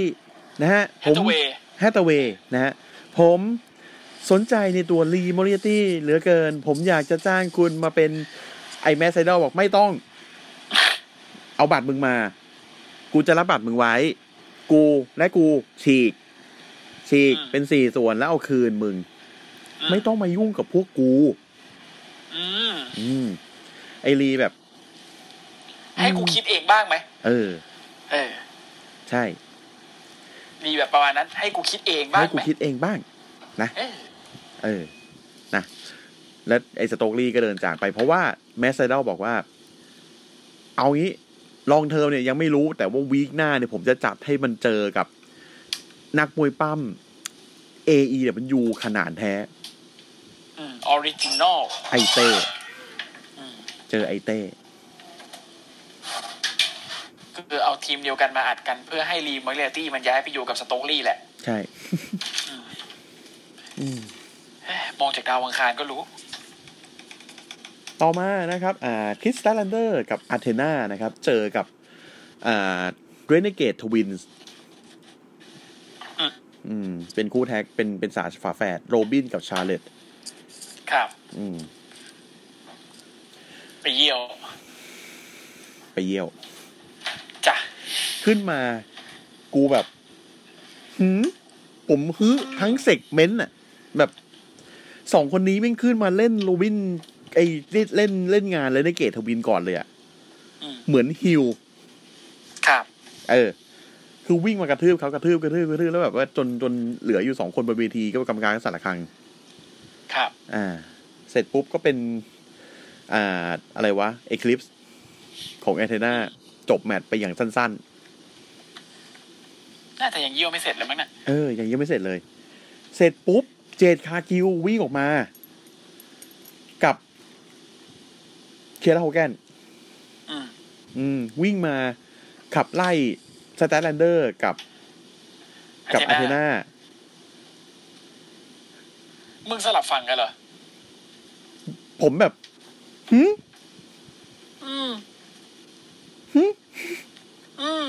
[SPEAKER 1] นะฮะ ผ
[SPEAKER 2] ฮัต
[SPEAKER 1] ม
[SPEAKER 2] เทเว
[SPEAKER 1] แฮตเตอร์เวย์นะฮะ ผมสนใจในตัวลีมอริตี้เหลือเกิน ผมอยากจะจ้างคุณมาเป็นไอแมสไซดอลบอกไม่ต้อง เอาบัตรมึงมา กูจะรับบัตรมึงไว้ กูและกูฉีก ฉีกเป็นสี่ส่วนแล้วเอาคืนมึง ไม่ต้องมายุ่งกับพวกกู
[SPEAKER 2] อืม
[SPEAKER 1] อืม ไอลีแบบ
[SPEAKER 2] ให้กูคิดเองบ้างไหม
[SPEAKER 1] เออ
[SPEAKER 2] เออ
[SPEAKER 1] ใช่
[SPEAKER 2] มีแบบประมาณนั้น ให้กูคิดเองบ้าง
[SPEAKER 1] ให้กู
[SPEAKER 2] ไหม
[SPEAKER 1] คิดเองบ้าง
[SPEAKER 2] เออ
[SPEAKER 1] เออ นะ และไอ้สโตกลี่ก็เดินจากไป เพราะว่าแมสไซเดลบอกว่า เอางี้ลองเทอมเนี่ยยังไม่รู้แต่ว่าวีคหน้าเนี่ยผมจะจัดให้มันเจอกับนักมวยปั้ม AE เดี๋ยวมันยูขนาดแท้
[SPEAKER 2] อืมออริจินอล
[SPEAKER 1] ไอเต้
[SPEAKER 2] อืม
[SPEAKER 1] เจอไอเต้
[SPEAKER 2] คือเอาทีมเดียวกันมาอัดกัน เพื่อให้รีมอริอาตี้มันย้ายไปอยู่กับสโตกลี่แหละ
[SPEAKER 1] ใช่
[SPEAKER 2] เอ้ยมองจากดาวอังคารก็รู้
[SPEAKER 1] ต่อมานะครับอ่าคริสตัลแลนเดอร์กับอาร์เทนานะครับ เจอกับอ่าเรเนเกตทวินส์
[SPEAKER 2] อืม
[SPEAKER 1] อืม เป็นคู่แท็กเป็นเป็นสาฝาแฝดโรบินกับชาร์เลต
[SPEAKER 2] ครับ
[SPEAKER 1] อืม
[SPEAKER 2] ไปเยี่ยว
[SPEAKER 1] ไปเยี่ยว
[SPEAKER 2] จ้ะ
[SPEAKER 1] ขึ้นมากูแบบ หืมผมฮึทั้งเซกเมนต์อะแบบสองคนนี้แม่งขึ้นมาเล่นโรบิน ไอเล่นเล่นเล่นงานเลยในเกตทวินก่อนเลยอะ
[SPEAKER 2] อืม
[SPEAKER 1] เหมือนฮิล
[SPEAKER 2] ครับ
[SPEAKER 1] เออ คือวิ่งมากระทืบเขากระทืบกระทืบกระทืบแล้วแบบว่าจนจนเหลืออยู่สองคนบนเวทีก็กรรมการก็สั่นระฆัง
[SPEAKER 2] ครับ
[SPEAKER 1] อ่า เสร็จปุ๊บก็เป็น อ่า อะไรวะ เอคลิปส์ของแอเทนาจบแมตช์ไปอย่างสั้น
[SPEAKER 2] น่าจะยังเยี่ยวไม่เสร็จเลยมั้งน่ะ
[SPEAKER 1] ๆ เออ ยังยังไม่เสร็จเลย เสร็จปุ๊บ เจดคาคิววิ่งออกมา กับ เคยร่าโฮแกน
[SPEAKER 2] อืม
[SPEAKER 1] อืม วิ่งมาขับไล่สแตทแลนเดอร์กับกับอา
[SPEAKER 2] Athena
[SPEAKER 1] เทนา
[SPEAKER 2] มึงสลับฝั่งกันเหรอ
[SPEAKER 1] ผมแบบหืม
[SPEAKER 2] อืม
[SPEAKER 1] หึ
[SPEAKER 2] อืม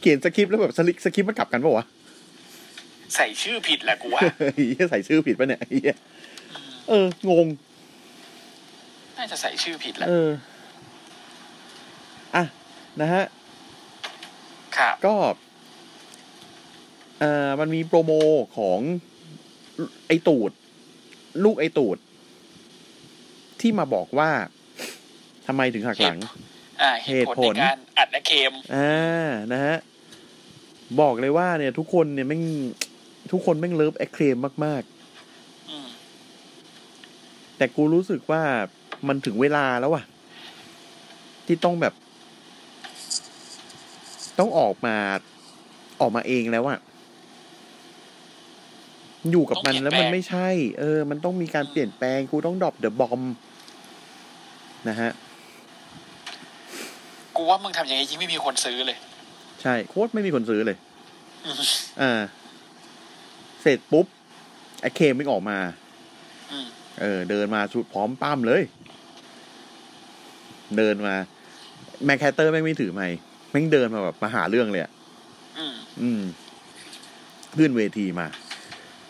[SPEAKER 1] เขียนสคริปต์แล้วแบบสลิกสคริปต์มากลับกันปะวะ
[SPEAKER 2] ใส่ชื่อผิดแหละกู ว่า
[SPEAKER 1] เฮียใส่ชื่อผิดปะเนี่ยเฮียเออ งง
[SPEAKER 2] น่าจะใส่ชื่อผิดแหละ
[SPEAKER 1] เออ อ่ะ นะฮะ
[SPEAKER 2] ครับ
[SPEAKER 1] ก็เอ่อมันมีโปรโมของไอตูด ลูกไอตูด ที่มาบอกว่าทำไมถึงหักหลัง
[SPEAKER 2] อ่า เหตุผลในการอัดและเคม
[SPEAKER 1] อ่า นะฮะ บอกเลยว่าเนี่ย ทุกคนเนี่ยแม่งทุกคนแม่งเลิฟแอคเคลมมาก ๆ
[SPEAKER 2] อืม
[SPEAKER 1] แต่กูรู้สึกว่ามันถึงเวลาแล้วอะที่ต้องแบบ ต้องออกมาออกมาเองแล้วอะอยู่กับมัน
[SPEAKER 2] ต้องเปลี่ยน
[SPEAKER 1] แล้วมัน
[SPEAKER 2] แปลง
[SPEAKER 1] ไม่ใช่ เออ มันต้องมีการเปลี่ยนแปลงกูต้องดรอปเดอะบอมนะฮะ
[SPEAKER 2] กูว่ามึงทำอย่างนี้ยิ่งไม่มีคนซื้อเลย
[SPEAKER 1] ใช่ โคตรไม่มีคนซื้อเลย
[SPEAKER 2] อืม
[SPEAKER 1] อ่า เสร็จปุ๊บไอเคมไม่ออกมา
[SPEAKER 2] อืม
[SPEAKER 1] เออ เดินมาชุดพร้อมป้ามเลย เดินมาแมคแคตเตอร์แม่งไม่ถือไม้แม่งเดินมาแบบมาหาเรื่องเลยอะ
[SPEAKER 2] อืม
[SPEAKER 1] อืมขึ้นเวทีมา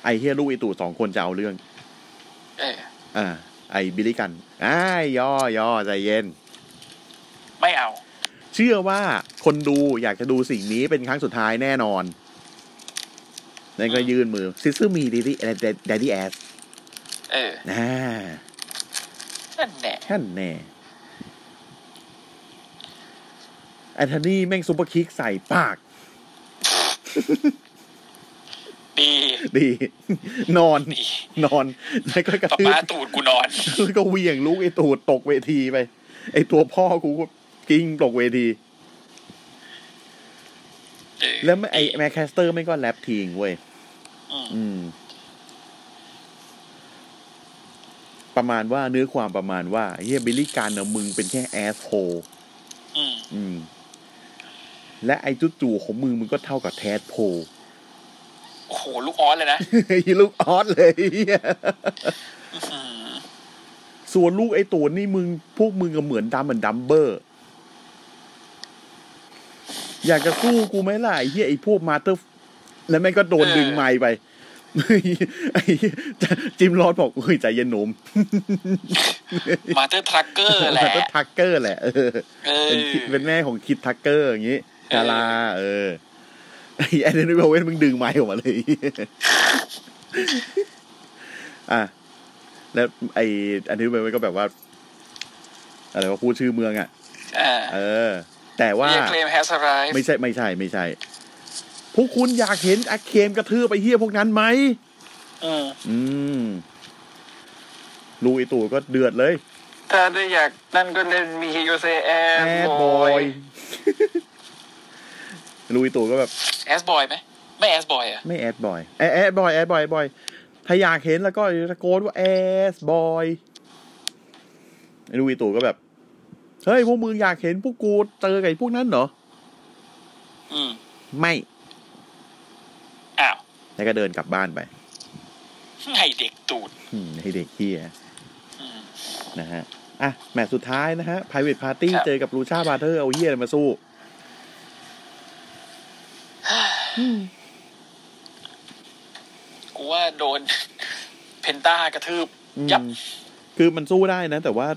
[SPEAKER 1] ไอเฮียลูกไอตู่สองคนจะเอาเรื่อง
[SPEAKER 2] เออ
[SPEAKER 1] อ่า ไอบิลลี่กันอ้ายย่อย่อใจเย็น
[SPEAKER 2] ไม่เอา
[SPEAKER 1] เชื่อว่าคนดูอยากจะดูสิ่งนี้เป็นครั้งสุดท้ายแน่นอนนั่นก็ยื่นมือซิสเตอร์มีดิดี้ดดี้แอส
[SPEAKER 2] เออ
[SPEAKER 1] อ่า
[SPEAKER 2] นั่นแหละ
[SPEAKER 1] ท่านแน่แอนโทนีแม่งซุปเปอร์คิกใส่ปาก
[SPEAKER 2] ดี
[SPEAKER 1] ดี นอน
[SPEAKER 2] ดี
[SPEAKER 1] นอน แล้วก็กระตื
[SPEAKER 2] ป๊า
[SPEAKER 1] อ
[SPEAKER 2] ป๊าตูดกูนอน
[SPEAKER 1] แล้วก็เหวียงลูกไอ้ตูดตกเวทีไป ไอ้ตัวพ่อกูก็กิ้งตกเวที
[SPEAKER 2] เออ
[SPEAKER 1] แล้วไม่ไอ้แมคแคสเตอร์ไม่ก็แลบทิ้งเว้ย
[SPEAKER 2] อืม
[SPEAKER 1] อืม ประมาณว่าเนื้อความประมาณว่าเฮียบิลลี่การนะมึงเป็นแค่แอสโฮ
[SPEAKER 2] อืม
[SPEAKER 1] อืม และไอ้จุดจู่ๆของมึงมึงก็เท่ากับแทสโพ
[SPEAKER 2] โอ้โห ลูกออสเลยนะ
[SPEAKER 1] ไอ้ลูกออสเลยเหี้ย
[SPEAKER 2] อืม
[SPEAKER 1] ส่วนลูกไอ้ตัวนี่มึง พวกมึงก็เหมือนดัมเหมือนดัมเบอร์ อยากจะสู้กูไหมล่ะไอ้เฮียไอ้พวกมาเตอร์ แล้วแม่งก็โดนดึงไม้ไป ไอ้เหี้ยจิมรอดบอกเฮ้ยใจเย็นหนุ่ม
[SPEAKER 2] มาเตอร์ทรัคเกอร์แหละ
[SPEAKER 1] ก็ทักเกอร์แหละเออ
[SPEAKER 2] เออ
[SPEAKER 1] เป็นคิดเป็นแม่ของคิดทักเกอร์อย่างงี้
[SPEAKER 2] เออ
[SPEAKER 1] ดาราเออไอ้แอนนี่โบเวนมึงดึงไม้ออกมาเลย อ่ะแล้วไอ้แอนนี่โบเวนก็แบบว่า อะไรว่าพูดชื่อเมืองอ่ะ
[SPEAKER 2] อ่า
[SPEAKER 1] เออ แต่ว่า
[SPEAKER 2] เรียกเคลมแฮสไรส์
[SPEAKER 1] ไม่ใช่ไม่ใช่ไม่ใช่ พวกคุณอยากเห็นอาเคมกระทืบไปเฮี้ยพวกนั้นไหม
[SPEAKER 2] อืม
[SPEAKER 1] อืมลูกไอตู่ก็เดือดเลย
[SPEAKER 2] ถ้าได้อยากนั่นก็เล่นมีฮิโยเซแอ
[SPEAKER 1] แอดบอยลุยตู่ก็แบบ
[SPEAKER 2] แอสบอยไหมไม่แอสบอยอ่ะ
[SPEAKER 1] ไม่แอดบอยแอดแอดบอยแอดบอยแอดบอยถ้าอยากเห็นแล้วก็ตะโกนว่าแอสบอยลุยตู่ก็แบบ เฮ้ย พวกมึงอยากเห็นพวกกูเจอกับไอ้พวกนั้นเหรอ
[SPEAKER 2] อืม
[SPEAKER 1] ไม่
[SPEAKER 2] อ้าว
[SPEAKER 1] แล้วก็เดินกลับบ้านไป
[SPEAKER 2] ให้เด็กตูด
[SPEAKER 1] อืมให้เด็กเฮีย
[SPEAKER 2] อืม
[SPEAKER 1] นะฮะ อ่ะ แมตช์สุดท้ายนะฮะ private party
[SPEAKER 2] ครับ
[SPEAKER 1] เจอกับลูชาบาเทอร์เอาเฮียอะไรมาสู้
[SPEAKER 2] กูว่าโดน เพนต้ากระทืบ
[SPEAKER 1] อืม
[SPEAKER 2] ยับ
[SPEAKER 1] คือมันสู้ได้นะ แต่ว่า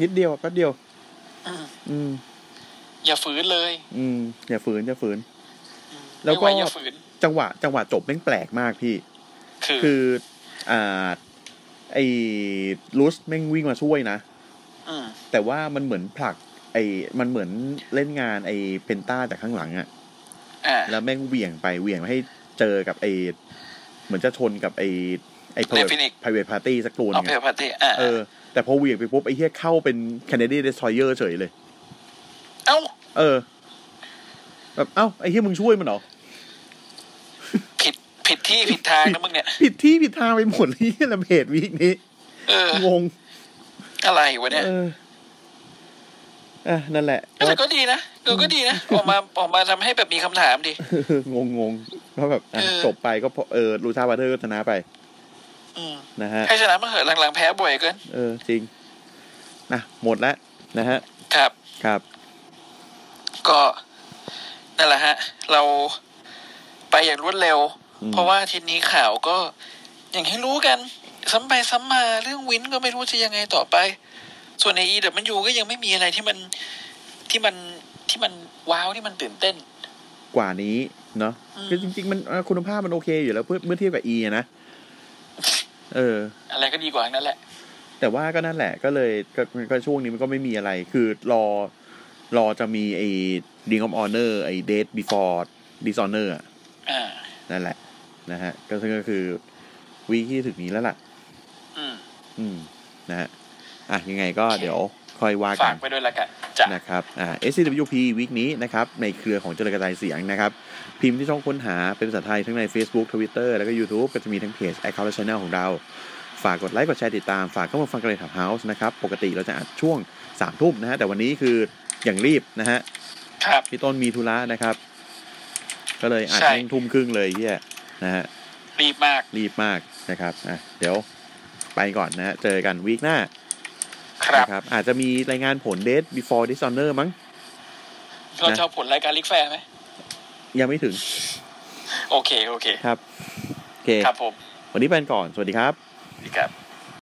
[SPEAKER 1] นิดเดียวแป๊บเดียว
[SPEAKER 2] อืม
[SPEAKER 1] อืม
[SPEAKER 2] อย่าฝืนเลย
[SPEAKER 1] อืม อย่าฝืนอย่าฝืน แล้วก็
[SPEAKER 2] ไม่ไอย่าฝืน
[SPEAKER 1] จังหวะ จังหวะจบแม่งแปลกมากพี่
[SPEAKER 2] คือ
[SPEAKER 1] คือ อ่า ไอ้ลูสแม่งวิ่งมาช่วยนะ
[SPEAKER 2] ม
[SPEAKER 1] แต่ว่ามันเหมือนผลัก ไอ้มันเหมือนเล่นงานไอ้เพนต้าจากข้างหลังอะ
[SPEAKER 2] อ่า
[SPEAKER 1] แล้วแม่งเหวี่ยงไปเหวี่ยงให้เจอกับไอเหมือนจะชนกับไอไอ
[SPEAKER 2] ใน Phoenix
[SPEAKER 1] พาเวทพาร์ตี้สักตัวหนึ
[SPEAKER 2] เอา
[SPEAKER 1] ง
[SPEAKER 2] เพล
[SPEAKER 1] อะ
[SPEAKER 2] พัตติอ่า
[SPEAKER 1] เออ แต่พอเหวี่ยงไปปุ๊บไอเฮียเข้าเป็นแคนาเดียนเดสทรอยเออร์เฉยเลย
[SPEAKER 2] เอ้า
[SPEAKER 1] เออ แบบเอ้าไอเฮียมึงช่วยมันเหรอ
[SPEAKER 2] ผิดผิดที่ผิดทางนะมึงเนี่ย
[SPEAKER 1] ผิดที่ผิดทางไปหมด เลยเฮียละเพจวีคนี้
[SPEAKER 2] เออ
[SPEAKER 1] งง
[SPEAKER 2] อะไรวะเนี่ย
[SPEAKER 1] เอออ่ะนั่นแหละ
[SPEAKER 2] แต่ก็ดีนะเออก็ดีนะ ออกมาออกมาทำให้แบบมีคำถามดี
[SPEAKER 1] ง งงงๆแล้วแบบอ่ะ
[SPEAKER 2] เออ
[SPEAKER 1] จบไปก็พอเออลูชาบาเทอร์ก็ชนะไป
[SPEAKER 2] อืม
[SPEAKER 1] นะฮะ
[SPEAKER 2] ให้ชนะมาเหอะหลังๆแพ้บ่อยเกิน
[SPEAKER 1] เออ จริงนะหมดแล้วนะฮะ
[SPEAKER 2] ครับ
[SPEAKER 1] ครับ
[SPEAKER 2] ก็นั่นแหละฮะ เราไปอย่างรวดเร็ว
[SPEAKER 1] อืม
[SPEAKER 2] เพราะว่าทีนี้ข่าวก็ อย่างที่รู้กันซ้ำไปซ้ำมาเรื่องวินก็ไม่รู้จะยังไงต่อไป ส่วนใน e w ก็ยังไม่มีอะไรที่มันที่มันที่มันว้าวที่มันตื่นเต้น
[SPEAKER 1] กว่านี้เนาะ
[SPEAKER 2] อืม
[SPEAKER 1] คือจริง ๆ มันเอ่อคุณภาพมันโอเคอยู่แล้วเพื่อเมื่อเทียบกับ E อะนะ เออ
[SPEAKER 2] อะไรก็ดีกว่าทั้งนั้นแหละ
[SPEAKER 1] แต่ว่าก็นั่นแหละก็เลยก็ก็ช่วงนี้มันก็ไม่มีอะไร คือรอรอจะมีไอ้ Ring of Honor ไอ้ Date Before Dishonor อะ
[SPEAKER 2] อ่า
[SPEAKER 1] นั่นแหละ นะฮะ ก็ซึ่งก็คือวีคที่ถึงนี้แล้วล่ะ
[SPEAKER 2] อืม
[SPEAKER 1] อืม นะฮะ อ่ะ ยังไงก็เดี๋ยวคอยว่า
[SPEAKER 2] ฝา
[SPEAKER 1] กั
[SPEAKER 2] ก
[SPEAKER 1] น
[SPEAKER 2] ไปด้วยละกันจ้ะ
[SPEAKER 1] นะครับ อ่า SCWP วีคนี้นะครับ ในเครือของเจริญกระจายเสียงนะครับ พิมพ์ที่ช่องค้นหาเป็นภาษาไทยทั้งใน Facebook Twitter แล้วก็ YouTube ก็จะมีทั้งเพจ Account และ Channel ของเรา ฝากกดไลค์กดแชร์ติดตาม ฝากเข้ามาฟังกันในถับเฮาส์นะครับ ปกติเราจะอัดช่วง3ามทุ่มนะฮะ แต่วันนี้คืออย่างรีบนะฮะ
[SPEAKER 2] ครับ
[SPEAKER 1] พี่ต้นมีธุระนะครับ ก็เลยอัด
[SPEAKER 2] ใช่
[SPEAKER 1] แม่งทุ่มครึ่งเลยเฮียนะฮะ
[SPEAKER 2] รีบมาก
[SPEAKER 1] รีบมากนะครับ อ่ะ เดี๋ยวไปก่อนนะฮะ เจอกันวีคหน้า
[SPEAKER 2] ครับ
[SPEAKER 1] นะครับ อาจจะมีรายงานผล Date Before Dishonor มั้ง
[SPEAKER 2] เราจะเอาผลรายการลิกแฟร์ไหม
[SPEAKER 1] ยังไม่ถึง
[SPEAKER 2] โอเค โอเค
[SPEAKER 1] ครับ โอเค
[SPEAKER 2] ครับผม
[SPEAKER 1] วันนี้เป็นก่อน สวัสดีครับ
[SPEAKER 2] ดีครับ